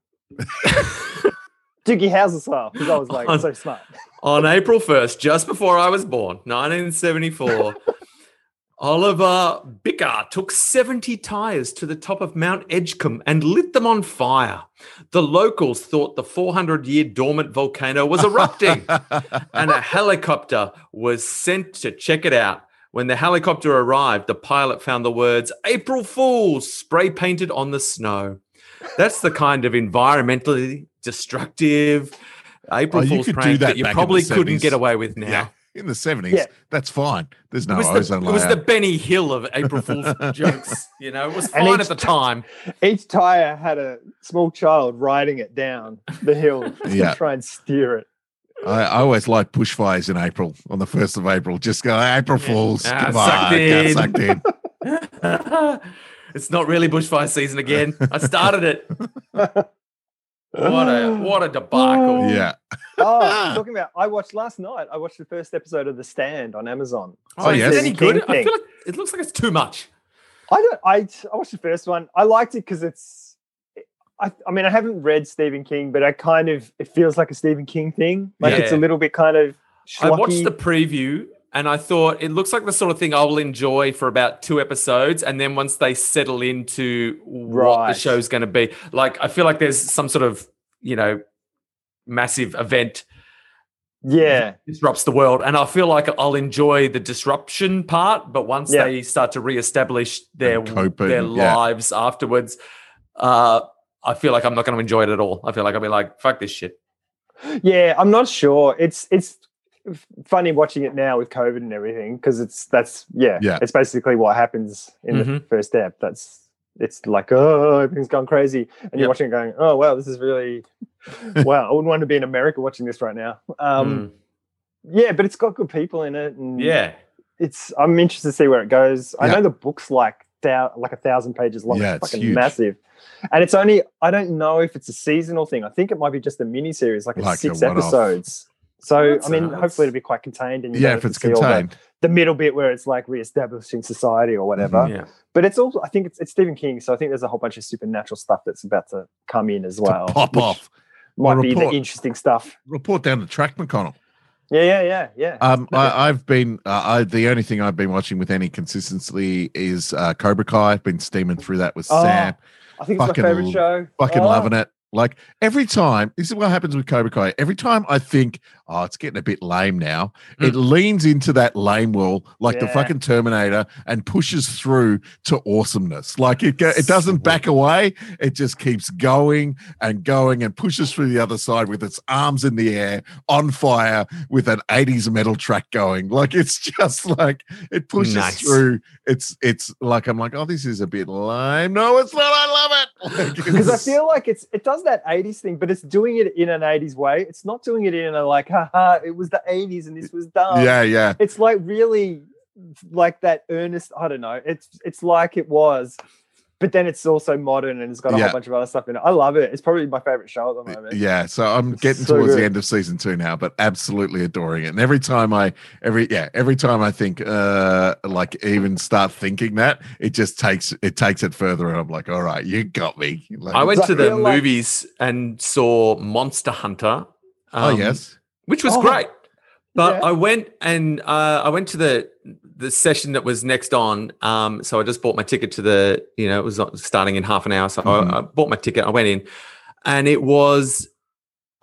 [SPEAKER 6] Doogie Howser style, because I was like
[SPEAKER 5] On-
[SPEAKER 6] so smart.
[SPEAKER 5] On April 1st, just before I was born, 1974, Oliver Bicker took 70 tyres to the top of Mount Edgecombe and lit them on fire. The locals thought the 400 year dormant volcano was erupting, and a helicopter was sent to check it out. When the helicopter arrived, the pilot found the words April Fools spray painted on the snow. That's the kind of environmentally destructive April
[SPEAKER 1] Oh, you
[SPEAKER 5] Fools
[SPEAKER 1] could do
[SPEAKER 5] prank
[SPEAKER 1] that
[SPEAKER 5] that, you
[SPEAKER 1] back in the
[SPEAKER 5] probably couldn't
[SPEAKER 1] 70s.
[SPEAKER 5] get away with now.
[SPEAKER 1] Yeah. In the 70s,
[SPEAKER 6] Yeah.
[SPEAKER 1] that's fine. There's no
[SPEAKER 5] It was, the,
[SPEAKER 1] ozone
[SPEAKER 5] it
[SPEAKER 1] layer.
[SPEAKER 5] was the Benny Hill of April Fool's jokes. You know, it was
[SPEAKER 6] And
[SPEAKER 5] fine
[SPEAKER 6] each
[SPEAKER 5] at the time.
[SPEAKER 6] Each tire had a small child riding it down the hill to
[SPEAKER 1] Yeah.
[SPEAKER 6] try and steer it.
[SPEAKER 1] I, I always like bushfires in April, on the 1st of April. Just go, April Fools.
[SPEAKER 5] Ah,
[SPEAKER 1] come
[SPEAKER 5] sucked
[SPEAKER 1] on. Get
[SPEAKER 5] in.
[SPEAKER 1] sucked in.
[SPEAKER 5] it's not really bushfire season again. I started it. What a what a debacle.
[SPEAKER 1] Yeah.
[SPEAKER 6] Oh, talking about I watched last night, I watched the first episode of The Stand on Amazon.
[SPEAKER 1] Oh,
[SPEAKER 5] is it
[SPEAKER 1] yes.
[SPEAKER 5] any good? I
[SPEAKER 6] Thing.
[SPEAKER 5] feel like it looks like it's too much.
[SPEAKER 6] I don't. I I watched the first one. I liked it because it's. I, I mean, I haven't read Stephen King, but I kind of it feels like a Stephen King thing. Like it's a
[SPEAKER 5] Yeah.
[SPEAKER 6] little bit kind of.
[SPEAKER 5] I watched
[SPEAKER 6] schlocky.
[SPEAKER 5] the preview and I thought it looks like the sort of thing I will enjoy for about two episodes. And then once they settle into what the
[SPEAKER 6] Right.
[SPEAKER 5] show's going to be, like, I feel like there's some sort of, you know, massive event
[SPEAKER 6] yeah,
[SPEAKER 5] disrupts the world. And I feel like I'll enjoy the disruption part. But once
[SPEAKER 6] Yeah.
[SPEAKER 5] they start to reestablish their,
[SPEAKER 1] And coping,
[SPEAKER 5] their
[SPEAKER 1] yeah.
[SPEAKER 5] lives afterwards, uh, I feel like I'm not going to enjoy it at all. I feel like I'll be like, fuck this shit.
[SPEAKER 6] yeah. I'm not sure. It's it's f- funny watching it now with COVID and everything because it's that's yeah,
[SPEAKER 1] Yeah.
[SPEAKER 6] It's basically what happens in the
[SPEAKER 5] Mhm.
[SPEAKER 6] first step. That's it's like oh everything's gone crazy, and
[SPEAKER 5] Yep.
[SPEAKER 6] you're watching it going oh wow this is really wow I wouldn't want to be in America watching this right now. Um, Yeah, but it's got good people in it.
[SPEAKER 5] Mm.
[SPEAKER 6] And
[SPEAKER 5] yeah.
[SPEAKER 6] it's I'm interested to see where it goes. I
[SPEAKER 1] Yeah.
[SPEAKER 6] know the book's like thou, like a thousand pages long.
[SPEAKER 1] Yeah,
[SPEAKER 6] it's
[SPEAKER 1] it's
[SPEAKER 6] fucking
[SPEAKER 1] huge.
[SPEAKER 6] massive. And it's only I don't know if it's a seasonal thing. I think it might be just a mini series, like, it's
[SPEAKER 1] Like a
[SPEAKER 6] six
[SPEAKER 1] one-off.
[SPEAKER 6] episodes. So
[SPEAKER 5] That's
[SPEAKER 6] I mean,
[SPEAKER 5] nice.
[SPEAKER 6] hopefully it'll be quite contained. And you
[SPEAKER 1] yeah,
[SPEAKER 6] don't
[SPEAKER 1] if
[SPEAKER 6] have
[SPEAKER 1] it's
[SPEAKER 6] to see all the-
[SPEAKER 1] contained.
[SPEAKER 6] the, middle bit where it's like reestablishing society or whatever.
[SPEAKER 1] Mhm.
[SPEAKER 5] Yeah.
[SPEAKER 6] But it's also I think it's, it's Stephen King, so I think there's a whole bunch of supernatural stuff that's about to come in as well.
[SPEAKER 1] to pop
[SPEAKER 6] which
[SPEAKER 1] off.
[SPEAKER 6] might
[SPEAKER 1] Well,
[SPEAKER 6] be the
[SPEAKER 1] report.
[SPEAKER 6] interesting stuff.
[SPEAKER 1] Report down to Track McConnell.
[SPEAKER 6] Yeah, yeah, yeah, yeah.
[SPEAKER 1] Um, I, I've been uh, I, the only thing I've been watching with any consistency is uh, Cobra Kai. I've been steaming through that with
[SPEAKER 6] Oh,
[SPEAKER 1] Sam.
[SPEAKER 6] I think it's my
[SPEAKER 1] fucking
[SPEAKER 6] favorite
[SPEAKER 1] l-
[SPEAKER 6] show.
[SPEAKER 1] Fucking
[SPEAKER 6] Oh.
[SPEAKER 1] loving it. Like every time, this is what happens with Cobra Kai. Every time I think, oh, it's getting a bit lame now, it leans into that lame wall like the
[SPEAKER 6] Mm. Yeah.
[SPEAKER 1] fucking Terminator and pushes through to awesomeness. Like it, go, it doesn't back away. It just keeps going and going and pushes through the other side with its arms in the air, on fire, with an '80s metal track going. Like it's just like it pushes
[SPEAKER 5] Nice.
[SPEAKER 1] through. It's it's like I'm like, oh, this is a bit lame. No, it's not. I love it. Like,
[SPEAKER 6] because I
[SPEAKER 1] it's-
[SPEAKER 6] feel like it's it does that '80s thing, but it's doing it in an '80s way. It's not doing it in a like, haha, it was the '80s and this was dumb.
[SPEAKER 1] yeah, yeah.
[SPEAKER 6] it's like really like that earnest. I don't know. It's it's like it was, but then it's also modern and it's got a
[SPEAKER 1] Yeah.
[SPEAKER 6] whole bunch of other stuff in it. I love it. It's probably my favorite show at the moment.
[SPEAKER 1] Yeah, so I'm
[SPEAKER 6] It's
[SPEAKER 1] getting
[SPEAKER 6] so
[SPEAKER 1] towards the
[SPEAKER 6] good.
[SPEAKER 1] end of season two now, but absolutely adoring it. And every time I, every yeah, every time I think, uh, like even start thinking that, it just takes it takes it further, and I'm like, all right, you got me. Like,
[SPEAKER 5] I went
[SPEAKER 6] Does
[SPEAKER 5] to
[SPEAKER 6] that
[SPEAKER 5] the
[SPEAKER 6] feel like-
[SPEAKER 5] movies and saw Monster Hunter.
[SPEAKER 1] Oh
[SPEAKER 5] um,
[SPEAKER 1] yes,
[SPEAKER 5] which was
[SPEAKER 6] Oh.
[SPEAKER 5] great. But
[SPEAKER 6] Yeah.
[SPEAKER 5] I went and uh, I went to the the session that was next on. Um, so I just bought my ticket to the you know it was on- starting in half an hour. So
[SPEAKER 1] Mhm.
[SPEAKER 5] I, I bought my ticket. I went in, and it was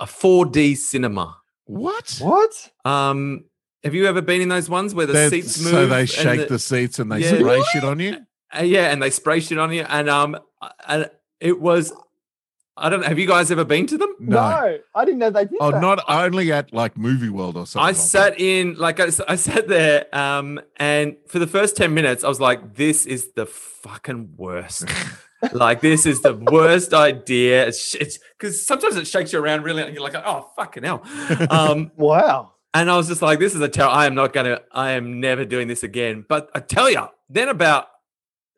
[SPEAKER 5] a 4D cinema.
[SPEAKER 1] what?
[SPEAKER 6] What?
[SPEAKER 5] Um, have you ever been in those ones where the
[SPEAKER 1] They're-
[SPEAKER 5] seats move?
[SPEAKER 1] so they
[SPEAKER 5] and
[SPEAKER 1] shake the,
[SPEAKER 5] the-
[SPEAKER 1] seats and they
[SPEAKER 5] Yeah.
[SPEAKER 1] spray shit on you.
[SPEAKER 5] uh, yeah, and they spray shit on you. And um, and it was. I don't. Have you guys ever been to them?
[SPEAKER 6] No, I didn't know they did
[SPEAKER 1] Oh,
[SPEAKER 6] that.
[SPEAKER 1] not only at like Movie World or something.
[SPEAKER 5] I
[SPEAKER 1] like that.
[SPEAKER 5] sat in like I, s- I sat there, um, and for the first ten minutes, I was like, "This is the fucking worst. like, this is the worst idea." It's because sometimes it shakes you around really, and you're like, "Oh fucking hell!" Um,
[SPEAKER 6] Wow.
[SPEAKER 5] and I was just like, "This is a terror. I am not gonna. I am never doing this again." But I tell you, then about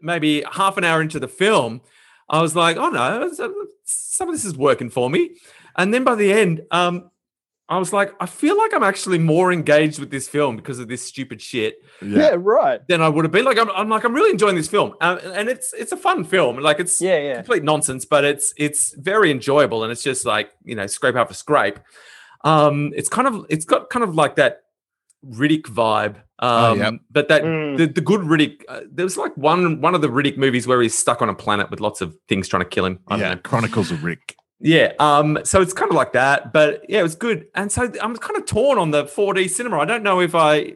[SPEAKER 5] maybe half an hour into the film, I was like, "Oh no, some- some of this is working for me." And then by the end, um, I was like, "I feel like I'm actually more engaged with this film because of this stupid shit."
[SPEAKER 6] Yeah. right.
[SPEAKER 5] than I would have been like, I'm, I'm like, I'm really enjoying this film, um, and it's it's a fun film. Like it's
[SPEAKER 6] Yeah, yeah.
[SPEAKER 5] complete nonsense, but it's it's very enjoyable, and it's just like you know scrape after scrape. Um, it's kind of it's got kind of like that Riddick vibe, um,
[SPEAKER 1] Oh, yep.
[SPEAKER 5] but that
[SPEAKER 6] Mm.
[SPEAKER 5] the, the good Riddick. Uh, there was like one one of the Riddick movies where he's stuck on a planet with lots of things trying to kill him. I don't
[SPEAKER 1] yeah,
[SPEAKER 5] know.
[SPEAKER 1] Chronicles of Rick.
[SPEAKER 5] Yeah. Um, so it's kind of like that, but yeah, it was good. And so I'm kind of torn on the 4D cinema. I don't know if I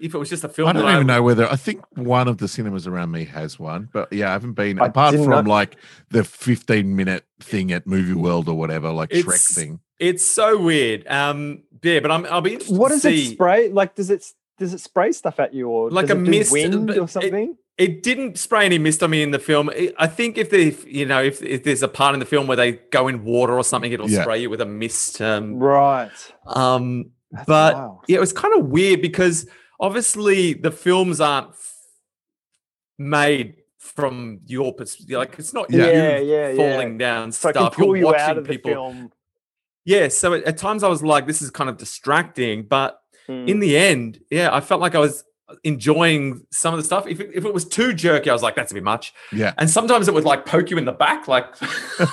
[SPEAKER 5] if it was just a film.
[SPEAKER 1] I don't
[SPEAKER 5] that
[SPEAKER 1] even know whether I think one of the cinemas around me has one, but yeah, I haven't been
[SPEAKER 6] I
[SPEAKER 1] apart
[SPEAKER 6] didn't
[SPEAKER 1] from
[SPEAKER 6] know-
[SPEAKER 1] like the 15 minute thing at Movie World or whatever, like Shrek
[SPEAKER 5] It's-
[SPEAKER 1] thing.
[SPEAKER 5] It's so weird. Um, yeah, but I'm, I'll be interested
[SPEAKER 6] What
[SPEAKER 5] to
[SPEAKER 6] does
[SPEAKER 5] see.
[SPEAKER 6] it spray? Like, does it does it spray stuff at you or
[SPEAKER 5] Like
[SPEAKER 6] does
[SPEAKER 5] a
[SPEAKER 6] it do
[SPEAKER 5] mist,
[SPEAKER 6] wind
[SPEAKER 5] but
[SPEAKER 6] or
[SPEAKER 5] it-
[SPEAKER 6] something?
[SPEAKER 5] It didn't spray any mist on me in the film. I I think if the, if, you know, if, if there's a part in the film where they go in water or something, it'll
[SPEAKER 1] Yeah.
[SPEAKER 5] spray you with a mist. Um,
[SPEAKER 6] right.
[SPEAKER 5] um,
[SPEAKER 6] That's
[SPEAKER 5] but
[SPEAKER 6] wild.
[SPEAKER 5] yeah, it was kind of weird because obviously the films aren't f- made from your perspective. Like it's not
[SPEAKER 1] Yeah.
[SPEAKER 5] you
[SPEAKER 6] Yeah, yeah, yeah.
[SPEAKER 5] falling down
[SPEAKER 6] so I can
[SPEAKER 5] stuff.
[SPEAKER 6] pull
[SPEAKER 5] You're
[SPEAKER 6] you
[SPEAKER 5] watching
[SPEAKER 6] out of
[SPEAKER 5] people.
[SPEAKER 6] the film.
[SPEAKER 5] Yeah, so at, at times I was like, this is kind of distracting, but
[SPEAKER 6] Mm.
[SPEAKER 5] in the end, yeah, I felt like I was enjoying some of the stuff. If it, if it was too jerky, I was like, that's a bit much.
[SPEAKER 1] Yeah.
[SPEAKER 5] And sometimes it would like poke you in the back, like you'd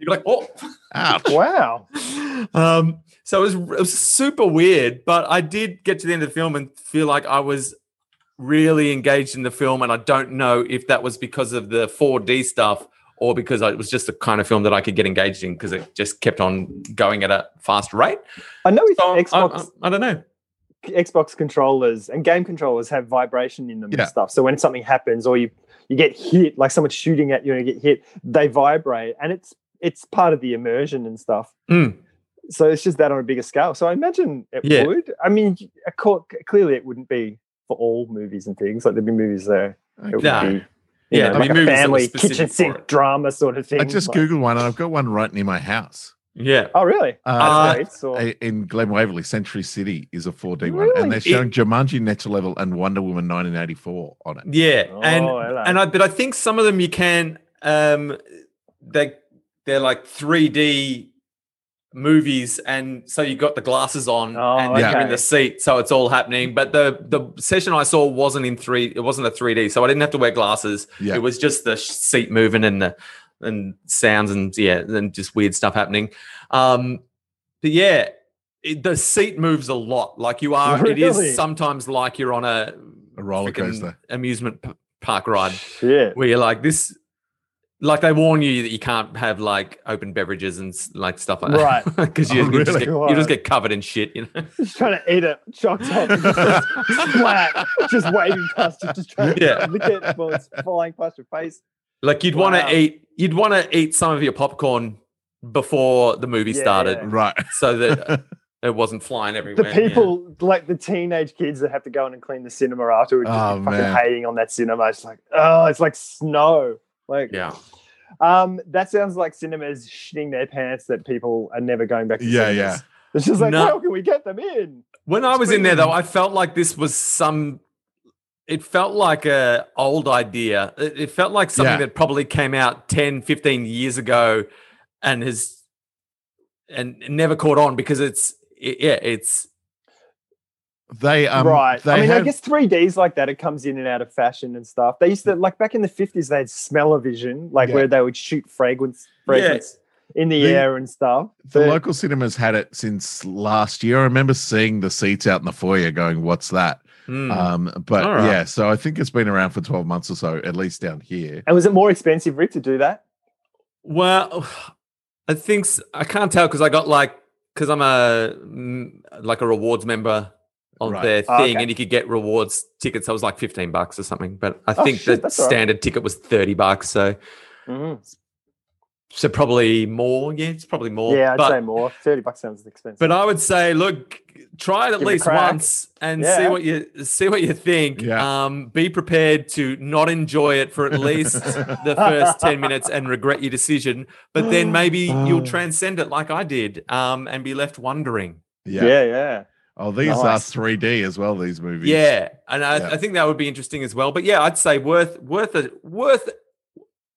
[SPEAKER 5] be like, oh.
[SPEAKER 1] Ouch.
[SPEAKER 6] Wow.
[SPEAKER 5] Um, so it was, it was super weird, but I did get to the end of the film and feel like I was really engaged in the film. And I don't know if that was because of the 4D stuff or because I- it was just the kind of film that I could get engaged in because it just kept on going at a fast rate.
[SPEAKER 6] I know if
[SPEAKER 5] So I-
[SPEAKER 6] Xbox
[SPEAKER 5] I, I don't know.
[SPEAKER 6] Xbox controllers and game controllers have vibration in them
[SPEAKER 1] Yeah.
[SPEAKER 6] and stuff. So when something happens or you you get hit, like someone's shooting at you and you get hit, they vibrate, and it's it's part of the immersion and stuff.
[SPEAKER 5] Mm.
[SPEAKER 6] So it's just that on a bigger scale. So I imagine it
[SPEAKER 5] Yeah.
[SPEAKER 6] would. I mean, of cour- clearly it wouldn't be for all movies and things. Like there'd be movies there. It would
[SPEAKER 5] No.
[SPEAKER 6] be, you
[SPEAKER 5] Yeah,
[SPEAKER 6] know,
[SPEAKER 5] there'd be
[SPEAKER 6] like
[SPEAKER 5] movies
[SPEAKER 6] a
[SPEAKER 5] that were
[SPEAKER 6] family
[SPEAKER 5] specific
[SPEAKER 6] kitchen
[SPEAKER 5] for
[SPEAKER 6] sink
[SPEAKER 5] it.
[SPEAKER 6] drama sort of thing.
[SPEAKER 1] I just
[SPEAKER 6] Like-
[SPEAKER 1] googled one, and I've got one right near my house.
[SPEAKER 5] Yeah.
[SPEAKER 6] Oh, really?
[SPEAKER 1] Uh,
[SPEAKER 6] That's great. So-
[SPEAKER 1] a- in Glen Waverley, Century City is a 4D one,
[SPEAKER 6] Really?
[SPEAKER 1] and they're showing Jumanji Next Level and Wonder Woman 1984 on
[SPEAKER 6] Mm.
[SPEAKER 1] it.
[SPEAKER 5] Yeah. and
[SPEAKER 6] Oh, hello.
[SPEAKER 5] and I but I think some of them you can um they they're like 3D movies and so you got the glasses on
[SPEAKER 6] Oh,
[SPEAKER 5] and you're in
[SPEAKER 6] okay.
[SPEAKER 5] the seat so it's all happening but the the session I saw wasn't in 3 it wasn't a 3D so I didn't have to wear glasses
[SPEAKER 1] Yeah.
[SPEAKER 5] it was just the sh- seat moving and the and sounds and yeah and just weird stuff happening um but yeah it, the seat moves a lot like you are it
[SPEAKER 6] Really?
[SPEAKER 5] is sometimes like you're on a
[SPEAKER 1] A roller
[SPEAKER 5] freaking
[SPEAKER 1] coaster.
[SPEAKER 5] amusement p- park ride
[SPEAKER 6] yeah.
[SPEAKER 5] where you're like this like they warn you that you can't have like open beverages and s- like stuff like that
[SPEAKER 6] Right.
[SPEAKER 5] because you,
[SPEAKER 1] Oh,
[SPEAKER 5] you just
[SPEAKER 1] really?
[SPEAKER 5] get, you just get covered in shit you know
[SPEAKER 6] Just trying to eat it, chopped up, just flat, just waving past you, just trying
[SPEAKER 5] Yeah.
[SPEAKER 6] to look at it while it's flying past your face.
[SPEAKER 5] like you'd want
[SPEAKER 6] Wow.
[SPEAKER 5] to eat you'd want to eat some of your popcorn before the movie
[SPEAKER 6] Yeah,
[SPEAKER 5] started
[SPEAKER 6] yeah.
[SPEAKER 1] Right.
[SPEAKER 5] so that it wasn't flying
[SPEAKER 6] The
[SPEAKER 5] everywhere yeah.
[SPEAKER 6] people, like the teenage kids that have to go in and clean the cinema afterwards, just
[SPEAKER 1] Oh,
[SPEAKER 6] be
[SPEAKER 1] man.
[SPEAKER 6] fucking hating on that cinema. It's like, oh, it's like snow. Like,
[SPEAKER 5] yeah
[SPEAKER 6] um, that sounds like cinemas shitting their pants that people are never going back to.
[SPEAKER 1] Yeah,
[SPEAKER 6] cinemas.
[SPEAKER 1] yeah.
[SPEAKER 6] It's just like,
[SPEAKER 5] No.
[SPEAKER 6] how can we get them in?
[SPEAKER 5] When I was in there, though, I felt like this was some. It felt like a old idea. It, it felt like something
[SPEAKER 1] Yeah.
[SPEAKER 5] that probably came out 10, 15 years ago, and has and never caught on because it's it, yeah, it's
[SPEAKER 1] They um.
[SPEAKER 6] right.
[SPEAKER 1] They
[SPEAKER 6] I mean, I
[SPEAKER 1] have-
[SPEAKER 6] guess 3D's like that. It comes in and out of fashion and stuff. They used to like back in the 50s. They had smell-o-vision, like
[SPEAKER 1] Yeah.
[SPEAKER 6] where they would shoot fragrance, fragrance in the,
[SPEAKER 1] The-
[SPEAKER 6] air and stuff.
[SPEAKER 1] the
[SPEAKER 6] But-
[SPEAKER 1] local cinemas had it since last year. I remember seeing the seats out in the foyer, going, "What's that?"
[SPEAKER 5] mm.
[SPEAKER 6] Uh.
[SPEAKER 1] Um, but
[SPEAKER 5] All right.
[SPEAKER 1] yeah, so I think it's been around for twelve months or so, at least down here.
[SPEAKER 6] and was it more expensive, Rick, to do that?
[SPEAKER 5] well. I think s I can't tell because I got like because I'm a mm, like a rewards member on
[SPEAKER 1] Right.
[SPEAKER 5] their
[SPEAKER 6] Ah,
[SPEAKER 5] thing,
[SPEAKER 6] okay.
[SPEAKER 5] and you could get rewards tickets. That was like fifteen bucks or something, but I
[SPEAKER 6] Oh,
[SPEAKER 5] think
[SPEAKER 6] shit,
[SPEAKER 5] the
[SPEAKER 6] that's all right.
[SPEAKER 5] standard ticket was thirty bucks. So.
[SPEAKER 1] Mm-hmm.
[SPEAKER 5] So probably more. Yeah, it's probably more.
[SPEAKER 6] Yeah, I'd
[SPEAKER 5] but,
[SPEAKER 6] say more. 30 bucks sounds expensive.
[SPEAKER 5] But I would say, look, try it at
[SPEAKER 6] Give it a
[SPEAKER 5] least
[SPEAKER 6] crack.
[SPEAKER 5] once and see
[SPEAKER 6] Yeah.
[SPEAKER 5] what you see what you think.
[SPEAKER 1] Yeah.
[SPEAKER 5] Um, be prepared to not enjoy it for at least the first ten minutes and regret your decision. But then maybe you'll
[SPEAKER 6] Oh.
[SPEAKER 5] transcend it like I did, um, and be left wondering.
[SPEAKER 1] Yeah.
[SPEAKER 6] yeah, yeah. yeah.
[SPEAKER 1] Oh, these are
[SPEAKER 6] Nice.
[SPEAKER 1] 3D as well. These movies.
[SPEAKER 5] Yeah, and I,
[SPEAKER 1] Yeah.
[SPEAKER 5] I think that would be interesting as well. But yeah, I'd say worth worth a worth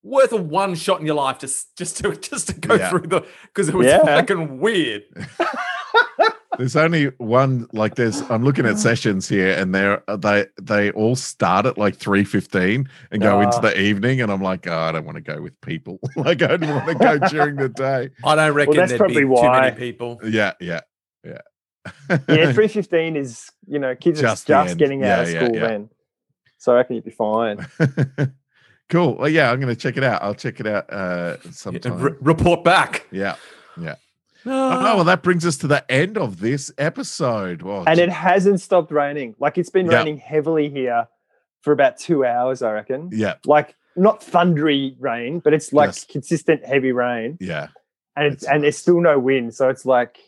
[SPEAKER 5] worth a one shot in your life just just to just to go
[SPEAKER 1] Yeah.
[SPEAKER 5] through the because it was
[SPEAKER 6] Yeah.
[SPEAKER 5] fucking weird.
[SPEAKER 1] There's only one like there's I'm looking at sessions here and they're uh, they they all start at like 3:15 and go into
[SPEAKER 6] Ah.
[SPEAKER 1] the evening and I'm like oh, I don't want to go with people like I don't want to go during the day.
[SPEAKER 5] I don't reckon
[SPEAKER 6] that's
[SPEAKER 5] there'd be
[SPEAKER 6] probably
[SPEAKER 5] too
[SPEAKER 6] why.
[SPEAKER 5] many people.
[SPEAKER 1] Yeah, yeah. Yeah.
[SPEAKER 6] Yeah, 315 is, you know, kids
[SPEAKER 1] Just the
[SPEAKER 6] are just
[SPEAKER 1] end.
[SPEAKER 6] getting out
[SPEAKER 1] Yeah,
[SPEAKER 6] of
[SPEAKER 1] yeah,
[SPEAKER 6] school
[SPEAKER 1] yeah.
[SPEAKER 6] then. So I reckon you'd be fine.
[SPEAKER 1] cool. Well, yeah, I'm going to check it out. I'll check it out uh
[SPEAKER 5] Yeah,
[SPEAKER 1] sometime.
[SPEAKER 5] re- report back.
[SPEAKER 1] Yeah.
[SPEAKER 5] Ah.
[SPEAKER 1] Oh, well that brings us to the end of this episode. Well,
[SPEAKER 6] and it hasn't stopped raining. Like it's been
[SPEAKER 1] Yeah.
[SPEAKER 6] raining heavily here for about two hours, I reckon.
[SPEAKER 1] yeah,
[SPEAKER 6] Like not thundery rain, but it's like
[SPEAKER 1] Yes.
[SPEAKER 6] consistent heavy rain,
[SPEAKER 1] yeah.
[SPEAKER 6] and it's,
[SPEAKER 1] That's
[SPEAKER 6] and there's still no wind, so it's like,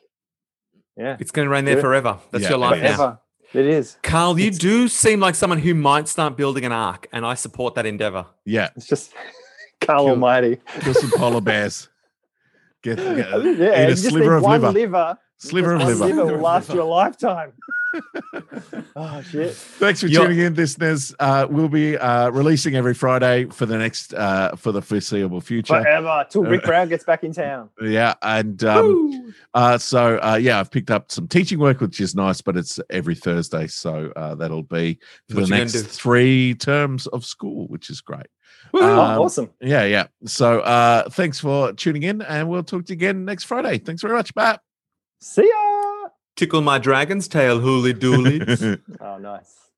[SPEAKER 6] yeah,
[SPEAKER 5] it's going to rain there
[SPEAKER 6] Yeah.
[SPEAKER 5] forever. That's
[SPEAKER 1] Yeah,
[SPEAKER 5] your
[SPEAKER 1] it
[SPEAKER 5] life now.
[SPEAKER 6] whatever it is.
[SPEAKER 5] Carl, you
[SPEAKER 6] It's-
[SPEAKER 5] do seem like someone who might start building an ark, and I support that endeavor.
[SPEAKER 1] Yeah.
[SPEAKER 6] It's just Carl
[SPEAKER 1] Kill-
[SPEAKER 6] Almighty.
[SPEAKER 1] Kill some polar bears. Get,
[SPEAKER 6] Yeah,
[SPEAKER 1] get
[SPEAKER 6] you just
[SPEAKER 1] sliver
[SPEAKER 6] need
[SPEAKER 1] of
[SPEAKER 6] one
[SPEAKER 1] liver.
[SPEAKER 6] liver.
[SPEAKER 1] Sliver of
[SPEAKER 6] One
[SPEAKER 1] liver.
[SPEAKER 6] will last you a lifetime. Oh shit!
[SPEAKER 1] Thanks for
[SPEAKER 5] You're-
[SPEAKER 1] tuning in, listeners. Uh, we'll be uh, releasing every Friday for the next uh, for the foreseeable future.
[SPEAKER 6] Forever till
[SPEAKER 1] Uh,
[SPEAKER 6] Rick Brown gets back in town.
[SPEAKER 1] Yeah, and um, uh, so uh, yeah, I've picked up some teaching work, which is nice, but it's every Thursday, so uh, that'll be for the
[SPEAKER 5] What you gonna
[SPEAKER 1] next
[SPEAKER 5] do?
[SPEAKER 1] three terms of school, which is great.
[SPEAKER 6] Oh,
[SPEAKER 1] Um,
[SPEAKER 6] awesome.
[SPEAKER 1] Yeah, yeah. So uh, thanks for tuning in, and we'll talk to you again next Friday. Thanks very much, Matt.
[SPEAKER 6] See ya.
[SPEAKER 5] Tickle my dragon's tail, hooly doolies.
[SPEAKER 6] Oh, nice.